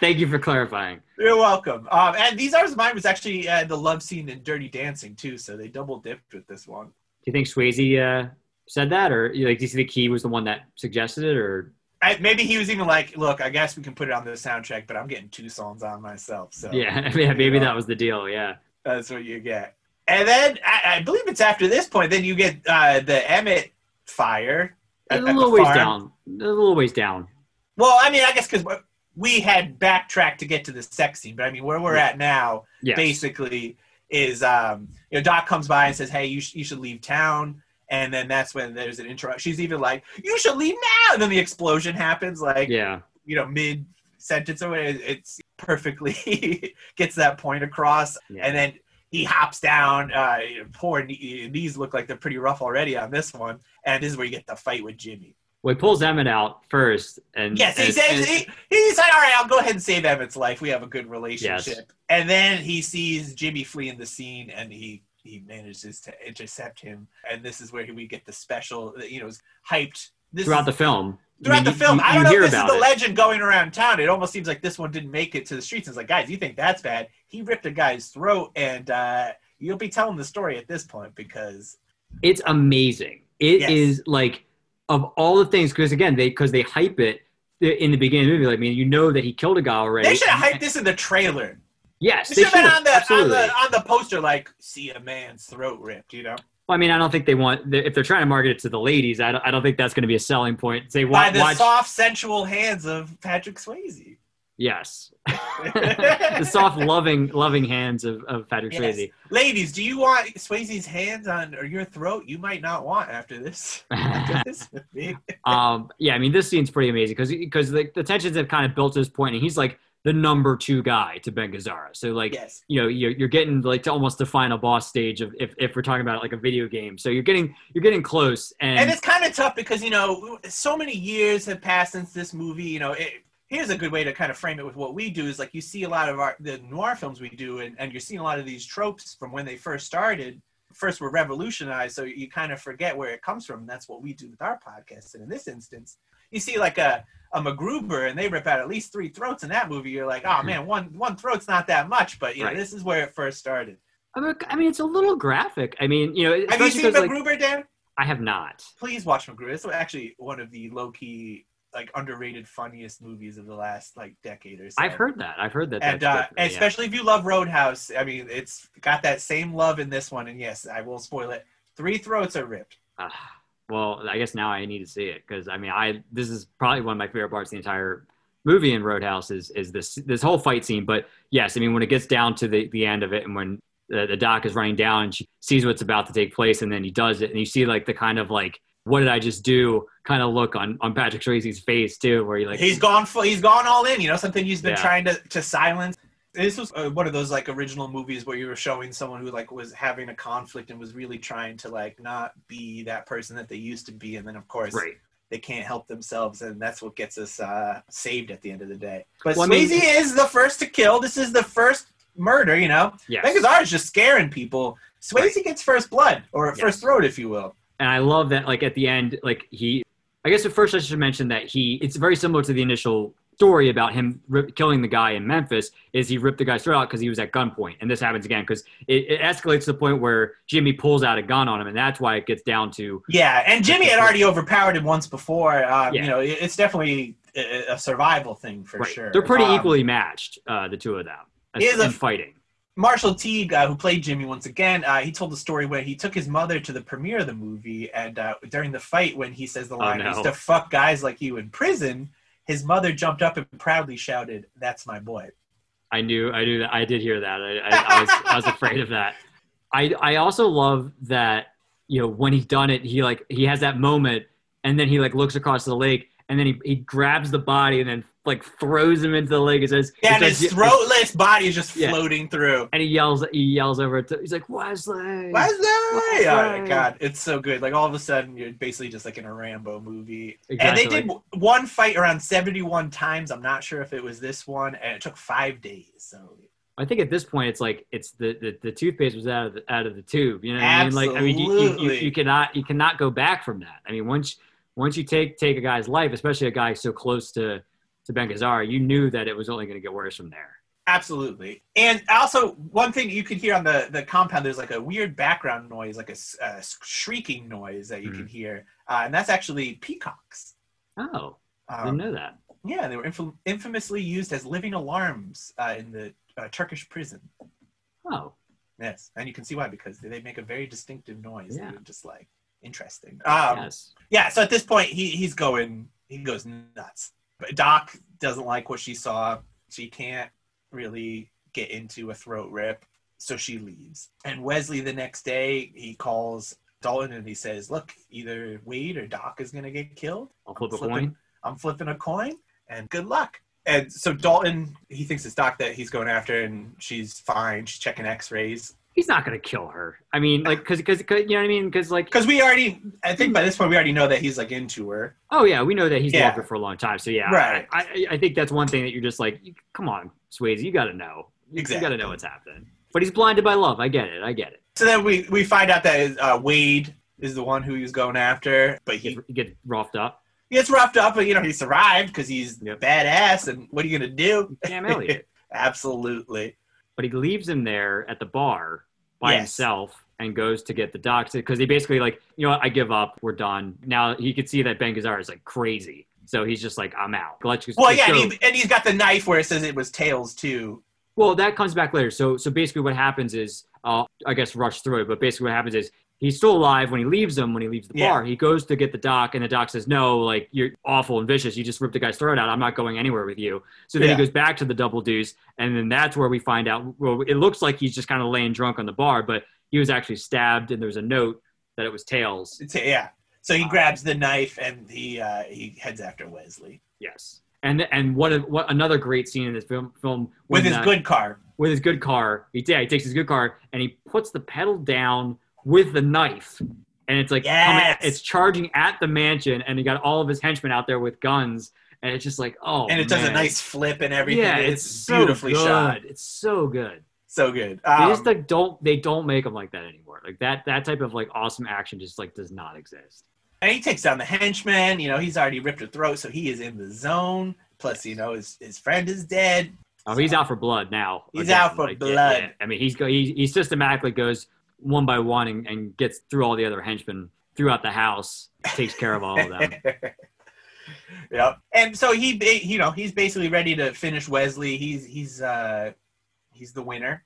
Speaker 2: Thank you for clarifying.
Speaker 1: You're welcome. Um, and these are mine was actually uh, the love scene in Dirty Dancing too, so they double dipped with this one.
Speaker 2: Do you think Swayze uh, said that, or like, do you think he was the one that suggested it, or
Speaker 1: I, maybe he was even like, "Look, I guess we can put it on the soundtrack, but I'm getting two songs on myself, so
Speaker 2: yeah, yeah, maybe that was the deal. Yeah,
Speaker 1: that's what you get." And then I, I believe it's after this point, then you get uh, the Emmett fire.
Speaker 2: a
Speaker 1: at- at the
Speaker 2: little ways
Speaker 1: farm.
Speaker 2: down, a little ways down.
Speaker 1: Well, I mean, I guess because we had backtracked to get to the sex scene, but I mean, where we're at now,
Speaker 2: Yes.
Speaker 1: basically is um, you know Doc comes by and says, "Hey, you, sh- you should leave town." And then that's when there's an intro. She's even like, "You should leave now!" And then the explosion happens. Like,
Speaker 2: Yeah,
Speaker 1: you know mid sentence or whatever, it's perfectly gets that point across
Speaker 2: yeah.
Speaker 1: and then he hops down uh poor knee- knees look like they're pretty rough already on this one and this is where you get the fight with jimmy
Speaker 2: well, he pulls Emmett out first, and
Speaker 1: yes he
Speaker 2: and-
Speaker 1: says
Speaker 2: and-
Speaker 1: he, he said all right i'll go ahead and save emmett's life we have a good relationship and then he sees jimmy fleeing the scene and he he manages to intercept him and this is where we get the special you know it's hyped this is-
Speaker 2: throughout the film. I
Speaker 1: throughout
Speaker 2: mean,
Speaker 1: the
Speaker 2: you-
Speaker 1: film.
Speaker 2: you-
Speaker 1: I
Speaker 2: you
Speaker 1: don't know
Speaker 2: hear
Speaker 1: if this is
Speaker 2: about
Speaker 1: the
Speaker 2: it.
Speaker 1: legend going around town. It almost seems like this one didn't make it to the streets. It's like, guys, you think that's bad? He ripped a guy's throat, and uh, you'll be telling the story at this point because
Speaker 2: it's amazing. It is
Speaker 1: Yes.
Speaker 2: like of all the things because again they because they hype it uh, in the beginning of the movie. Like, I mean, you know that he killed a guy already.
Speaker 1: they should have hyped this in the trailer.
Speaker 2: Yes,
Speaker 1: It
Speaker 2: they
Speaker 1: should have been
Speaker 2: should've,
Speaker 1: on the, on
Speaker 2: absolutely.
Speaker 1: the on the poster, like, see a man's throat ripped. You know,
Speaker 2: Well, I mean, I don't think they want if they're trying to market it to the ladies. I don't, I don't think that's going to be a selling point. Say
Speaker 1: by
Speaker 2: watch,
Speaker 1: the
Speaker 2: watch
Speaker 1: soft, sensual hands of Patrick Swayze.
Speaker 2: yes, the soft, loving, loving hands of, of Patrick
Speaker 1: Yes.
Speaker 2: Swayze.
Speaker 1: Ladies, do you want Swayze's hands on or your throat? You might not want after this. After this movie.
Speaker 2: um, yeah, I mean, this scene's pretty amazing because because the, the tensions have kind of built to this point, and he's like the number two guy to Ben Gazzara. So like,
Speaker 1: yes.
Speaker 2: you know you're, you're getting like to almost the final boss stage of if, if we're talking about like a video game so you're getting you're getting close and,
Speaker 1: and it's kind of tough because you know so many years have passed since this movie you know it, here's a good way to kind of frame it with what we do is like you see a lot of our the noir films we do and, and you're seeing a lot of these tropes from when they first started first were revolutionized, so you kind of forget where it comes from. That's what we do with our podcast. And in this instance, you see like a a MacGruber and they rip out at least three throats in that movie. You're like, oh man, one one throat's not that much, but you
Speaker 2: Mm-hmm. Right.
Speaker 1: know this is where it first started.
Speaker 2: I mean, I mean, it's a little graphic. I mean, you know,
Speaker 1: Have you
Speaker 2: especially
Speaker 1: seen
Speaker 2: 'cause, like,
Speaker 1: MacGruber, Dan?
Speaker 2: I have not.
Speaker 1: Please watch MacGruber. It's actually one of the low key like underrated funniest movies of the last like decade or so.
Speaker 2: I've heard that. I've heard that.
Speaker 1: and
Speaker 2: that's
Speaker 1: uh,
Speaker 2: good for me, yeah.
Speaker 1: especially if you love Roadhouse, I mean, it's got that same love in this one. And yes, I will spoil it. Three throats are ripped.
Speaker 2: Ah, well, I guess now I need to see it because I mean, I this is probably one of my favorite parts of the entire movie in Roadhouse is is this this whole fight scene. But yes, I mean, when it gets down to the the end of it, and when the, the doc is running down and she sees what's about to take place, and then he does it, and you see like the kind of like what did I just do kind of look on on Patrick Swayze's face too, where you like
Speaker 1: he's gone full, he's gone all in you know something he's been
Speaker 2: Yeah.
Speaker 1: trying to, to silence this was uh, one of those like original movies where you were showing someone who like was having a conflict and was really trying to like not be that person that they used to be and then of course
Speaker 2: right.
Speaker 1: they can't help themselves and that's what gets us uh, saved at the end of the day but
Speaker 2: Well, I
Speaker 1: Swayze
Speaker 2: mean-
Speaker 1: is the first to kill this is the first murder you know
Speaker 2: Yes.
Speaker 1: Megazar is just scaring people Swayze gets first blood or
Speaker 2: Yes.
Speaker 1: first throat if you will
Speaker 2: and I love that like at the end like he I guess at first I should mention that he it's very similar to the initial story about him rip, killing the guy in Memphis is he ripped the guy's throat out because he was at gunpoint and this happens again because it, it escalates to the point where Jimmy pulls out a gun on him and that's why it gets down to
Speaker 1: Yeah, and Jimmy had already overpowered him once before. Um,
Speaker 2: Yeah.
Speaker 1: You know, it- it's definitely a, a survival thing for
Speaker 2: right.
Speaker 1: sure.
Speaker 2: they're pretty
Speaker 1: Um,
Speaker 2: equally matched uh, the two of them as,
Speaker 1: He is a-
Speaker 2: in fighting
Speaker 1: Marshall Teague, uh, who played Jimmy once again, uh, he told a story where he took his mother to the premiere of the movie, and uh, during the fight, when he says the line,
Speaker 2: Oh, no.
Speaker 1: "I used to fuck guys like you in prison," his mother jumped up and proudly shouted, "That's my boy."
Speaker 2: I knew, I knew that. I did hear that. I, I, I was, I was afraid of that. I, I also love that you know when he's done it, he like he has that moment, and then he like looks across the lake, and then he, he grabs the body, and then like throws him into the lake. and says,
Speaker 1: Yeah, and
Speaker 2: it says-
Speaker 1: his throatless body is just
Speaker 2: Yeah.
Speaker 1: floating through.
Speaker 2: and he yells, he yells over. To, he's like Wesley.
Speaker 1: What's that?
Speaker 2: Wesley.
Speaker 1: Oh my god, it's so good. Like all of a sudden, you're basically just like in a Rambo movie.
Speaker 2: Exactly.
Speaker 1: And they did w- one fight around 71 times. I'm not sure if it was this one, and it took five days. So
Speaker 2: I think at this point it's like it's the, the, the toothpaste was out of the, out of the tube. You know what I mean? Like I mean you, you, you,
Speaker 1: Absolutely.
Speaker 2: you cannot you cannot go back from that. I mean once once you take take a guy's life, especially a guy so close to to Ben Gazzara, you knew that it was only going to get worse from there.
Speaker 1: absolutely. And also, one thing you could hear on the the compound, there's like a weird background noise, like a, s- a shrieking noise that you
Speaker 2: Mhm.
Speaker 1: can hear, uh, and that's actually peacocks.
Speaker 2: Oh, I didn't
Speaker 1: Um,
Speaker 2: know that.
Speaker 1: yeah, they were infam- infamously used as living alarms uh, in the uh, Turkish prison.
Speaker 2: Oh,
Speaker 1: Yes, and you can see why because they make a very distinctive noise.
Speaker 2: Yeah.
Speaker 1: that you're just like interesting. Um,
Speaker 2: yes.
Speaker 1: yeah so at this point he, he's going he goes nuts but doc doesn't like what she saw she can't really get into a throat rip so she leaves and wesley the next day he calls dalton and he says look either wade or doc is going to get killed
Speaker 2: I'll flip a
Speaker 1: flipping-
Speaker 2: coin.
Speaker 1: i'm flipping a coin and good luck and so dalton he thinks it's doc that he's going after and she's fine she's checking x-rays
Speaker 2: He's not going to kill her. I mean, like, because because you know what I mean? Because like,
Speaker 1: because we already i think by this point we already know that he's like into her
Speaker 2: oh yeah, we know that he's
Speaker 1: Yeah.
Speaker 2: loved her for a long time. So yeah,
Speaker 1: Right.
Speaker 2: I, I I think that's one thing that you're just like, come on, Swayze, you got to know. You- You got to
Speaker 1: Exactly.
Speaker 2: know what's happening. But he's blinded by love. I get it. I get it.
Speaker 1: So then we we find out that uh, Wade is the one who he was going after, but
Speaker 2: He
Speaker 1: he
Speaker 2: gets- he gets roughed up.
Speaker 1: gets roughed up, but you know he survived because he's
Speaker 2: Yep.
Speaker 1: badass. And what are you gonna do?
Speaker 2: Damn Elliot.
Speaker 1: Absolutely.
Speaker 2: but he leaves him there at the bar by
Speaker 1: Yes.
Speaker 2: himself and goes to get the docs because he basically like, you know what, I give up. We're done. Now he could see that Ben Gazzara is like crazy. So he's just like, I'm out. Let's just-
Speaker 1: Well,
Speaker 2: let's
Speaker 1: yeah,
Speaker 2: go.
Speaker 1: and, he, and he's got the knife where it says it was tails too.
Speaker 2: Well, that comes back later. So, so basically, what happens is, uh, I guess, rush through it. But basically, what happens is he's still alive when he leaves him. When he leaves the
Speaker 1: Yeah.
Speaker 2: bar, he goes to get the doc, and the doc says, "No, like you're awful and vicious. You just ripped the guy's throat out. I'm not going anywhere with you." So then
Speaker 1: Yeah.
Speaker 2: he goes back to the double deuce, and then that's where we find out. Well, it looks like he's just kind of laying drunk on the bar, but he was actually stabbed, and there was a note that it was tails.
Speaker 1: It's, yeah. So
Speaker 2: Ah.
Speaker 1: he grabs the knife and he uh, he heads after Wesley
Speaker 2: Yes. And, and what, a, what another great scene in this film film
Speaker 1: with
Speaker 2: when,
Speaker 1: his
Speaker 2: uh,
Speaker 1: good car.
Speaker 2: with his good car. He, yeah, he takes his good car and he puts the pedal down with the knife. And it's like,
Speaker 1: Yes!
Speaker 2: it's charging at the mansion, and he got all of his henchmen out there with guns. And it's just like, oh,
Speaker 1: and it does a
Speaker 2: man.
Speaker 1: nice flip and everything.
Speaker 2: yeah,
Speaker 1: and
Speaker 2: it's,
Speaker 1: it's
Speaker 2: so
Speaker 1: beautifully
Speaker 2: good.
Speaker 1: shot.
Speaker 2: It's so good.
Speaker 1: so good.
Speaker 2: They
Speaker 1: Um,
Speaker 2: just like don't they don't make them like that anymore. Like that that type of like awesome action just like does not exist.
Speaker 1: and he takes down the henchman. You know, he's already ripped her throat, so he is in the zone. Plus, you know, his his friend is dead.
Speaker 2: Oh, he's out for blood now.
Speaker 1: He's out for
Speaker 2: yeah,
Speaker 1: blood.
Speaker 2: yeah. I mean, he's go, he, he systematically goes one by one and, and gets through all the other henchmen throughout the house, takes care of all of them.
Speaker 1: Yep. And so he, ba- you know, he's basically ready to finish Wesley. He's he's uh he's the winner,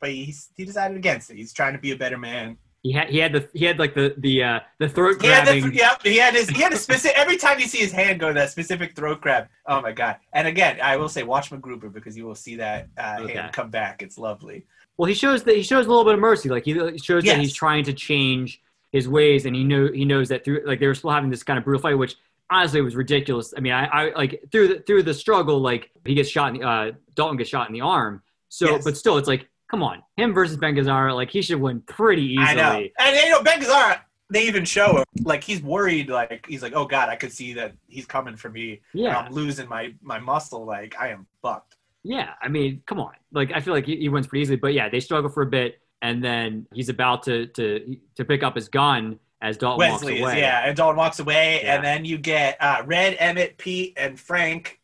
Speaker 1: but he's he decided against it. He's trying to be a better man.
Speaker 2: He had he had the he had like the the uh, the throat
Speaker 1: He had,
Speaker 2: grabbing.
Speaker 1: the, yep, he had his he had a specific. Every time you see his hand go, that specific throat grab. Oh my god! And again, I will say, watch MacGruber because you will see that uh,
Speaker 2: Okay.
Speaker 1: hand come back. It's lovely.
Speaker 2: Well, he shows that he shows a little bit of mercy. Like he shows that he's
Speaker 1: Yes.
Speaker 2: trying to change his ways, and he know he knows that through like they were still having this kind of brutal fight, which honestly was ridiculous. I mean, I, I like through the, through the struggle, like he gets shot. In the, uh, Dalton gets shot in the arm. So,
Speaker 1: Yes.
Speaker 2: but still, it's like come on, him versus Ben Gazzara, like he should win pretty easily.
Speaker 1: I know. And you know, Ben Gazzara, they even show him like he's worried. Like he's like, oh god, I could see that he's coming for me. and
Speaker 2: Yeah,
Speaker 1: I'm losing my my muscle. Like I am fucked.
Speaker 2: yeah. I mean, come on. Like I feel like he, he wins pretty easily, but yeah, they struggle for a bit, and then he's about to to to pick up his gun as Dalton
Speaker 1: Wesley
Speaker 2: walks
Speaker 1: is,
Speaker 2: away.
Speaker 1: yeah, and Dalton walks away,
Speaker 2: Yeah.
Speaker 1: and then you get uh, Red, Emmett, Pete, and Frank.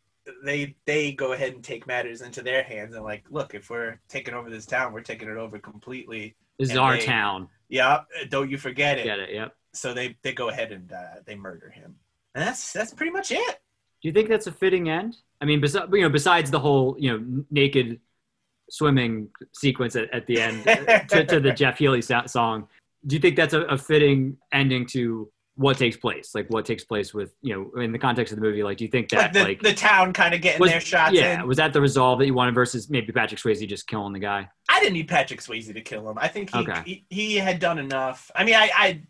Speaker 1: They they go ahead and take matters into their hands and like, look, if we're taking over this town, we're taking it over completely.
Speaker 2: This is
Speaker 1: and
Speaker 2: our
Speaker 1: they-
Speaker 2: town.
Speaker 1: Yeah, don't you forget it.
Speaker 2: Get it? Yep.
Speaker 1: So they they go ahead and uh, they murder him, and that's that's pretty much it.
Speaker 2: Do you think that's a fitting end? I mean, besides you know, besides the whole you know n- naked swimming sequence at, at the end to, to the Jeff Healy so- song, do you think that's a, a fitting ending to what takes place? Like what takes place with you know in the context of the movie? Like, do you think
Speaker 1: like
Speaker 2: that
Speaker 1: the,
Speaker 2: like
Speaker 1: the town kind of getting
Speaker 2: was-
Speaker 1: their shots
Speaker 2: yeah
Speaker 1: in.
Speaker 2: was that the resolve that you wanted versus maybe Patrick Swayze just killing the guy?
Speaker 1: I didn't need Patrick Swayze to kill him. I think he
Speaker 2: Okay.
Speaker 1: he, he had done enough. I mean, I, I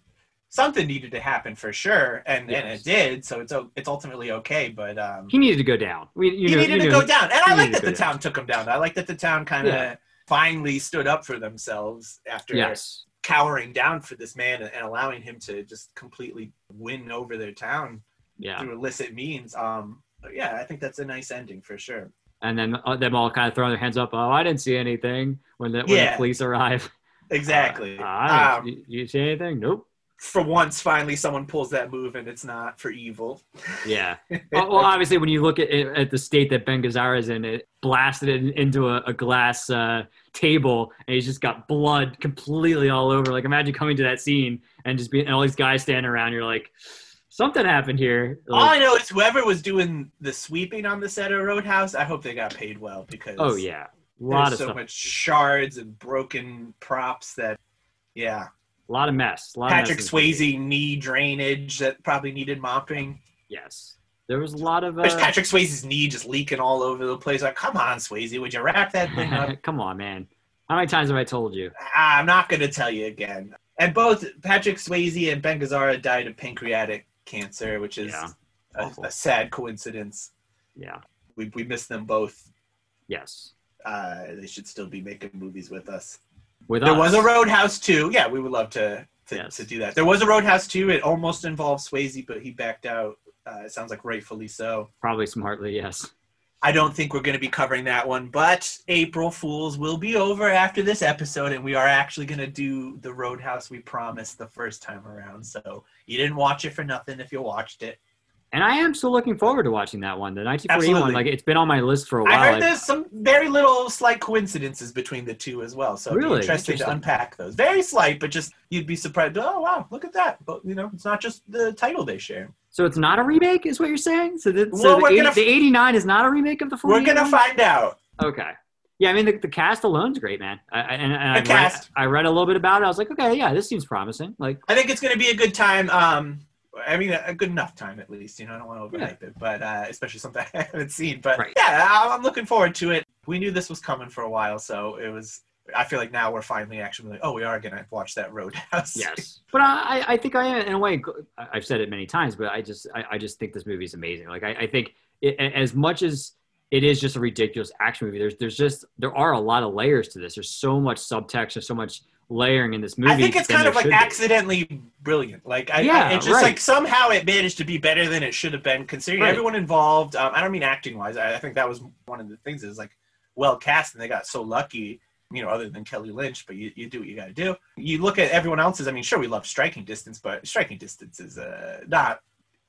Speaker 1: something needed to happen for sure, and and
Speaker 2: Yes.
Speaker 1: it did. So it's o- it's ultimately okay, but um,
Speaker 2: He needed to go down. We, you
Speaker 1: he
Speaker 2: know,
Speaker 1: needed
Speaker 2: you
Speaker 1: to
Speaker 2: know,
Speaker 1: go down. And
Speaker 2: he
Speaker 1: I like
Speaker 2: needed
Speaker 1: that
Speaker 2: to
Speaker 1: the
Speaker 2: go down.
Speaker 1: town took him down. I like that the town kind of
Speaker 2: Yeah.
Speaker 1: finally stood up for themselves after
Speaker 2: Yes.
Speaker 1: cowering down for this man and, and allowing him to just completely win over their town
Speaker 2: Yeah.
Speaker 1: through illicit means. Um, but yeah, I think that's a nice ending for sure.
Speaker 2: And then uh, them all kind of throwing their hands up. Oh, I didn't see anything when the, when the
Speaker 1: Yeah.
Speaker 2: police arrive.
Speaker 1: Exactly.
Speaker 2: Uh, I
Speaker 1: um,
Speaker 2: didn't- you, you see anything? Nope.
Speaker 1: for once, finally, someone pulls that move, and it's not for evil.
Speaker 2: Yeah. Uh, well, obviously, when you look at it, at the state that Ben Gazzara is in, it blasted it into a, a glass uh, table, and he's just got blood completely all over. Like, imagine coming to that scene and just being and all these guys standing around. You're like, something happened here.
Speaker 1: All I
Speaker 2: Like,
Speaker 1: know is whoever was doing the sweeping on the set of Roadhouse, I hope they got paid well because
Speaker 2: oh yeah, a lot
Speaker 1: there's
Speaker 2: of
Speaker 1: so
Speaker 2: stuff,
Speaker 1: much shards and broken props that, yeah,
Speaker 2: a lot of mess. A lot
Speaker 1: Patrick
Speaker 2: of mess in this movie.
Speaker 1: Swayze knee drainage that probably needed mopping.
Speaker 2: Yes, there was a lot of.
Speaker 1: There's
Speaker 2: Uh,
Speaker 1: Patrick Swayze's knee just leaking all over the place. Like, come on, Swayze, would you wrap that thing up?
Speaker 2: come on, man. How many times have I told you?
Speaker 1: I'm not going to tell you again. And both Patrick Swayze and Ben Gazzara died of pancreatic cancer, which is
Speaker 2: Yeah.
Speaker 1: a,
Speaker 2: Awful.
Speaker 1: a sad coincidence.
Speaker 2: Yeah.
Speaker 1: We, we miss them both.
Speaker 2: Yes.
Speaker 1: Uh, they should still be making movies with us.
Speaker 2: With
Speaker 1: There was a
Speaker 2: us.
Speaker 1: Roadhouse too. Yeah, we would love to to,
Speaker 2: Yes.
Speaker 1: to do that. There was a Roadhouse too. It almost involved Swayze, but he backed out. Uh, it sounds like rightfully so.
Speaker 2: probably smartly. Yes.
Speaker 1: I don't think we're going to be covering that one, but April Fools will be over after this episode, and we are actually going to do the Roadhouse we promised the first time around. So you didn't watch it for nothing if you watched it.
Speaker 2: And I am still looking forward to watching that one. The 1941,
Speaker 1: Absolutely.
Speaker 2: like it's been on my list for a while.
Speaker 1: I heard
Speaker 2: Like,
Speaker 1: there's some very little slight coincidences between the two as well. So it'd be
Speaker 2: Really?
Speaker 1: interesting to
Speaker 2: Interesting.
Speaker 1: unpack those. Very slight, but just you'd be surprised. Oh wow, look at that! But you know, it's not just the title they share.
Speaker 2: So it's not a remake, is what you're saying? So, the,
Speaker 1: Well,
Speaker 2: so the,
Speaker 1: we're
Speaker 2: 80
Speaker 1: gonna f-
Speaker 2: the 89 is not a remake of the 41?
Speaker 1: We're gonna find out.
Speaker 2: Okay. Yeah, I mean, the, the cast alone's great, man. I, I- and, and I,
Speaker 1: The
Speaker 2: read,
Speaker 1: cast.
Speaker 2: I read a little bit about it. I was like, okay, yeah, this seems promising. Like,
Speaker 1: I think it's going to be a good time. Um, I mean, a good enough time at least. You know, I don't want to overhype it, but uh, especially something I haven't seen. But
Speaker 2: Right.
Speaker 1: yeah, I- I'm looking forward to it. We knew this was coming for a while, so it was. I feel like now we're finally actually like, oh, we are going to watch that Roadhouse.
Speaker 2: yes. But I, I- I think I am, in a way, gl- I- I've said it many times, but I just, I, I just think this movie is amazing. Like, I, I think it, a- as much as it is just a ridiculous action movie, there's, there's just, there are a lot of layers to this. There's so much subtext, there's so much layering in this movie.
Speaker 1: I think it's
Speaker 2: than
Speaker 1: kind
Speaker 2: there
Speaker 1: of like
Speaker 2: should be.
Speaker 1: accidentally brilliant. Like, I,
Speaker 2: Yeah,
Speaker 1: I- it's just
Speaker 2: right.
Speaker 1: like somehow it managed to be better than it should have been, considering
Speaker 2: Right.
Speaker 1: everyone involved. Um, I don't mean acting wise. I, I think that was one of the things. Is like well cast, and they got so lucky. you know, other than Kelly Lynch, but you, you do what you got to do. You look at everyone else's. I mean, sure, we love Striking Distance, but Striking Distance is uh, not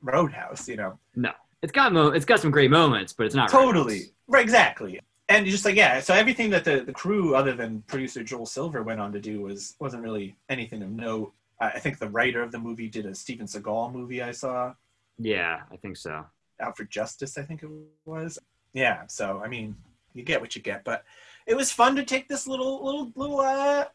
Speaker 1: Roadhouse, you know.
Speaker 2: No, it's got mo- it's got some great moments, but it's not
Speaker 1: totally.
Speaker 2: Roadhouse.
Speaker 1: Right, exactly. And you're just like, yeah, so everything that the, the crew, other than producer Joel Silver, went on to do was, wasn't really anything of note. Uh, I think the writer of the movie did a Steven Seagal movie I saw,
Speaker 2: Yeah, I think so.
Speaker 1: Out for Justice, I think it was. Yeah, so, I mean, you get what you get, but it was fun to take this little, little, little, uh,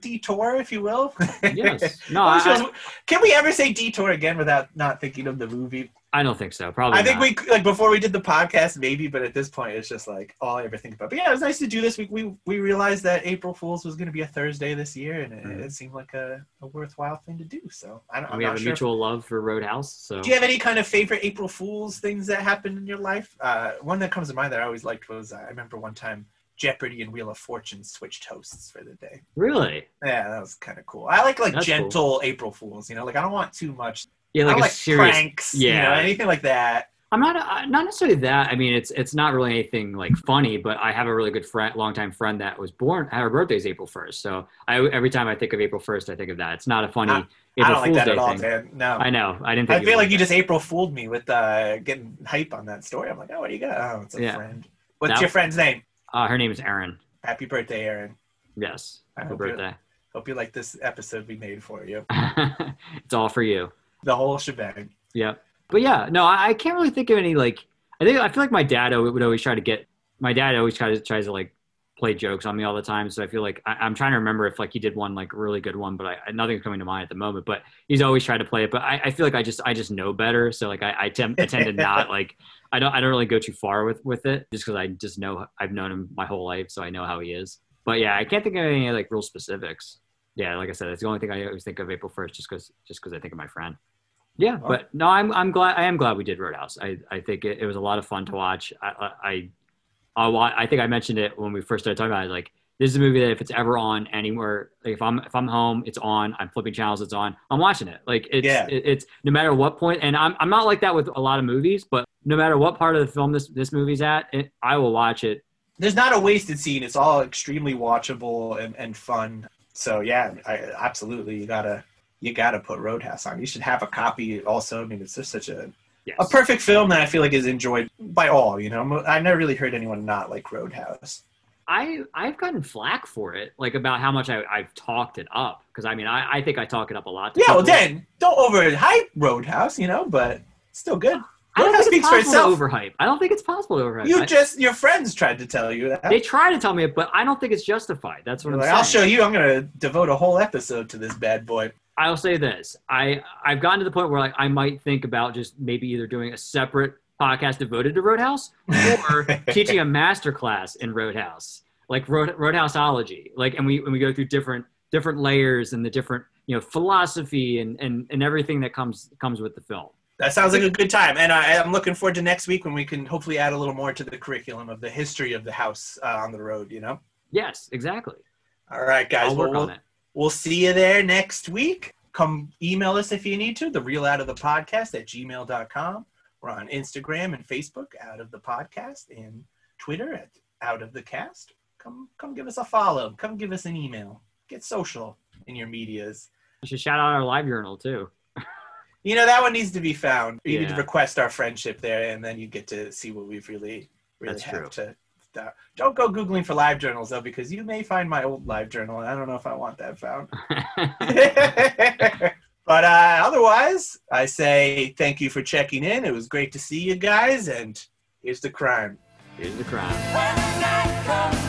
Speaker 1: detour, if you will.
Speaker 2: Yes. No,
Speaker 1: I wish it
Speaker 2: I,
Speaker 1: was- can we ever say detour again without not thinking of the movie?
Speaker 2: I, I don't think so. Probably.
Speaker 1: I think
Speaker 2: not.
Speaker 1: we like before we did the podcast, maybe, but at this point, it's just like all I ever think about. But yeah, it was nice to do this. We we, we realized that April Fools was going to be a Thursday this year, and it, it seemed like a, a worthwhile thing to do. So I don't. I'm
Speaker 2: Mm. we
Speaker 1: not
Speaker 2: have a
Speaker 1: sure.
Speaker 2: mutual love for Roadhouse. So
Speaker 1: do you have any kind of favorite April Fools things that happened in your life? Uh, one that comes to mind that I always liked was uh, I remember one time Jeopardy and Wheel of Fortune switched hosts for the day.
Speaker 2: really,
Speaker 1: Yeah, that was kind of cool. I like like
Speaker 2: That's cool.
Speaker 1: gentle April Fools. You know, like I don't want too much
Speaker 2: yeah, like
Speaker 1: I
Speaker 2: a
Speaker 1: like
Speaker 2: serious.
Speaker 1: pranks, you
Speaker 2: yeah.
Speaker 1: know, anything like that.
Speaker 2: I'm not uh, not necessarily that. I mean, it's it's not really anything like funny, but I have a really good friend, longtime friend that was born. Her birthday is April 1st, so I every time I think of April 1st, I think of that. It's not a funny
Speaker 1: I-
Speaker 2: April
Speaker 1: I don't like
Speaker 2: Fool's
Speaker 1: that
Speaker 2: Day
Speaker 1: at all,
Speaker 2: thing.
Speaker 1: Dan. No,
Speaker 2: I know. I didn't. Think
Speaker 1: I
Speaker 2: it
Speaker 1: feel
Speaker 2: was
Speaker 1: like you just April fooled me with uh, getting hype on that story. I'm like, oh, what do you got? Oh, it's a
Speaker 2: Yeah.
Speaker 1: friend. What's
Speaker 2: That-
Speaker 1: your friend's name?
Speaker 2: Uh, her name is Erin.
Speaker 1: Happy birthday, Aaron.
Speaker 2: Yes.
Speaker 1: I
Speaker 2: Happy
Speaker 1: hope you're-
Speaker 2: birthday.
Speaker 1: Hope you like this episode we made for you.
Speaker 2: it's all for you.
Speaker 1: The whole shebang.
Speaker 2: Yep. But yeah, no, I, I can't really think of any like. I think I feel like my dad al- would always try to get. My dad always tries tries to like play jokes on me all the time. So I feel like I, I'm trying to remember if like he did one like really good one, but I, I- nothing's coming to mind at the moment. But he's always tried to play it. But I, I feel like I just I just know better. So like I, I, tem- I tend to not like I don't I don't really go too far with with it just because I just know I've known him my whole life, so I know how he is. But yeah, I can't think of any like real specifics. Yeah, like I said, that's the only thing I always think of April first, just because just because I think of my friend. Yeah,
Speaker 1: Wow.
Speaker 2: but no, I'm I'm glad I am glad we did Roadhouse. I I think it, it was a lot of fun to watch. I I I, I wa- I think I mentioned it when we first started talking about it. Like this is a movie that if it's ever on anywhere, like if I'm if I'm home, it's on. I'm flipping channels, it's on. I'm watching it. Like it's
Speaker 1: Yeah.
Speaker 2: it, it's no matter what point, and I'm I'm not like that with a lot of movies, but no matter what part of the film this this movie's at, it, I will watch it.
Speaker 1: There's not a wasted scene. It's all extremely watchable and, and fun. So yeah, I, absolutely. You gotta you gotta put Roadhouse on. You should have a copy also. I mean, it's just such a
Speaker 2: Yes.
Speaker 1: a perfect film that I feel like is enjoyed by all. You know, I've never really heard anyone not like Roadhouse.
Speaker 2: I I've gotten flack for it, like about how much I, I've talked it up. Because I mean, I, I think I talk it up a lot. to
Speaker 1: Yeah, well,
Speaker 2: people.
Speaker 1: Dan, don't overhype Roadhouse, you know, but still good.
Speaker 2: I don't
Speaker 1: Roadhouse
Speaker 2: think
Speaker 1: speaks
Speaker 2: it's
Speaker 1: for
Speaker 2: possible
Speaker 1: itself.
Speaker 2: to overhype. I don't think it's possible to overhype.
Speaker 1: You
Speaker 2: I-
Speaker 1: just your friends tried to tell you that.
Speaker 2: they try to tell me it, but I don't think it's justified. That's what I'm
Speaker 1: Like,
Speaker 2: saying.
Speaker 1: I'll show you. I'm gonna devote a whole episode to this bad boy.
Speaker 2: I'll say this: I I've gotten to the point where like I might think about just maybe either doing a separate podcast devoted to Roadhouse or teaching a master class in Roadhouse, like Road, Roadhouseology, like and we and we go through different different layers and the different you know philosophy and and and everything that comes comes with the film.
Speaker 1: That sounds like a good time, and I, I'm looking forward to next week when we can hopefully add a little more to the curriculum of the history of the house uh, on the road. You know.
Speaker 2: Yes, exactly.
Speaker 1: All right, guys.
Speaker 2: I'll
Speaker 1: well,
Speaker 2: work
Speaker 1: we'll-
Speaker 2: on it.
Speaker 1: We'll see you there next week. Come email us if you need to, the real out of the podcast at gmail.com. We're on Instagram and Facebook, out of the podcast, and Twitter at out of the cast. Come come give us a follow. Come give us an email. Get social in your medias.
Speaker 2: You should shout out our live journal too.
Speaker 1: You know, that one needs to be found. You need to
Speaker 2: Yeah.
Speaker 1: request our friendship there and then you get to see what we've really really
Speaker 2: That's
Speaker 1: have to don't go googling for live journals though, because you may find my old live journal, and I don't know if I want that found. but uh, otherwise, I say thank you for checking in. It was great to see you guys, and here's the crime.
Speaker 2: Here's the crime.
Speaker 9: When the night comes